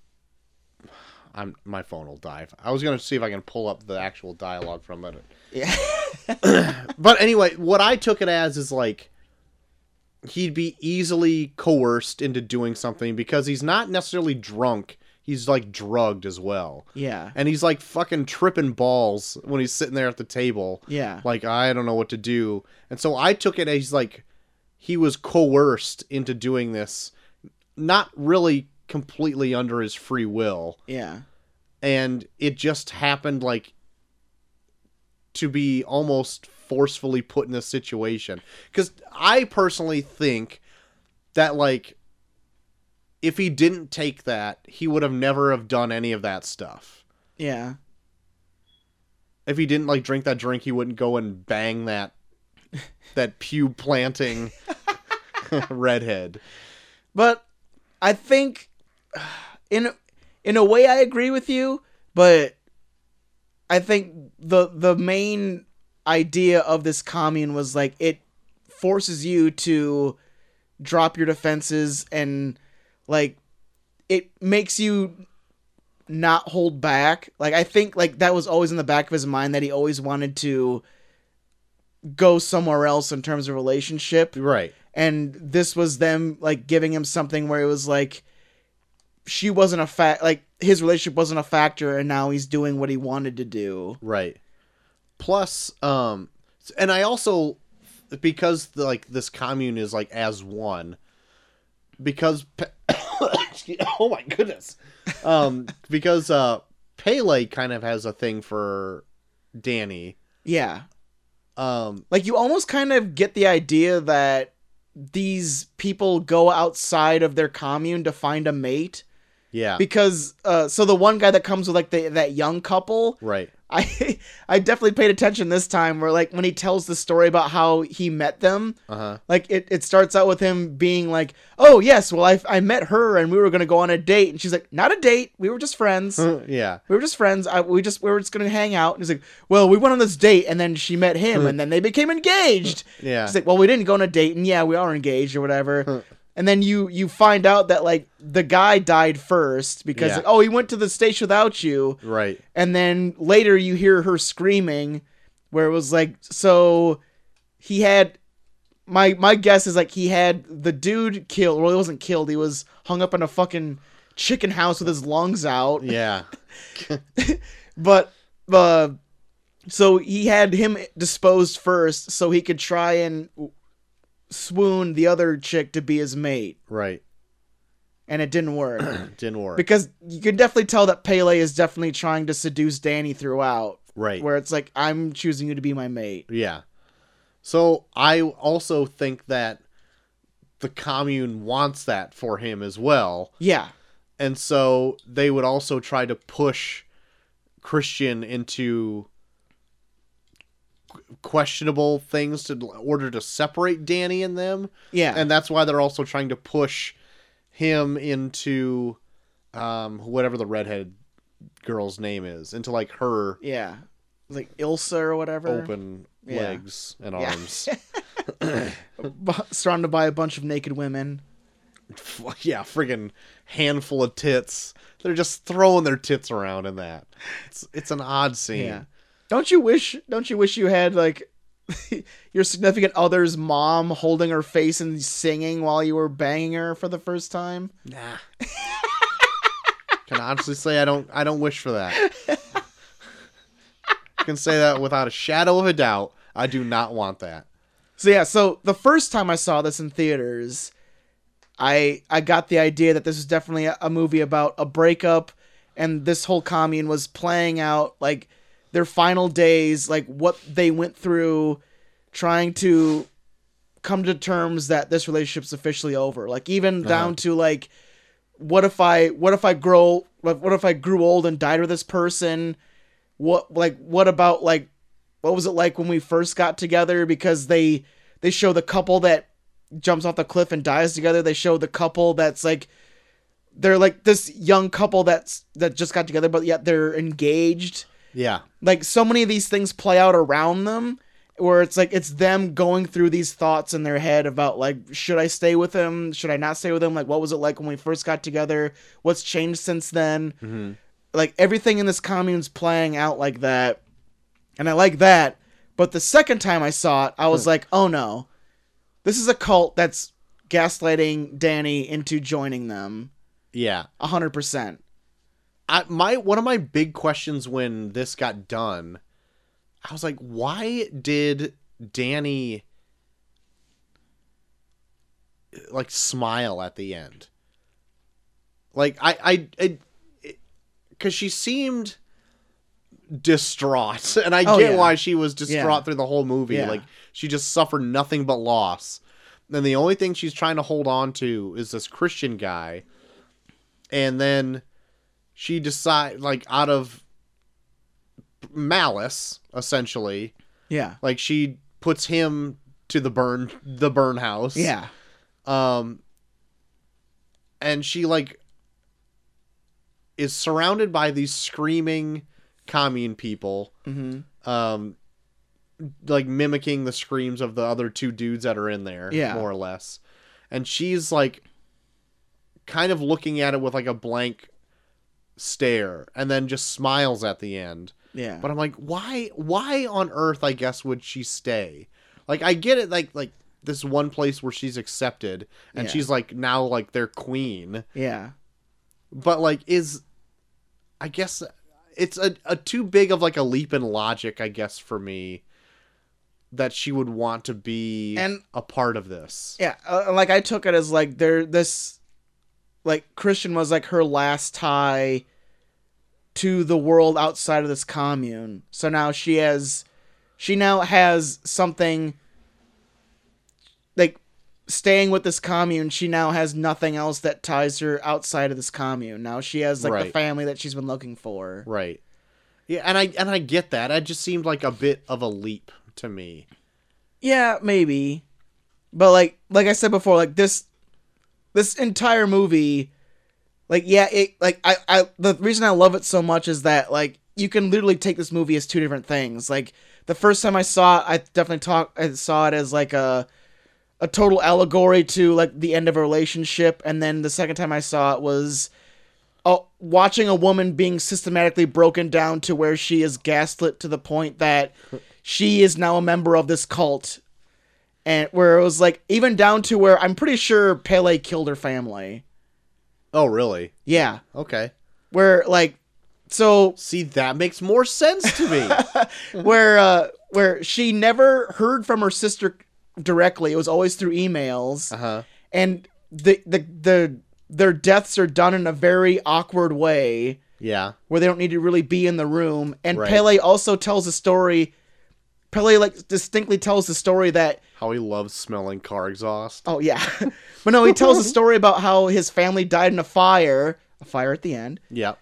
[SPEAKER 2] I'm my phone will die. I was gonna see if I can pull up the actual dialogue from it.
[SPEAKER 1] Yeah.
[SPEAKER 2] But anyway, what I took it as is like he'd be easily coerced into doing something because he's not necessarily drunk. He's like drugged as well.
[SPEAKER 1] yeah.
[SPEAKER 2] and he's like fucking tripping balls when he's sitting there at the table.
[SPEAKER 1] Yeah.
[SPEAKER 2] Like I don't know what to do, and so I took it as like he was coerced into doing this, not really completely under his free will,
[SPEAKER 1] Yeah.
[SPEAKER 2] and it just happened like to be almost forcefully put in this situation. Because I personally think that like if he didn't take that, he would have never have done any of that stuff.
[SPEAKER 1] Yeah.
[SPEAKER 2] if he didn't like drink that drink, he wouldn't go and bang that that pew planting [LAUGHS] redhead.
[SPEAKER 1] But I think [SIGHS] in in a way I agree with you, but I think the the main idea of this commune was like it forces you to drop your defenses and like it makes you not hold back. Like I think like that was always in the back of his mind that he always wanted to go somewhere else in terms of relationship
[SPEAKER 2] Right.
[SPEAKER 1] and this was them like giving him something where it was like she wasn't a fact like his relationship wasn't a factor and now he's doing what he wanted to do
[SPEAKER 2] Right. Plus, um, and I also because like this commune is like as one because Pe- [COUGHS] Excuse- oh my goodness, um, because uh, Pele kind of has a thing for Danny.
[SPEAKER 1] yeah
[SPEAKER 2] Um,
[SPEAKER 1] like you almost kind of get the idea that these people go outside of their commune to find a mate
[SPEAKER 2] yeah,
[SPEAKER 1] because uh so the one guy that comes with like the, that young couple [LAUGHS]
[SPEAKER 2] right,
[SPEAKER 1] i i definitely paid attention this time where like when he tells the story about how he met them
[SPEAKER 2] uh huh,
[SPEAKER 1] Like it, it starts out with him being like, "Oh yes, well I, I met her and we were gonna go on a date," and she's like, "Not a date. We were just friends. we
[SPEAKER 2] [COUGHS] yeah,
[SPEAKER 1] were just friends. I, we just we were just gonna hang out." And he's like, "Well, we went on this date and then she met him and then they became engaged."
[SPEAKER 2] [LAUGHS] yeah,
[SPEAKER 1] She's like, "Well, we didn't go on a date and yeah, we are engaged or whatever." and then you you find out that like the guy died first because
[SPEAKER 2] Yeah.
[SPEAKER 1] like, oh he went to the station without you,
[SPEAKER 2] right,
[SPEAKER 1] and then later you hear her screaming where it was like so he had my my guess is like he had the dude killed well he wasn't killed he was hung up in a fucking chicken house with his lungs out
[SPEAKER 2] yeah,
[SPEAKER 1] but uh, so he had him disposed first so he could try and swoon the other chick to be his mate
[SPEAKER 2] right.
[SPEAKER 1] and it didn't work
[SPEAKER 2] [CLEARS THROAT] Didn't work.
[SPEAKER 1] because you can definitely tell that Pele is definitely trying to seduce Danny throughout
[SPEAKER 2] right.
[SPEAKER 1] where it's like I'm choosing you to be my mate.
[SPEAKER 2] Yeah. So I also think that the commune wants that for him as well.
[SPEAKER 1] Yeah,
[SPEAKER 2] And so they would also try to push Christian into qu- questionable things to in order to separate Danny and them.
[SPEAKER 1] yeah,
[SPEAKER 2] And that's why they're also trying to push him into um whatever the redhead girl's name is, into like her
[SPEAKER 1] yeah. Like Ilsa or whatever,
[SPEAKER 2] open
[SPEAKER 1] Yeah.
[SPEAKER 2] legs and
[SPEAKER 1] Yeah. [LAUGHS]
[SPEAKER 2] arms. [LAUGHS]
[SPEAKER 1] B- surrounded by a bunch of naked women.
[SPEAKER 2] f- yeah, friggin' handful of tits. They're just throwing their tits around in that. It's it's an odd scene.
[SPEAKER 1] Yeah. Don't you wish? Don't you wish you had like [LAUGHS] your significant other's mom holding her face and singing while you were banging her for the first time?
[SPEAKER 2] Nah. [LAUGHS] can honestly say I don't I don't wish for that.
[SPEAKER 1] [LAUGHS]
[SPEAKER 2] I can say that without a shadow of a doubt. I do not want that.
[SPEAKER 1] So yeah, so the first time I saw this in theaters, I I got the idea that this was definitely a, a movie about a breakup and this whole commune was playing out like their final days, like what they went through trying to come to terms that this relationship's officially over. Like even down to like what if I what if I grow like what if I grew old and died with this person? What like what about like what was it like when we first got together because they they show the couple that jumps off the cliff and dies together they show the couple that's like they're like this young couple that's that just got together but yet they're engaged
[SPEAKER 2] Yeah.
[SPEAKER 1] like so many of these things play out around them where it's like it's them going through these thoughts in their head about like should i stay with him should i not stay with him like what was it like when we first got together what's changed since then
[SPEAKER 2] Mhm.
[SPEAKER 1] like everything in this commune's playing out like that and i like that but the second time i saw it i was like oh no this is a cult that's gaslighting danny into joining them
[SPEAKER 2] Yeah.
[SPEAKER 1] 100%
[SPEAKER 2] I my one of my big questions when this got done, I was like, why did Danny like smile at the end? Like I I I because she seemed distraught, [LAUGHS] and I
[SPEAKER 1] Oh,
[SPEAKER 2] get
[SPEAKER 1] yeah.
[SPEAKER 2] why she was distraught through the whole movie.
[SPEAKER 1] Yeah.
[SPEAKER 2] Like she just suffered nothing but loss. And the only thing she's trying to hold on to is this Christian guy. And then she decide like out of malice essentially,
[SPEAKER 1] yeah
[SPEAKER 2] like she puts him to the burn the burn house.
[SPEAKER 1] yeah
[SPEAKER 2] Um and she like is surrounded by these screaming commune people,
[SPEAKER 1] Mm-hmm.
[SPEAKER 2] um, like mimicking the screams of the other two dudes that are in there,
[SPEAKER 1] Yeah.
[SPEAKER 2] more or less. And she's like, kind of looking at it with like a blank stare, and then just smiles at the end.
[SPEAKER 1] Yeah.
[SPEAKER 2] But I'm like, why? Why on earth? I guess would she stay? Like, I get it. Like, like this one place where she's accepted, and
[SPEAKER 1] Yeah.
[SPEAKER 2] she's like now like their queen.
[SPEAKER 1] yeah.
[SPEAKER 2] But like, is I guess it's a, a too big of like a leap in logic, I guess, for me that she would want to be
[SPEAKER 1] And-
[SPEAKER 2] a part of this.
[SPEAKER 1] Yeah, uh, like I took it as like there this like Christian was like her last tie to the world outside of this commune. So now she has she now has something like staying with this commune, she now has nothing else that ties her outside of this commune. Now she has like the
[SPEAKER 2] Right.
[SPEAKER 1] family that she's been looking for.
[SPEAKER 2] Right. Yeah, and I and I get that. It just seemed like a bit of a leap to me.
[SPEAKER 1] Yeah, maybe. But like like I said before, like this this entire movie like yeah, it like I I the reason I love it so much is that like you can literally take this movie as two different things. Like the first time I saw it, I definitely talk I saw it as like a a total allegory to like the end of a relationship and then the second time I saw it was uh, watching a woman being systematically broken down to where she is gaslit to the point that she is now a member of this cult and where it was like even down to where i'm pretty sure pele killed her family
[SPEAKER 2] Oh, really?
[SPEAKER 1] yeah
[SPEAKER 2] Okay.
[SPEAKER 1] where like so
[SPEAKER 2] See, that makes more sense to me.
[SPEAKER 1] where uh where she never heard from her sister directly it was always through emails
[SPEAKER 2] huh.
[SPEAKER 1] and the the the their deaths are done in a very awkward way
[SPEAKER 2] Yeah.
[SPEAKER 1] where they don't need to really be in the room. And
[SPEAKER 2] Right.
[SPEAKER 1] Pele also tells a story. Pele like distinctly tells the story that
[SPEAKER 2] How he loves smelling car exhaust.
[SPEAKER 1] oh yeah, [LAUGHS] but no, he tells a story about how his family died in a fire. A fire at the end.
[SPEAKER 2] Yeah.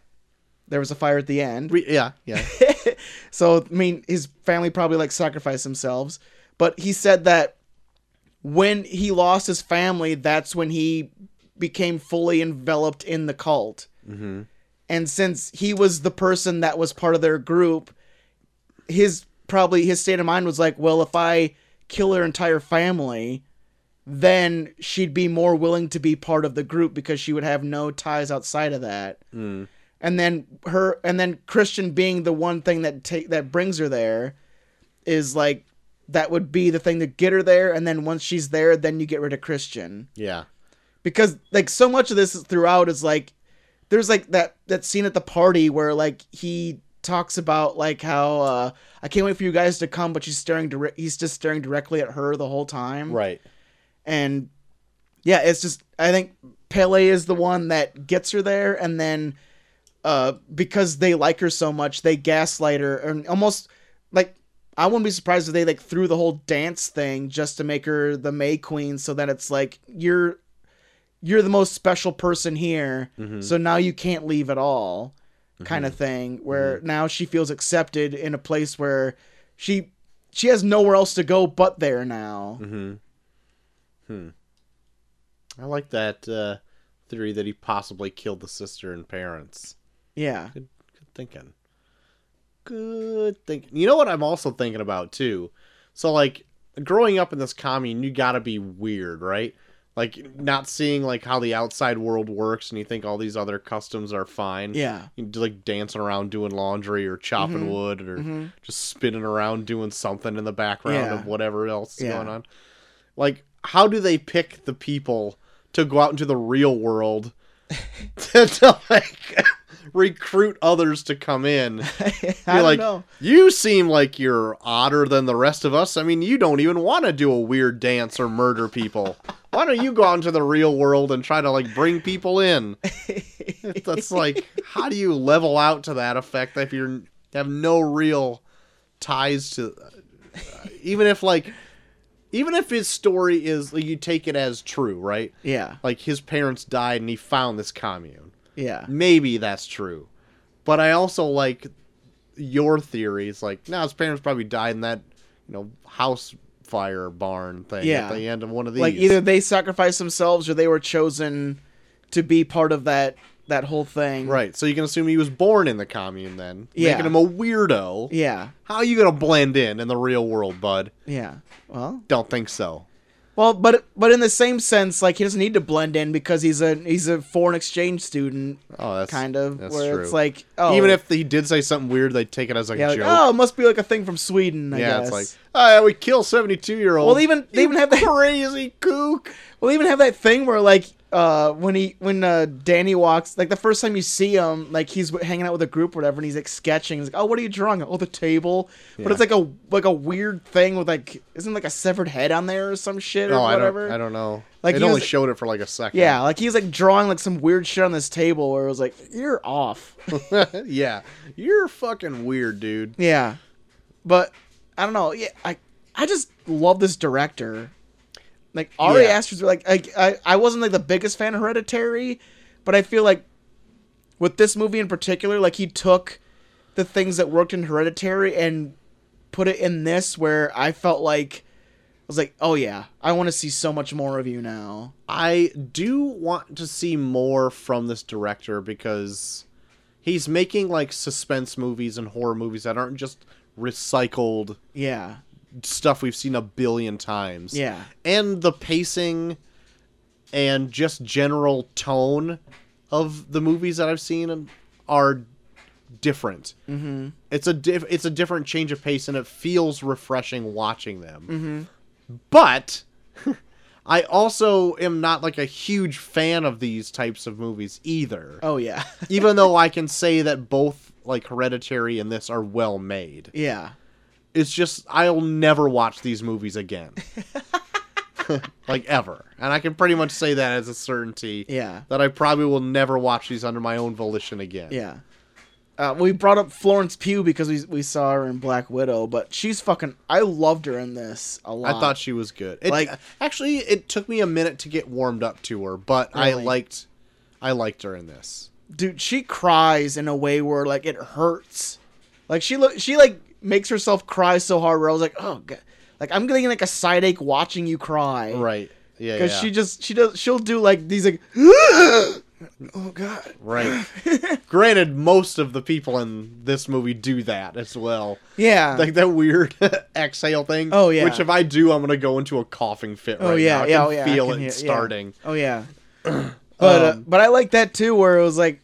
[SPEAKER 1] There was a fire at the end.
[SPEAKER 2] We, yeah. Yeah.
[SPEAKER 1] So I mean, his family probably like sacrificed themselves. But he said that when he lost his family, that's when he became fully enveloped in the cult.
[SPEAKER 2] mm-hmm.
[SPEAKER 1] and since he was the person that was part of their group his probably his state of mind was like well if i kill her entire family then she'd be more willing to be part of the group because she would have no ties outside of that
[SPEAKER 2] Mm.
[SPEAKER 1] and then her and then christian being the one thing that ta- that brings her there is like that would be the thing to get her there and then once she's there then you get rid of christian
[SPEAKER 2] Yeah.
[SPEAKER 1] because like so much of this throughout is like there's like that that scene at the party where like he talks about like how uh I can't wait for you guys to come but she's staring dire- he's just staring directly at her the whole time
[SPEAKER 2] Right.
[SPEAKER 1] and yeah it's just I think Pele is the one that gets her there and then uh because they like her so much they gaslight her and almost like I wouldn't be surprised if they like threw the whole dance thing just to make her the May Queen so that it's like you're you're the most special person here
[SPEAKER 2] Mhm.
[SPEAKER 1] so now you can't leave at all kind of thing where now she feels accepted in a place where she she has nowhere else to go but there now
[SPEAKER 2] Mm-hmm. Hmm. I like that uh, theory that he possibly killed the sister and parents.
[SPEAKER 1] yeah
[SPEAKER 2] Good, good thinking. Good thinking. You know what I'm also thinking about too. So like growing up in this commune, you gotta be weird, right? Like not seeing like how the outside world works, and you think all these other customs are fine.
[SPEAKER 1] yeah
[SPEAKER 2] You do, like dancing around doing laundry or chopping
[SPEAKER 1] Mhm.
[SPEAKER 2] wood or
[SPEAKER 1] Mhm.
[SPEAKER 2] just spinning around doing something in the background
[SPEAKER 1] Yeah.
[SPEAKER 2] of whatever else is
[SPEAKER 1] Yeah.
[SPEAKER 2] going on. Like, how do they pick the people to go out into the real world [LAUGHS] to, to, like [LAUGHS] recruit others to come in?
[SPEAKER 1] [LAUGHS] i don't
[SPEAKER 2] like,
[SPEAKER 1] know
[SPEAKER 2] You seem like you're odder than the rest of us. I mean, you don't even want to do a weird dance or murder people. Why don't you go out into the real world and try to like bring
[SPEAKER 1] [LAUGHS]
[SPEAKER 2] people in? That's like, how do you level out to that effect if you're have no real ties to, uh, even if like, even if his story is like, you take it as true, right?
[SPEAKER 1] yeah
[SPEAKER 2] Like his parents died and he found this commune
[SPEAKER 1] yeah
[SPEAKER 2] maybe that's true. But I also like your theories. Like, no, his parents probably died in that, you know, house fire barn thing
[SPEAKER 1] Yeah.
[SPEAKER 2] at the end of one of these.
[SPEAKER 1] like either they sacrificed themselves or they were chosen to be part of that that whole thing.
[SPEAKER 2] Right. So you can assume he was born in the commune then,
[SPEAKER 1] Yeah.
[SPEAKER 2] making him a weirdo.
[SPEAKER 1] Yeah.
[SPEAKER 2] How are you gonna blend in in the real world, bud?
[SPEAKER 1] Yeah. Well.
[SPEAKER 2] Don't think so.
[SPEAKER 1] Well, but but in the same sense, like he doesn't need to blend in because he's a he's a foreign exchange student,
[SPEAKER 2] Oh, that's
[SPEAKER 1] kind of.
[SPEAKER 2] That's
[SPEAKER 1] where
[SPEAKER 2] true.
[SPEAKER 1] it's like, oh,
[SPEAKER 2] even if he did say something weird, they'd take it as like
[SPEAKER 1] yeah,
[SPEAKER 2] a
[SPEAKER 1] like,
[SPEAKER 2] joke.
[SPEAKER 1] oh, it must be like a thing from Sweden. I
[SPEAKER 2] yeah,
[SPEAKER 1] guess.
[SPEAKER 2] it's like, oh, yeah, we kill seventy-two year old.
[SPEAKER 1] Well, they even- they even have that-
[SPEAKER 2] crazy kook.
[SPEAKER 1] Well, they even have that thing where like uh when he when uh Danny walks like the first time you see him like he's w- hanging out with a group or whatever and he's like sketching he's like oh what are you drawing oh the table
[SPEAKER 2] Yeah.
[SPEAKER 1] but it's like a like a weird thing with like isn't like a severed head on there or some shit or
[SPEAKER 2] No, I
[SPEAKER 1] whatever
[SPEAKER 2] don't. I don't know.
[SPEAKER 1] Like,
[SPEAKER 2] Like it
[SPEAKER 1] he
[SPEAKER 2] only
[SPEAKER 1] was-
[SPEAKER 2] showed it for like a second.
[SPEAKER 1] yeah like he's like drawing like some weird shit on this table where it was like you're off
[SPEAKER 2] [LAUGHS] yeah. You're fucking weird, dude.
[SPEAKER 1] yeah but I don't know yeah I I just love this director like Ari
[SPEAKER 2] Yeah.
[SPEAKER 1] Aster's like I, I I wasn't like the biggest fan of Hereditary, but I feel like with this movie in particular, like he took the things that worked in Hereditary and put it in this where I felt like I was like, oh yeah, I want to see so much more of you now.
[SPEAKER 2] I do want to see more from this director because he's making like suspense movies and horror movies that aren't just recycled
[SPEAKER 1] Yeah,
[SPEAKER 2] stuff we've seen a billion times.
[SPEAKER 1] yeah,
[SPEAKER 2] And the pacing and just general tone of the movies that I've seen are different. Mm-hmm. It's a diff- it's a different change of pace, and it feels refreshing watching them.
[SPEAKER 1] Mm-hmm.
[SPEAKER 2] But [LAUGHS] I also am not like a huge fan of these types of movies either.
[SPEAKER 1] oh yeah, [LAUGHS]
[SPEAKER 2] Even though I can say that both like Hereditary and this are well made
[SPEAKER 1] yeah,
[SPEAKER 2] it's just I'll never watch these
[SPEAKER 1] [LAUGHS]
[SPEAKER 2] movies again. like ever. And I can pretty much say that as a certainty
[SPEAKER 1] yeah.
[SPEAKER 2] that I probably will never watch these under my own volition again.
[SPEAKER 1] Yeah. Uh, we brought up Florence Pugh because we we saw her in Black Widow, but she's fucking. I loved her in this a lot.
[SPEAKER 2] I thought she was good. It,
[SPEAKER 1] Uh, Like-
[SPEAKER 2] actually it took me a minute to get warmed up to her, but I
[SPEAKER 1] Really?
[SPEAKER 2] liked I liked her in this.
[SPEAKER 1] dude, she cries in a way where like it hurts. Like she look, she like makes herself cry so hard where I was like, oh god, like I'm getting like a side ache watching you cry.
[SPEAKER 2] Right. Yeah.
[SPEAKER 1] Because
[SPEAKER 2] yeah.
[SPEAKER 1] she just she does she'll do like these like, [GASPS] oh god. [LAUGHS]
[SPEAKER 2] Right. Granted, most of the people in this movie do that as well.
[SPEAKER 1] Yeah.
[SPEAKER 2] [LAUGHS] like that weird exhale thing.
[SPEAKER 1] Oh, yeah.
[SPEAKER 2] Which if I do, I'm gonna go into a coughing fit. Right
[SPEAKER 1] oh yeah,
[SPEAKER 2] now. I
[SPEAKER 1] yeah,
[SPEAKER 2] can
[SPEAKER 1] oh, yeah. I
[SPEAKER 2] Feel
[SPEAKER 1] can
[SPEAKER 2] it
[SPEAKER 1] hear- yeah.
[SPEAKER 2] starting.
[SPEAKER 1] Oh yeah. [CLEARS THROAT] but uh,
[SPEAKER 2] Um,
[SPEAKER 1] but I like that too, where it was like,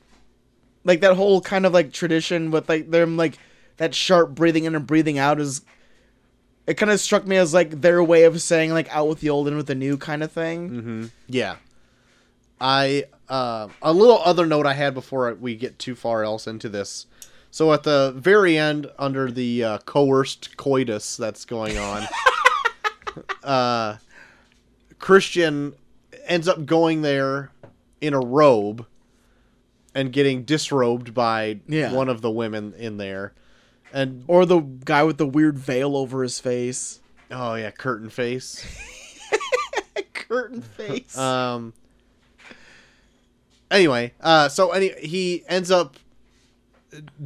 [SPEAKER 1] like that whole kind of like tradition with like them like that sharp breathing in and breathing out is. It kind of struck me as like their way of saying like out with the old and with the new kind of thing.
[SPEAKER 2] Mm-hmm. Yeah. I uh, a little other note I had before we get too far else into this. So at the very end, under the uh, coerced coitus that's
[SPEAKER 1] [LAUGHS]
[SPEAKER 2] going on, uh, Christian ends up going there in a robe and getting disrobed by
[SPEAKER 1] Yeah.
[SPEAKER 2] one of the women in there, and
[SPEAKER 1] Or the guy with the weird veil over his face,
[SPEAKER 2] Oh yeah, curtain face. [LAUGHS]
[SPEAKER 1] curtain face.
[SPEAKER 2] Um. Anyway, uh, so any he ends up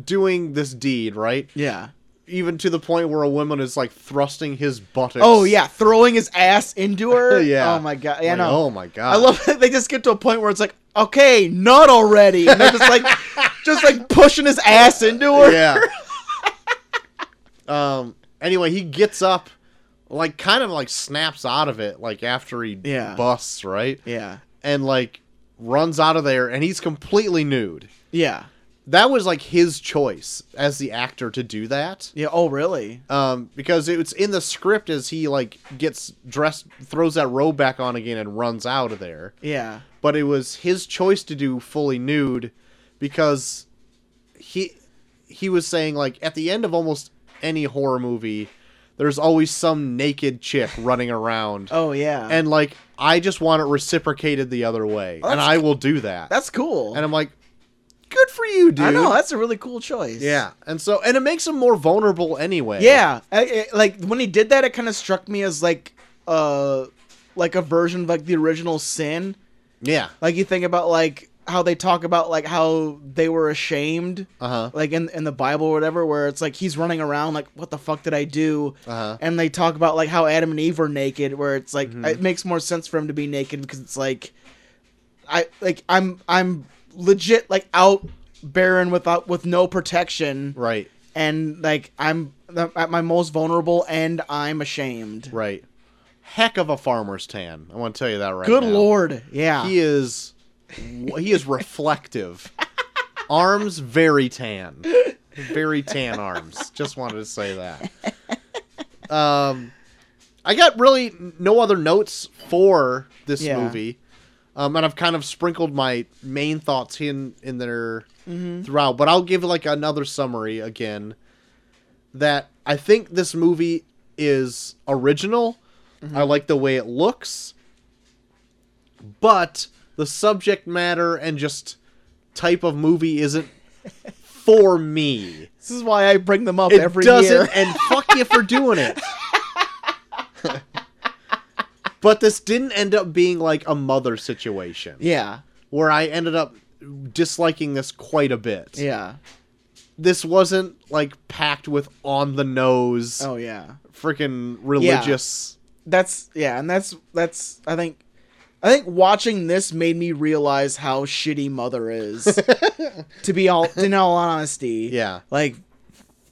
[SPEAKER 2] doing this deed, right?
[SPEAKER 1] yeah.
[SPEAKER 2] Even to the point where a woman is like thrusting his buttocks.
[SPEAKER 1] Oh yeah, throwing his ass into her.
[SPEAKER 2] [LAUGHS] Yeah.
[SPEAKER 1] Oh my god. Yeah,
[SPEAKER 2] Like,
[SPEAKER 1] no.
[SPEAKER 2] Oh my god.
[SPEAKER 1] I love [LAUGHS] that they just get to a point where it's like, okay, not already. And they're just like,
[SPEAKER 2] [LAUGHS]
[SPEAKER 1] just like pushing his ass into her. [LAUGHS]
[SPEAKER 2] Yeah. um. Anyway, he gets up, like kind of like snaps out of it, like after he
[SPEAKER 1] Yeah.
[SPEAKER 2] busts, right?
[SPEAKER 1] Yeah.
[SPEAKER 2] And like runs out of there, and he's completely nude.
[SPEAKER 1] Yeah.
[SPEAKER 2] that was like his choice as the actor to do that
[SPEAKER 1] Yeah. Oh, really?
[SPEAKER 2] um, because it's in the script as he like gets dressed throws that robe back on again and runs out of there
[SPEAKER 1] Yeah.
[SPEAKER 2] but it was his choice to do fully nude because he he was saying like at the end of almost any horror movie there's always some naked chick running around
[SPEAKER 1] Oh, yeah.
[SPEAKER 2] and like i just want it reciprocated the other way
[SPEAKER 1] Oh,
[SPEAKER 2] and
[SPEAKER 1] that's-
[SPEAKER 2] i will do that
[SPEAKER 1] that's cool.
[SPEAKER 2] and i'm like good for you dude
[SPEAKER 1] I know that's a really cool choice.
[SPEAKER 2] yeah, and so and it makes him more vulnerable anyway.
[SPEAKER 1] Yeah. I, I- like when he did that, it kind of struck me as like, uh, like a version of like the original sin.
[SPEAKER 2] yeah,
[SPEAKER 1] Like you think about like how they talk about like how they were ashamed.
[SPEAKER 2] uh huh,
[SPEAKER 1] like in in the Bible or whatever, where it's like he's running around like, "What the fuck did I do?"
[SPEAKER 2] Uh-huh.
[SPEAKER 1] And they talk about like how Adam and Eve were naked, where it's like it makes more sense for him to be naked because it's like, I like I'm I'm legit like out barren without with no protection
[SPEAKER 2] Right.
[SPEAKER 1] and like I'm at my most vulnerable and I'm ashamed.
[SPEAKER 2] Right. Heck of a farmer's tan. I want to tell you that right
[SPEAKER 1] Good
[SPEAKER 2] now.
[SPEAKER 1] lord. Yeah.
[SPEAKER 2] He is he is reflective.
[SPEAKER 1] [LAUGHS]
[SPEAKER 2] arms very tan. Very tan arms. Just wanted to say that. Um I got really no other notes for this
[SPEAKER 1] Yeah.
[SPEAKER 2] movie. Um, and I've kind of sprinkled my main thoughts in in there throughout, but I'll give like another summary again. That I think this movie is original. I like the way it looks, but the subject matter and just type of movie isn't for me.
[SPEAKER 1] this is why I bring them up
[SPEAKER 2] It
[SPEAKER 1] every
[SPEAKER 2] doesn't,
[SPEAKER 1] year. [LAUGHS]
[SPEAKER 2] and fuck you for doing it. but this didn't end up being like a mother situation
[SPEAKER 1] Yeah.
[SPEAKER 2] where I ended up disliking this quite a bit.
[SPEAKER 1] Yeah.
[SPEAKER 2] This wasn't like packed with on the nose,
[SPEAKER 1] Oh yeah.
[SPEAKER 2] freaking religious.
[SPEAKER 1] That's yeah, and that's that's I think I think watching this made me realize how shitty mother
[SPEAKER 2] [LAUGHS]
[SPEAKER 1] is. to be all in all honesty.
[SPEAKER 2] Yeah.
[SPEAKER 1] Like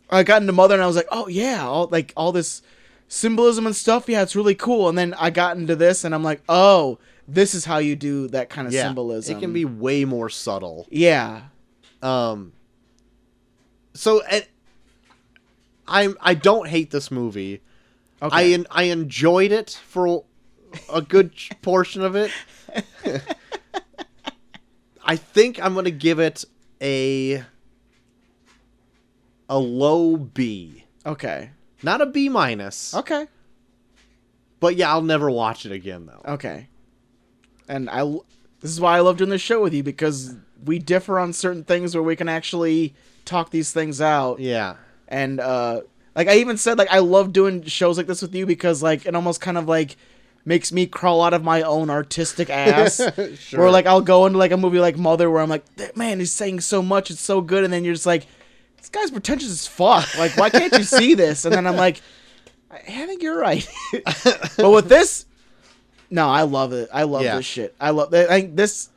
[SPEAKER 1] I got into mother and I was like, "Oh yeah, all like all this symbolism and stuff, yeah, it's really cool." And then I got into this and I'm like, "Oh, this is how you do that kind of
[SPEAKER 2] Yeah.
[SPEAKER 1] symbolism."
[SPEAKER 2] It can be way more subtle.
[SPEAKER 1] Yeah.
[SPEAKER 2] Um. So and I I don't hate this movie.
[SPEAKER 1] Okay.
[SPEAKER 2] I en- I enjoyed it for a good ch- portion of it. I think I'm gonna give it a a low B,
[SPEAKER 1] okay.
[SPEAKER 2] not a B minus.
[SPEAKER 1] Okay.
[SPEAKER 2] But yeah, I'll never watch it again though.
[SPEAKER 1] Okay. And I l- this is why I love doing this show with you because we differ on certain things where we can actually talk these things out.
[SPEAKER 2] Yeah,
[SPEAKER 1] And uh like I even said like I love doing shows like this with you because like it almost kind of like makes me crawl out of my own
[SPEAKER 2] [LAUGHS]
[SPEAKER 1] artistic ass.
[SPEAKER 2] Sure.
[SPEAKER 1] Or like I'll go into like a movie like Mother where I'm like, that man is saying so much, it's so good, and then you're just like, this guy's pretentious as fuck. Like, why can't you see this? And then I'm like, I I think you're right. [LAUGHS] but with this, no, I love it. I love
[SPEAKER 2] Yeah.
[SPEAKER 1] this shit. I love. I think this.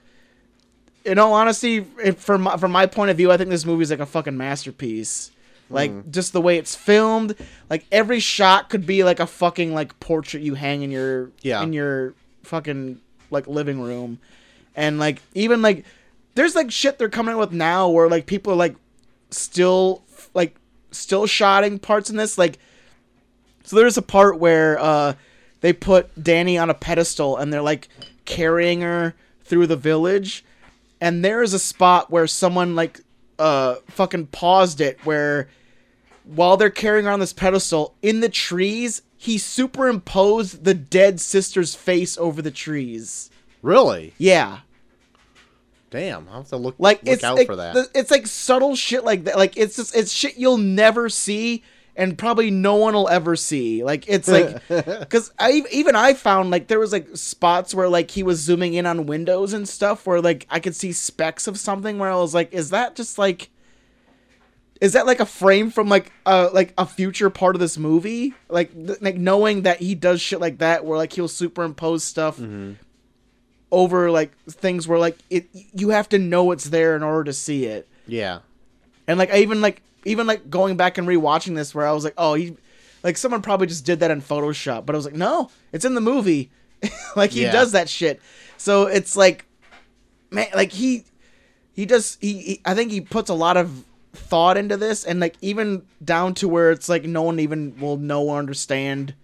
[SPEAKER 1] In all honesty, if, from my, from my point of view, I think this movie is like a fucking masterpiece. Like just the way it's filmed, like every shot could be like a fucking like portrait you hang in your
[SPEAKER 2] Yeah.
[SPEAKER 1] in your fucking like living room, and like even like there's like shit they're coming out with now where like people are like still like still shotting parts in this like so there's a part where uh, they put Danny on a pedestal and they're like carrying her through the village, and there is a spot where someone like uh fucking paused it where while they're carrying her on this pedestal in the trees he superimposed the dead sister's face over the trees
[SPEAKER 2] really?
[SPEAKER 1] yeah
[SPEAKER 2] Damn, I'll have to look
[SPEAKER 1] like
[SPEAKER 2] look
[SPEAKER 1] it's
[SPEAKER 2] out
[SPEAKER 1] like,
[SPEAKER 2] for that.
[SPEAKER 1] th- it's like subtle shit like that. Like it's just it's shit you'll never see, and probably no one will ever see. Like it's
[SPEAKER 2] [LAUGHS]
[SPEAKER 1] like because I even I found like there was like spots where like he was zooming in on windows and stuff where like I could see specks of something where I was like, is that just like. Is that like a frame from like a like a future part of this movie? Like th- like knowing that he does shit like that where like he'll superimpose stuff
[SPEAKER 2] Mm-hmm.
[SPEAKER 1] over like things where like it you have to know it's there in order to see it.
[SPEAKER 2] yeah,
[SPEAKER 1] And like I even like even like going back and rewatching this where I was like, oh, he like someone probably just did that in Photoshop, but I was like, no, it's in the movie. [LAUGHS] like he
[SPEAKER 2] Yeah.
[SPEAKER 1] does that shit. So it's like man, like he he does he, he I think he puts a lot of thought into this and like even down to where it's like no one even will know or understand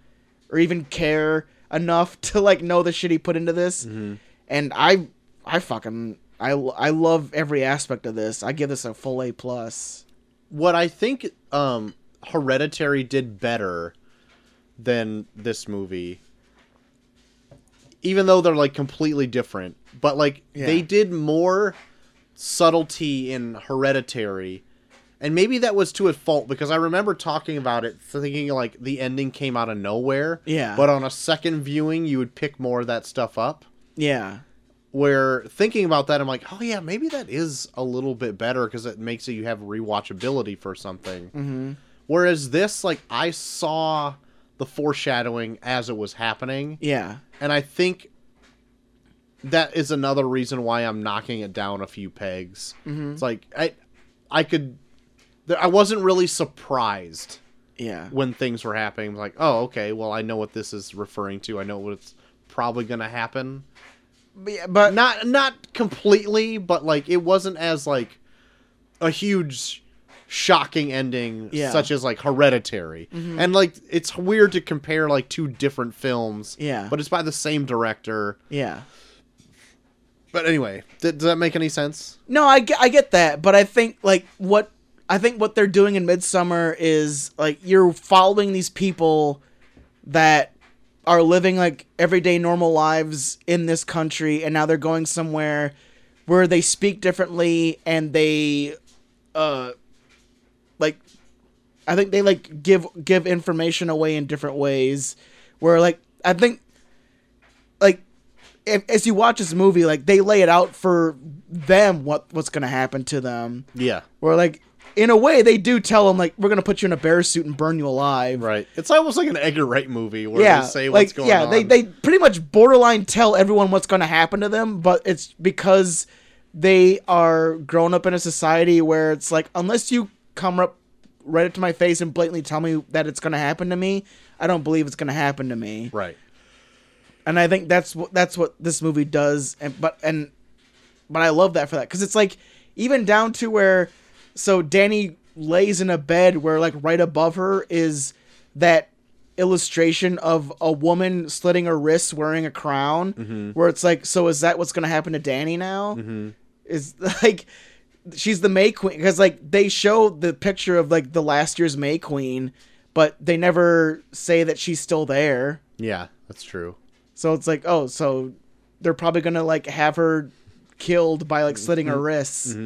[SPEAKER 1] or even care enough [LAUGHS] to like know the shit he put into this. And I I fucking I, I love every aspect of this. I give this a full A plus.
[SPEAKER 2] what I think um, Hereditary did better than this movie, even though they're like completely different. But like
[SPEAKER 1] Yeah.
[SPEAKER 2] they did more subtlety in Hereditary, and maybe that was to a fault because I remember talking about it, thinking like the ending came out of nowhere.
[SPEAKER 1] Yeah.
[SPEAKER 2] But on a second viewing, you would pick more of that stuff up.
[SPEAKER 1] Yeah.
[SPEAKER 2] Where thinking about that, I'm like, oh yeah, maybe that is a little bit better because it makes it you have rewatchability for something.
[SPEAKER 1] Mm-hmm.
[SPEAKER 2] Whereas this, like, I saw the foreshadowing as it was happening,
[SPEAKER 1] Yeah.
[SPEAKER 2] and I think that is another reason why I'm knocking it down a few pegs.
[SPEAKER 1] Mhm.
[SPEAKER 2] It's like I, I could, there, I wasn't really surprised
[SPEAKER 1] Yeah.
[SPEAKER 2] when things were happening. I'm like, oh, okay, well, I know what this is referring to. I know what's probably gonna happen.
[SPEAKER 1] But, yeah, but
[SPEAKER 2] Not not completely, but like it wasn't as like a huge shocking ending
[SPEAKER 1] Yeah. Mm-hmm.
[SPEAKER 2] such as like hereditary and like it's weird to compare like two different films
[SPEAKER 1] Yeah.
[SPEAKER 2] but it's by the same director
[SPEAKER 1] yeah.
[SPEAKER 2] but anyway th- does that make any sense
[SPEAKER 1] No, I get, I get that, but I think like what I think what they're doing in Midsummer is like you're following these people that are living like everyday normal lives in this country and now they're going somewhere where they speak differently and they uh like I think they like give give information away in different ways where like I think like if, as you watch this movie like they lay it out for them what what's going to happen to them
[SPEAKER 2] yeah
[SPEAKER 1] where like in a way they do tell them like we're going to put you in a bear suit and burn you alive
[SPEAKER 2] Right. It's almost like an Edgar Wright movie where
[SPEAKER 1] yeah
[SPEAKER 2] they say
[SPEAKER 1] like
[SPEAKER 2] what's going
[SPEAKER 1] yeah
[SPEAKER 2] on.
[SPEAKER 1] they they pretty much borderline tell everyone what's going to happen to them but it's because they are grown up in a society where it's like unless you come up right up to my face and blatantly tell me that it's going to happen to me i don't believe it's going to happen to me
[SPEAKER 2] Right.
[SPEAKER 1] and I think that's what that's what this movie does. And but and but I love that for that because it's like even down to where so Danny lays in a bed where like right above her is that illustration of a woman slitting her wrists wearing a crown where it's like so is that what's gonna happen to Danny now is [LAUGHS] like she's the May Queen because like they show the picture of like the last year's May Queen but they never say that she's still there
[SPEAKER 2] Yeah, that's
[SPEAKER 1] [LAUGHS]
[SPEAKER 2] true. [LAUGHS]
[SPEAKER 1] so it's like, oh, so they're probably gonna like have her killed by like slitting
[SPEAKER 2] Mm-hmm.
[SPEAKER 1] her wrists.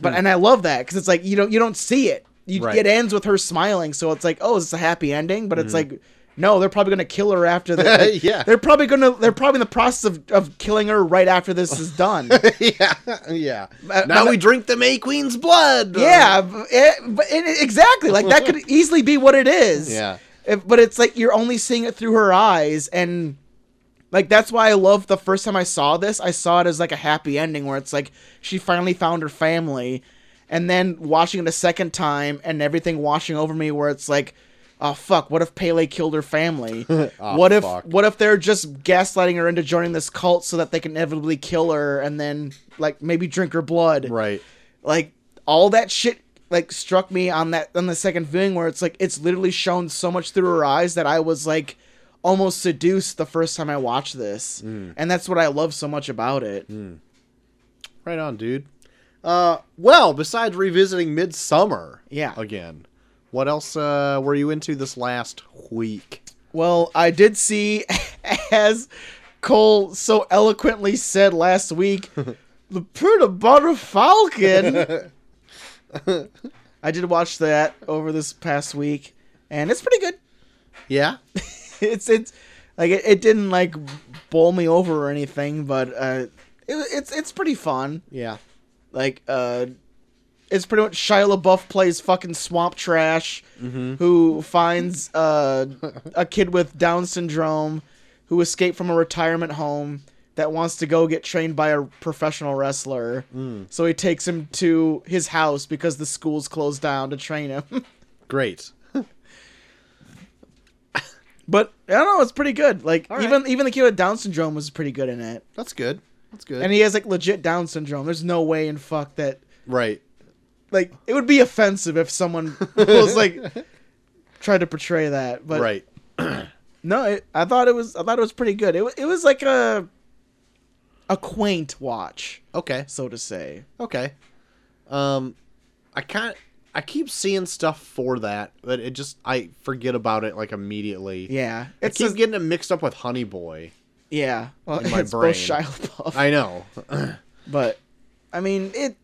[SPEAKER 1] But and I love that because it's like you don't you don't see it. You,
[SPEAKER 2] Hmm. Right.
[SPEAKER 1] It ends with her smiling, so it's like, oh, is this a happy ending? But it's like, no, they're probably gonna kill her
[SPEAKER 2] [LAUGHS]
[SPEAKER 1] after that. Like,
[SPEAKER 2] Mm-hmm. Yeah.
[SPEAKER 1] they're probably gonna they're probably in the process of, of killing her right after this is
[SPEAKER 2] [LAUGHS]
[SPEAKER 1] done.
[SPEAKER 2] yeah. Yeah.
[SPEAKER 1] But-
[SPEAKER 2] now
[SPEAKER 1] but-
[SPEAKER 2] we drink the May Queen's blood.
[SPEAKER 1] yeah, b- it, but it, exactly. Like that
[SPEAKER 2] [LAUGHS]
[SPEAKER 1] could easily be what it is.
[SPEAKER 2] Yeah.
[SPEAKER 1] If- but it's like you're only seeing it through her eyes and like that's why I love the first time I saw this, I saw it as like a happy ending where it's like she finally found her family and then watching it a second time and everything washing over me where it's like oh fuck, what if Pele killed her
[SPEAKER 2] [LAUGHS]
[SPEAKER 1] family?
[SPEAKER 2] Aw,
[SPEAKER 1] what if
[SPEAKER 2] Ah, fuck.
[SPEAKER 1] what if they're just gaslighting her into joining this cult so that they can inevitably kill her and then like maybe drink her blood?
[SPEAKER 2] Right.
[SPEAKER 1] like all that shit like struck me on that on the second viewing where it's like it's literally shown so much through her eyes that I was like almost seduced the first time I watched this. And that's what I love so much about it.
[SPEAKER 2] Right on, dude. Uh well, besides revisiting Midsummer
[SPEAKER 1] Yeah.
[SPEAKER 2] again. What else uh were you into this last week?
[SPEAKER 1] Well, I did see [LAUGHS] as Cole so eloquently said last week, the Pretty Butter Falcon. I did watch that over this past week and it's pretty good.
[SPEAKER 2] [LAUGHS] Yeah?
[SPEAKER 1] [LAUGHS] it's it's like it, it didn't like bowl me over or anything, but uh, it, it's it's pretty fun.
[SPEAKER 2] Yeah.
[SPEAKER 1] Like uh, it's pretty much Shia LaBeouf plays fucking swamp trash
[SPEAKER 2] Mm-hmm.
[SPEAKER 1] who finds uh, a kid with Down syndrome who escaped from a retirement home that wants to go get trained by a professional wrestler.
[SPEAKER 2] Mm.
[SPEAKER 1] So he takes him to his house because the school's closed down to train him. [LAUGHS]
[SPEAKER 2] Great.
[SPEAKER 1] but I don't know, it's pretty good. Like
[SPEAKER 2] All right.
[SPEAKER 1] even even the kid with Down syndrome was pretty good in it.
[SPEAKER 2] That's good. That's good.
[SPEAKER 1] and he has like legit Down syndrome. There's no way in fuck that
[SPEAKER 2] [LAUGHS] right.
[SPEAKER 1] like it would be offensive if
[SPEAKER 2] [LAUGHS]
[SPEAKER 1] someone was like tried to portray that. But
[SPEAKER 2] right.
[SPEAKER 1] no, it, I thought it was I thought it was pretty good. It wa- it was like a a quaint watch,
[SPEAKER 2] Okay.
[SPEAKER 1] so to say.
[SPEAKER 2] Okay. Um, I can't. I keep seeing stuff for that, but it just I forget about it like immediately.
[SPEAKER 1] Yeah, it's
[SPEAKER 2] It's I keep
[SPEAKER 1] just-
[SPEAKER 2] getting it mixed up with Honey Boy.
[SPEAKER 1] yeah. Well,
[SPEAKER 2] in my
[SPEAKER 1] it's
[SPEAKER 2] brain.
[SPEAKER 1] both Shia LaBeouf,
[SPEAKER 2] I know.
[SPEAKER 1] but I mean it.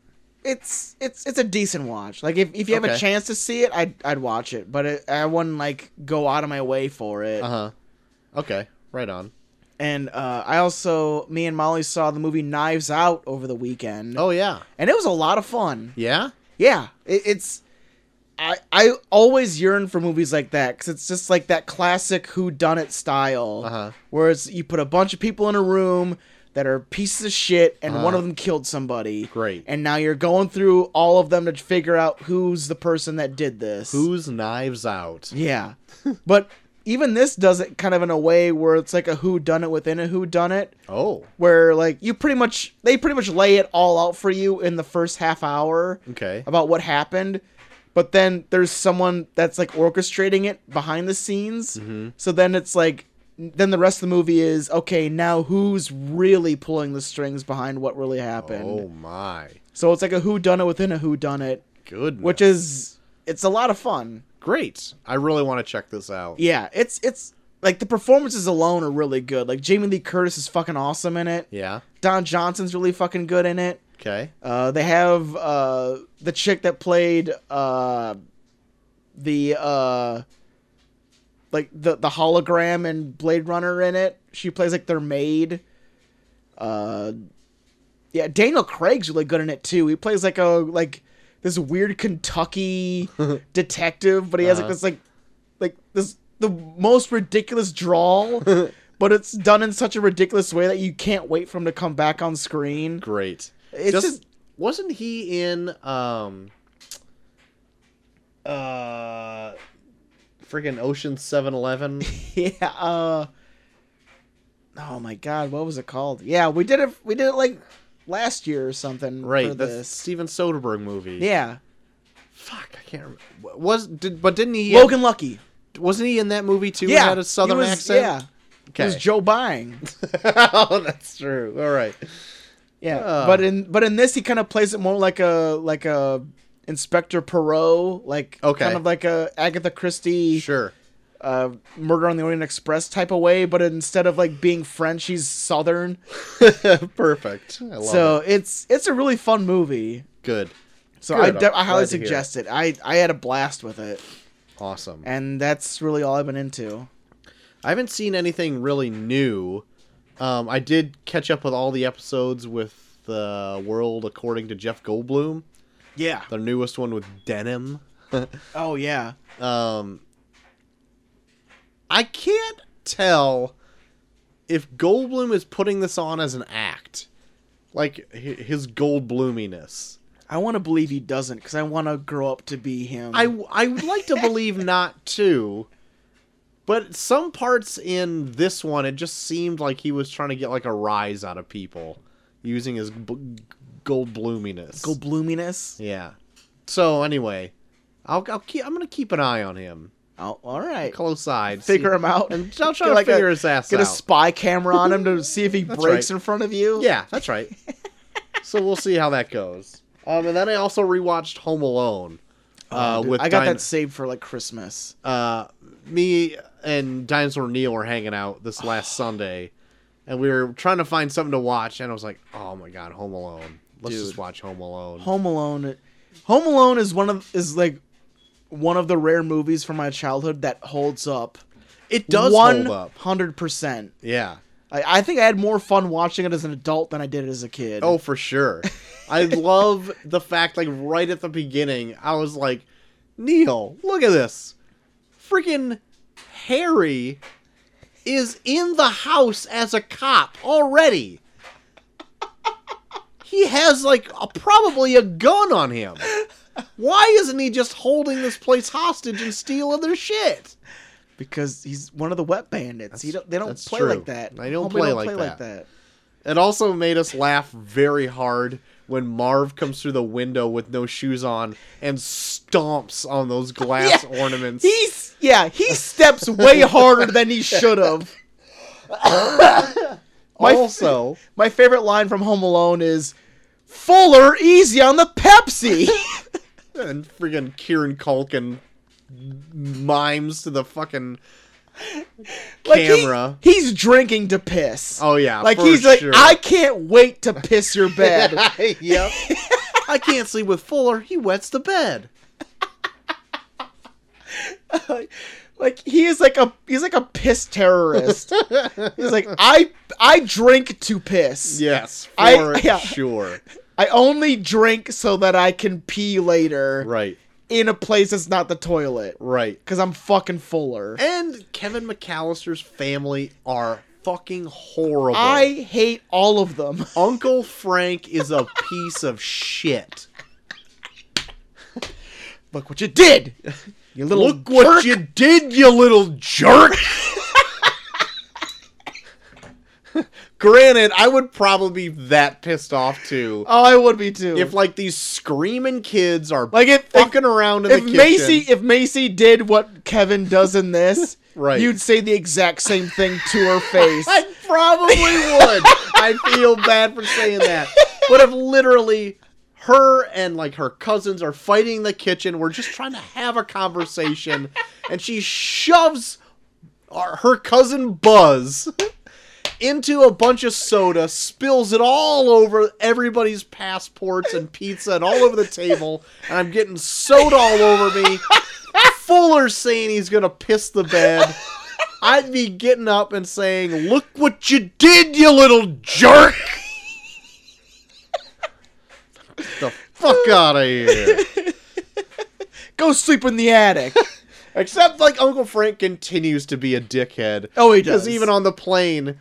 [SPEAKER 1] It's it's it's a decent watch. Like if, if you have a
[SPEAKER 2] Okay.
[SPEAKER 1] chance to see it, I'd I'd watch it. But it, I wouldn't like go out of my way for it.
[SPEAKER 2] Uh huh. Okay. Right on.
[SPEAKER 1] And uh, I also, me and Molly saw the movie Knives Out over the weekend,
[SPEAKER 2] Oh yeah.
[SPEAKER 1] and it was a lot of fun.
[SPEAKER 2] Yeah.
[SPEAKER 1] Yeah, it, it's. I I always yearn for movies like that because it's just like that classic Who Done It style,
[SPEAKER 2] Uh-huh.
[SPEAKER 1] where it's you put a bunch of people in a room, that are pieces of shit, and one
[SPEAKER 2] Uh.
[SPEAKER 1] of them killed somebody.
[SPEAKER 2] Great.
[SPEAKER 1] And now you're going through all of them to figure out who's the person that did this.
[SPEAKER 2] Who's Knives Out?
[SPEAKER 1] Yeah. [LAUGHS] but even this does it kind of in a way where it's like a who done it within a who done it
[SPEAKER 2] Oh,
[SPEAKER 1] where like you pretty much they pretty much lay it all out for you in the first half hour
[SPEAKER 2] okay.
[SPEAKER 1] about what happened but then there's someone that's like orchestrating it behind the scenes
[SPEAKER 2] Mm-hmm.
[SPEAKER 1] so then it's like then the rest of the movie is okay now who's really pulling the strings behind what really happened
[SPEAKER 2] Oh my
[SPEAKER 1] so it's like a who done it within a who done it
[SPEAKER 2] goodness.
[SPEAKER 1] which is it's a lot of fun
[SPEAKER 2] great. I really want to check this out.
[SPEAKER 1] yeah it's it's like the performances alone are really good like jamie lee curtis is fucking awesome in it
[SPEAKER 2] Yeah.
[SPEAKER 1] don johnson's really fucking good in it
[SPEAKER 2] Okay.
[SPEAKER 1] Uh, they have uh, the chick that played uh, the uh, like the the hologram and Blade Runner in it. She plays like their maid. Uh, yeah, Daniel Craig's really good in it too. He plays like a like this weird
[SPEAKER 2] [LAUGHS]
[SPEAKER 1] Kentucky detective, but he has like
[SPEAKER 2] Uh-huh.
[SPEAKER 1] this like like this the most ridiculous
[SPEAKER 2] [LAUGHS]
[SPEAKER 1] drawl. But it's done in such a ridiculous way that you can't wait for him to come back on screen.
[SPEAKER 2] Great.
[SPEAKER 1] It's
[SPEAKER 2] Just,
[SPEAKER 1] just-
[SPEAKER 2] wasn't he in um uh freaking
[SPEAKER 1] [LAUGHS]
[SPEAKER 2] Ocean 711?
[SPEAKER 1] yeah. Uh, oh my God, what was it called? Yeah, we did it. We did it like last year or something. For
[SPEAKER 2] right, that's the
[SPEAKER 1] this.
[SPEAKER 2] Steven Soderbergh movie.
[SPEAKER 1] Yeah.
[SPEAKER 2] Fuck, I can't remember. Was did but didn't he
[SPEAKER 1] Logan Lucky.
[SPEAKER 2] wasn't he in that movie too?
[SPEAKER 1] Yeah.
[SPEAKER 2] He had a southern
[SPEAKER 1] he was-
[SPEAKER 2] accent.
[SPEAKER 1] Yeah. It was
[SPEAKER 2] Okay.
[SPEAKER 1] Joe Buying.
[SPEAKER 2] [LAUGHS] oh, that's true. All right.
[SPEAKER 1] Yeah.
[SPEAKER 2] Uh.
[SPEAKER 1] But in but in this, he kind of plays it more like a like a Inspector Perot, like
[SPEAKER 2] Okay.
[SPEAKER 1] kind of like a Agatha Christie [LAUGHS]
[SPEAKER 2] Sure.
[SPEAKER 1] uh, Murder on the Orient Express type of way. But instead of like being French, he's Southern.
[SPEAKER 2] Perfect. I love
[SPEAKER 1] So
[SPEAKER 2] it.
[SPEAKER 1] it's it's a really fun movie.
[SPEAKER 2] Good.
[SPEAKER 1] So
[SPEAKER 2] Good,
[SPEAKER 1] I,
[SPEAKER 2] I'm
[SPEAKER 1] de- I highly
[SPEAKER 2] glad to hear it.
[SPEAKER 1] suggest it. I I had a blast with it,
[SPEAKER 2] Awesome.
[SPEAKER 1] and that's really all I've been into.
[SPEAKER 2] I haven't seen anything really new. Um, I did catch up with all the episodes with the world according to Jeff Goldblum.
[SPEAKER 1] Yeah.
[SPEAKER 2] The newest one with denim.
[SPEAKER 1] Oh yeah.
[SPEAKER 2] Um, I can't tell if Goldblum is putting this on as an act, like hi- his Goldbluminess.
[SPEAKER 1] I want to believe he doesn't, because I want to grow up to be him.
[SPEAKER 2] I I would like to believe not too, but some parts in this one it just seemed like he was trying to get like a rise out of people using his b- gold bloominess.
[SPEAKER 1] go bloominess.
[SPEAKER 2] yeah. So anyway, I'll, I'll keep I'm gonna keep an eye on him,
[SPEAKER 1] Oh, all right.
[SPEAKER 2] close eye, see-
[SPEAKER 1] Figure him out.
[SPEAKER 2] and
[SPEAKER 1] [LAUGHS]
[SPEAKER 2] I'll try
[SPEAKER 1] Get
[SPEAKER 2] to
[SPEAKER 1] like a-
[SPEAKER 2] figure his ass
[SPEAKER 1] Get
[SPEAKER 2] out.
[SPEAKER 1] a spy camera on him [LAUGHS] to see if he breaks
[SPEAKER 2] right.
[SPEAKER 1] in front of you.
[SPEAKER 2] yeah,
[SPEAKER 1] [LAUGHS]
[SPEAKER 2] that's right. so we'll see how that goes. Um, and then I also rewatched Home Alone. Uh,
[SPEAKER 1] Oh, dude,
[SPEAKER 2] with
[SPEAKER 1] I got
[SPEAKER 2] Dino-
[SPEAKER 1] that saved for like Christmas.
[SPEAKER 2] uh, me and Dinosaur Neil were hanging out this last Sunday, and we were trying to find something to watch, and I was like, "Oh my god, Home Alone! Let's
[SPEAKER 1] Dude.
[SPEAKER 2] just watch Home Alone."
[SPEAKER 1] Home Alone. Home Alone is one of is like one of the rare movies from my childhood that holds up.
[SPEAKER 2] it does hold up.
[SPEAKER 1] hundred percent.
[SPEAKER 2] Yeah.
[SPEAKER 1] I, I think I had more fun watching it as an adult than I did as a kid.
[SPEAKER 2] Oh, for sure. I love the fact, like right at the beginning, I was like, "Neil, look at this! Freaking Harry is in the house as a cop already." He has like a, probably a gun on him. Why isn't he just holding this place hostage and stealing their shit?
[SPEAKER 1] because he's one of the wet bandits. He
[SPEAKER 2] That's-
[SPEAKER 1] don't, they don't
[SPEAKER 2] that's
[SPEAKER 1] play
[SPEAKER 2] true.
[SPEAKER 1] like that.
[SPEAKER 2] They don't
[SPEAKER 1] Homie
[SPEAKER 2] play like that. It also made us laugh very hard when Marv comes through the window with no shoes on and stomps on those glass
[SPEAKER 1] Yeah.
[SPEAKER 2] ornaments.
[SPEAKER 1] He's yeah, he steps
[SPEAKER 2] [LAUGHS]
[SPEAKER 1] way harder than he should have. My-
[SPEAKER 2] also,
[SPEAKER 1] My favorite line from Home Alone is Fuller easy on the Pepsi.
[SPEAKER 2] [LAUGHS]
[SPEAKER 1] [LAUGHS]
[SPEAKER 2] and friggin' Kieran Culkin mimes to the fucking
[SPEAKER 1] Like, he-
[SPEAKER 2] camera.
[SPEAKER 1] he's drinking to piss.
[SPEAKER 2] oh yeah,
[SPEAKER 1] like
[SPEAKER 2] for
[SPEAKER 1] he's like
[SPEAKER 2] sure.
[SPEAKER 1] I can't wait to piss
[SPEAKER 2] [LAUGHS]
[SPEAKER 1] your bed. [LAUGHS]
[SPEAKER 2] yep. I can't sleep with Fuller. He wets the bed.
[SPEAKER 1] like he is like a he's like a piss
[SPEAKER 2] [LAUGHS]
[SPEAKER 1] terrorist. he's like I I drink to piss.
[SPEAKER 2] Yes, for
[SPEAKER 1] I- yeah.
[SPEAKER 2] sure.
[SPEAKER 1] I only drink so that I can pee later
[SPEAKER 2] Right,
[SPEAKER 1] in a place that's not the toilet
[SPEAKER 2] right.
[SPEAKER 1] because I'm fucking fuller.
[SPEAKER 2] And Kevin McAllister's family are fucking horrible.
[SPEAKER 1] I hate all of them. [LAUGHS]
[SPEAKER 2] Uncle Frank is a piece of shit.
[SPEAKER 1] Look what you did. [LAUGHS] You [LAUGHS] little
[SPEAKER 2] Look what you did, you little jerk! Granted, I would probably be that pissed off too.
[SPEAKER 1] Oh, I would be too.
[SPEAKER 2] If like these screaming kids are
[SPEAKER 1] like if if,
[SPEAKER 2] fucking around in
[SPEAKER 1] if
[SPEAKER 2] the kitchen,
[SPEAKER 1] Macy if Macy did what Kevin does in [LAUGHS] this,
[SPEAKER 2] Right.
[SPEAKER 1] you'd say the exact same thing to [LAUGHS] her face.
[SPEAKER 2] I probably would. I feel bad for saying that. But if literally her and like her cousins are fighting in the kitchen, we're just trying to have a conversation, and she shoves our, her cousin Buzz into a bunch of soda, spills it all over everybody's passports and pizza and all over the table, and I'm getting soda all over me. Fuller saying he's gonna piss the bed. I'd be getting up and saying, "Look what you did, you little jerk!" Get the fuck out of here.
[SPEAKER 1] Go sleep in the attic.
[SPEAKER 2] Except like Uncle Frank continues to be a dickhead.
[SPEAKER 1] [LAUGHS] Oh, he does.
[SPEAKER 2] even on the plane,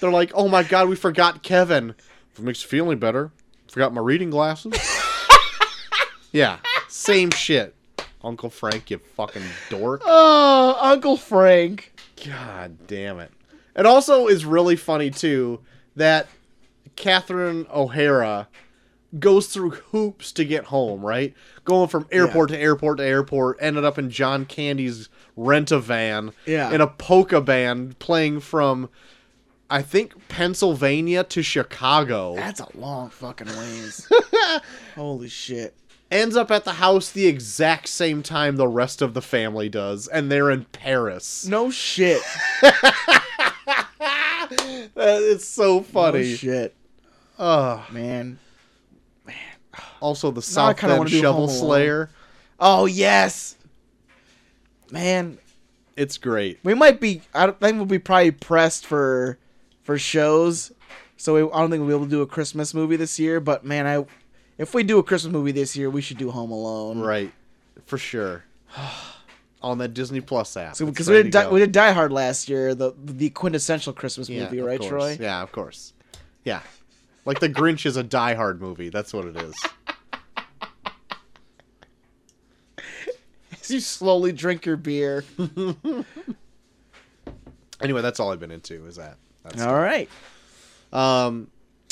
[SPEAKER 2] they're like, "Oh my god, we forgot Kevin." If it makes you feel any better, forgot my
[SPEAKER 1] [LAUGHS]
[SPEAKER 2] reading glasses. yeah, same shit. Uncle Frank, you fucking dork.
[SPEAKER 1] oh, Uncle Frank.
[SPEAKER 2] God damn it. It also is really funny too that Catherine O'Hara goes through hoops to get home, right? Going from airport to airport to airport, ended up in John Candy's rent a van
[SPEAKER 1] Yeah.
[SPEAKER 2] in a polka band playing from I think Pennsylvania to Chicago.
[SPEAKER 1] That's a long fucking [LAUGHS] ways. Holy shit.
[SPEAKER 2] Ends up at the house the exact same time the rest of the family does, and they're in Paris.
[SPEAKER 1] No shit.
[SPEAKER 2] That is so
[SPEAKER 1] No
[SPEAKER 2] funny.
[SPEAKER 1] Oh, shit.
[SPEAKER 2] Ugh.
[SPEAKER 1] Man.
[SPEAKER 2] Also, the
[SPEAKER 1] I
[SPEAKER 2] South
[SPEAKER 1] kinda
[SPEAKER 2] Bend
[SPEAKER 1] wanna do
[SPEAKER 2] Shovel
[SPEAKER 1] Home Alone.
[SPEAKER 2] Slayer.
[SPEAKER 1] Oh yes. Man,
[SPEAKER 2] It's great.
[SPEAKER 1] we might be I don't think we'll be probably pressed for for shows. So we, I don't think we'll be able to do a Christmas movie this year, but man, I if we do a Christmas movie this year, we should do Home Alone.
[SPEAKER 2] Right. For sure. [SIGHS] On that Disney Plus app.
[SPEAKER 1] So
[SPEAKER 2] It's
[SPEAKER 1] because
[SPEAKER 2] ready
[SPEAKER 1] we did
[SPEAKER 2] to
[SPEAKER 1] di-
[SPEAKER 2] go.
[SPEAKER 1] we did Die Hard last year, the the quintessential Christmas movie,
[SPEAKER 2] of
[SPEAKER 1] right,
[SPEAKER 2] course.
[SPEAKER 1] Troy?
[SPEAKER 2] Yeah, of course. Yeah. Like the Grinch is a Die Hard movie. That's what it is.
[SPEAKER 1] As [LAUGHS] you slowly drink your
[SPEAKER 2] [LAUGHS]
[SPEAKER 1] beer.
[SPEAKER 2] Anyway, that's all I've been into is that. That's
[SPEAKER 1] All right.
[SPEAKER 2] Um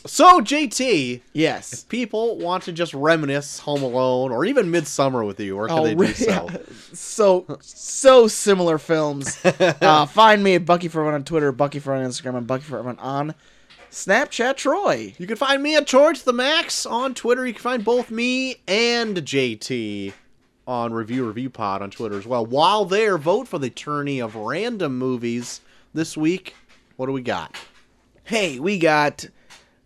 [SPEAKER 2] so JT,
[SPEAKER 1] Yes.
[SPEAKER 2] people want to just reminisce Home Alone or even Midsummer with you, or can they do
[SPEAKER 1] Oh, really?
[SPEAKER 2] so?
[SPEAKER 1] [LAUGHS] so so similar
[SPEAKER 2] [LAUGHS]
[SPEAKER 1] films. uh, find me at Bucky for Run on Twitter, Bucky for Run on Instagram, and Bucky for Run on Snapchat. Troy.
[SPEAKER 2] You can find me at George the Max on Twitter. You can find both me and JT on Review Review Pod on Twitter as well. While there, vote for the tourney of random movies this week. What do we got?
[SPEAKER 1] Hey, we got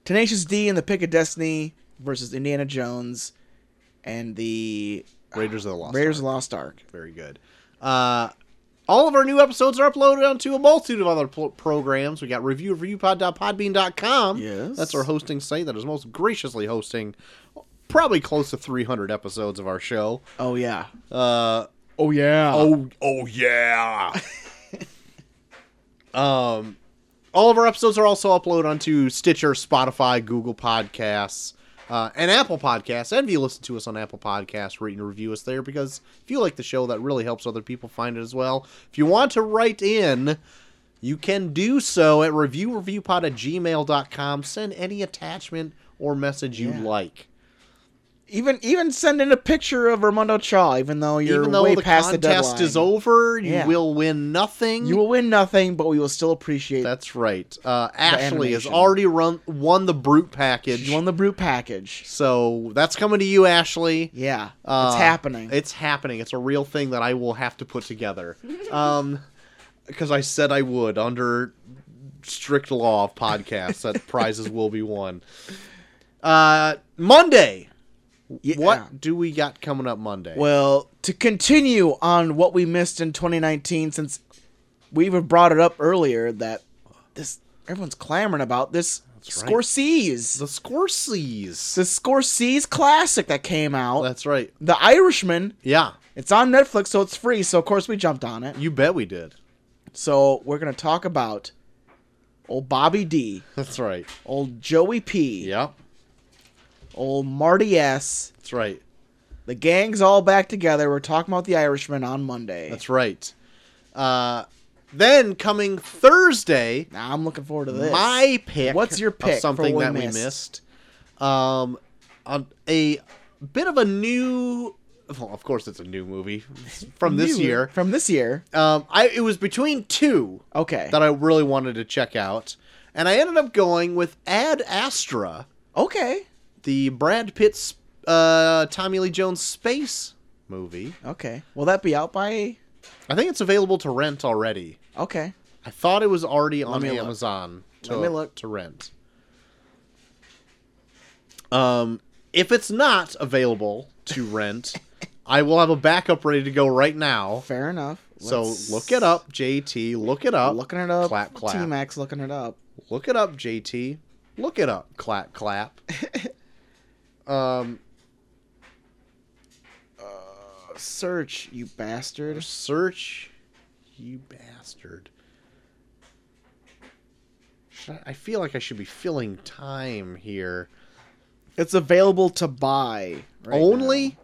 [SPEAKER 1] Tenacious D and the Pick of Destiny versus Indiana Jones and the
[SPEAKER 2] Raiders of the Lost.
[SPEAKER 1] Raiders of
[SPEAKER 2] Ark.
[SPEAKER 1] the Lost Ark.
[SPEAKER 2] Very good. Uh, all of our new episodes are uploaded onto a multitude of other pl- programs. We got review reviewpod.podbean.com.
[SPEAKER 1] Yes.
[SPEAKER 2] That's our hosting site that is most graciously hosting probably close to 300 episodes of our show.
[SPEAKER 1] Oh yeah.
[SPEAKER 2] Uh,
[SPEAKER 1] Oh yeah.
[SPEAKER 2] Oh, oh yeah. [LAUGHS] um, all of our episodes are also uploaded onto Stitcher, Spotify, Google Podcasts, uh, and Apple Podcasts. And if you listen to us on Apple Podcasts, rate and review us there because if you like the show, that really helps other people find it as well. If you want to write in, you can do so at reviewreviewpod at gmail.com. Send any attachment or message you
[SPEAKER 1] Yeah.
[SPEAKER 2] like.
[SPEAKER 1] Even even send in a picture of Raimondo Chaw, even though you're
[SPEAKER 2] Even though
[SPEAKER 1] way
[SPEAKER 2] the
[SPEAKER 1] past the
[SPEAKER 2] contest
[SPEAKER 1] deadline.
[SPEAKER 2] is over, you
[SPEAKER 1] Yeah.
[SPEAKER 2] will win nothing.
[SPEAKER 1] You will win nothing, but we will still appreciate
[SPEAKER 2] That's right. Uh, Ashley has
[SPEAKER 1] animation.
[SPEAKER 2] already run won the brute package.
[SPEAKER 1] You won the brute package.
[SPEAKER 2] so that's coming to you, Ashley.
[SPEAKER 1] Yeah,
[SPEAKER 2] Uh,
[SPEAKER 1] it's happening.
[SPEAKER 2] It's happening. It's a real thing that I will have to put together. Um, [LAUGHS] because I said I would under strict law of
[SPEAKER 1] [LAUGHS]
[SPEAKER 2] podcasts that prizes will be won. Uh, Monday.
[SPEAKER 1] Yeah.
[SPEAKER 2] What do we got coming up Monday?
[SPEAKER 1] Well, to continue on what we missed in 2019, since we even brought it up earlier that this everyone's clamoring about this
[SPEAKER 2] right.
[SPEAKER 1] Scorsese,
[SPEAKER 2] the Scorsese's.
[SPEAKER 1] the Scorsese classic that came out,
[SPEAKER 2] That's right.
[SPEAKER 1] The Irishman.
[SPEAKER 2] Yeah,
[SPEAKER 1] It's on Netflix, so it's free. So of course we jumped on it.
[SPEAKER 2] you bet we did.
[SPEAKER 1] So we're gonna talk about old Bobby D,
[SPEAKER 2] That's right.
[SPEAKER 1] old Joey P,
[SPEAKER 2] Yep.
[SPEAKER 1] old Marty S.
[SPEAKER 2] That's right.
[SPEAKER 1] The gang's all back together. We're talking about the Irishman on Monday.
[SPEAKER 2] That's right. Uh, then coming Thursday,
[SPEAKER 1] Now I'm looking forward to this.
[SPEAKER 2] my pick.
[SPEAKER 1] What's your
[SPEAKER 2] of
[SPEAKER 1] pick for
[SPEAKER 2] something
[SPEAKER 1] what
[SPEAKER 2] that
[SPEAKER 1] we
[SPEAKER 2] we
[SPEAKER 1] missed?
[SPEAKER 2] missed. Um, on a bit of a new. Well, of course, it's a new movie It's from this
[SPEAKER 1] New-
[SPEAKER 2] year.
[SPEAKER 1] From this year.
[SPEAKER 2] Um, I it was between two
[SPEAKER 1] Okay.
[SPEAKER 2] that I really wanted to check out, and I ended up going with Ad Astra,
[SPEAKER 1] okay.
[SPEAKER 2] the Brad Pitt's uh, Tommy Lee Jones space movie.
[SPEAKER 1] Okay. Will that be out by?
[SPEAKER 2] I think it's available to rent already.
[SPEAKER 1] Okay.
[SPEAKER 2] I thought it was already on
[SPEAKER 1] me look.
[SPEAKER 2] Amazon to,
[SPEAKER 1] Let me look.
[SPEAKER 2] to rent. Um, if it's not available
[SPEAKER 1] [LAUGHS]
[SPEAKER 2] to rent, I will have a backup ready to go right now.
[SPEAKER 1] Fair enough.
[SPEAKER 2] So
[SPEAKER 1] Let's-
[SPEAKER 2] look it up, JT. Look it up.
[SPEAKER 1] Looking it up.
[SPEAKER 2] Clap, clap.
[SPEAKER 1] T Max looking it up.
[SPEAKER 2] Look it up, JT. Look it up.
[SPEAKER 1] [LAUGHS]
[SPEAKER 2] Clap, clap. um,
[SPEAKER 1] Search you bastard.
[SPEAKER 2] search, you bastard. Should I, I feel like I should be filling time here.
[SPEAKER 1] It's available to buy. right
[SPEAKER 2] Only.
[SPEAKER 1] now.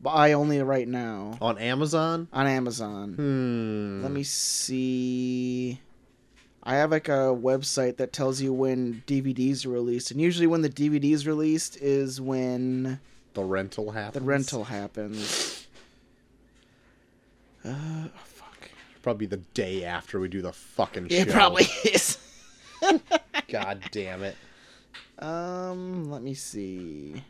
[SPEAKER 1] Buy only right now
[SPEAKER 2] on Amazon.
[SPEAKER 1] on Amazon.
[SPEAKER 2] Hmm.
[SPEAKER 1] Let me see. I have like a website that tells you when DVDs are released, and usually when the DVD is released is when
[SPEAKER 2] The rental happens.
[SPEAKER 1] the rental happens. Uh, oh, fuck.
[SPEAKER 2] Probably the day after we do the fucking show.
[SPEAKER 1] It
[SPEAKER 2] [LAUGHS]
[SPEAKER 1] probably [LAUGHS] is.
[SPEAKER 2] God damn it.
[SPEAKER 1] Um, let me see.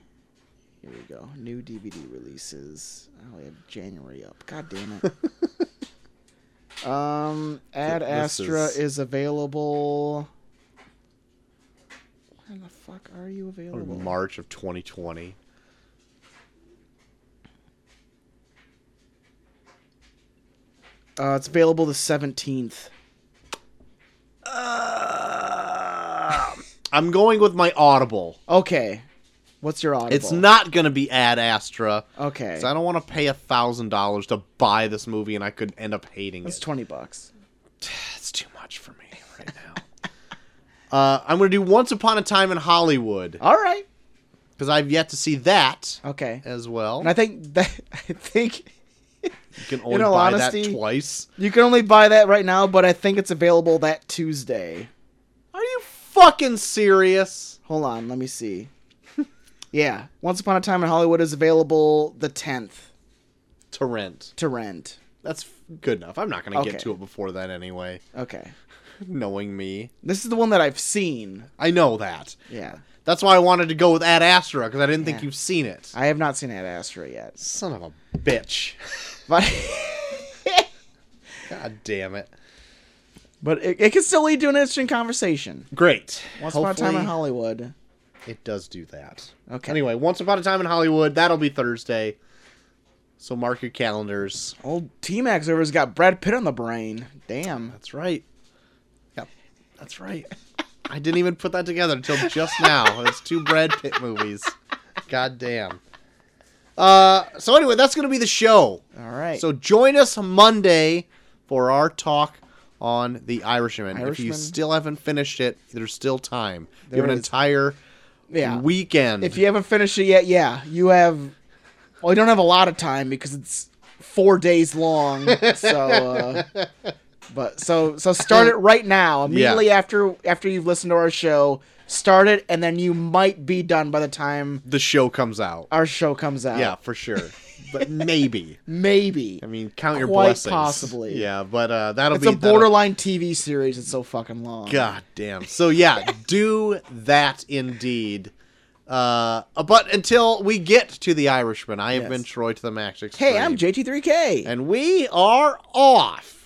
[SPEAKER 1] Here we go. New DVD releases. I only have January up. God damn it.
[SPEAKER 2] [LAUGHS]
[SPEAKER 1] um, Ad
[SPEAKER 2] Th- this
[SPEAKER 1] Astra
[SPEAKER 2] is-
[SPEAKER 1] is... available. When the fuck are you available?
[SPEAKER 2] March of 2020.
[SPEAKER 1] uh, it's available the seventeenth.
[SPEAKER 2] Um, I'm going with my Audible.
[SPEAKER 1] Okay. What's your audible?
[SPEAKER 2] It's not going to be Ad Astra.
[SPEAKER 1] okay.
[SPEAKER 2] 'cause I don't want to pay a thousand dollars to buy this movie, and I could end up hating
[SPEAKER 1] It's
[SPEAKER 2] it.
[SPEAKER 1] twenty bucks.
[SPEAKER 2] That's too much for me right
[SPEAKER 1] [LAUGHS]
[SPEAKER 2] now. [LAUGHS] uh, I'm going to do Once Upon a Time in Hollywood
[SPEAKER 1] All right.
[SPEAKER 2] because I've yet to see that
[SPEAKER 1] Okay.
[SPEAKER 2] as well.
[SPEAKER 1] Oh. And I think that [LAUGHS] I think
[SPEAKER 2] you can only
[SPEAKER 1] all
[SPEAKER 2] buy
[SPEAKER 1] honesty-
[SPEAKER 2] that twice.
[SPEAKER 1] you can only buy that right now, but I think it's available that Tuesday.
[SPEAKER 2] Are you fucking serious?
[SPEAKER 1] Hold on, let me [LAUGHS] see. yeah, Once Upon a Time in Hollywood is available the 10th
[SPEAKER 2] To rent.
[SPEAKER 1] to rent.
[SPEAKER 2] That's f- good enough. I'm not going to
[SPEAKER 1] Okay.
[SPEAKER 2] get to it before then anyway.
[SPEAKER 1] Okay.
[SPEAKER 2] Knowing me,
[SPEAKER 1] This is the one that I've seen.
[SPEAKER 2] I know that.
[SPEAKER 1] Yeah.
[SPEAKER 2] That's why I wanted to go with Ad Astra because I didn't think
[SPEAKER 1] Yeah.
[SPEAKER 2] you've seen it.
[SPEAKER 1] I have not seen Ad Astra yet. [LAUGHS]
[SPEAKER 2] Son of a bitch. [LAUGHS]
[SPEAKER 1] But
[SPEAKER 2] God damn it.
[SPEAKER 1] but it, it can still lead to an interesting conversation.
[SPEAKER 2] Great.
[SPEAKER 1] Once Upon a Time in
[SPEAKER 2] Hopefully
[SPEAKER 1] Hollywood.
[SPEAKER 2] It does do that.
[SPEAKER 1] Okay.
[SPEAKER 2] Anyway, Once Upon a Time in Hollywood, that'll be Thursday. So mark your calendars.
[SPEAKER 1] Old T Max over's got Brad Pitt on the brain. Damn.
[SPEAKER 2] That's right. Yep. That's right. I didn't even put that together until just now. It's two Brad Pitt movies. God damn. Uh, so anyway, that's gonna be the show.
[SPEAKER 1] All right.
[SPEAKER 2] So join us Monday for our talk on the Irishman. If you
[SPEAKER 1] Irishman.
[SPEAKER 2] still haven't finished it, there's still time. you
[SPEAKER 1] There
[SPEAKER 2] have an
[SPEAKER 1] is.
[SPEAKER 2] entire
[SPEAKER 1] yeah.
[SPEAKER 2] weekend.
[SPEAKER 1] If you haven't finished it yet, yeah, you have. Well, you don't have a lot of time because it's four days long. So, uh, but so so start it right now, immediately after after you've listened to our show. Start it, and then you might be done by the time
[SPEAKER 2] the show comes out.
[SPEAKER 1] our show comes out.
[SPEAKER 2] Yeah, for sure. but maybe.
[SPEAKER 1] maybe
[SPEAKER 2] I mean, count your
[SPEAKER 1] Quite
[SPEAKER 2] blessings.
[SPEAKER 1] possibly.
[SPEAKER 2] Yeah, but uh, that'll
[SPEAKER 1] it's
[SPEAKER 2] be
[SPEAKER 1] a
[SPEAKER 2] that'll-
[SPEAKER 1] borderline TV series. It's so fucking long.
[SPEAKER 2] God damn. So yeah, do that indeed. Uh, but until we get to the Irishman, I have
[SPEAKER 1] Yes.
[SPEAKER 2] been Troy to the Max Extreme.
[SPEAKER 1] Hey, I'm JT3K.
[SPEAKER 2] and we are off.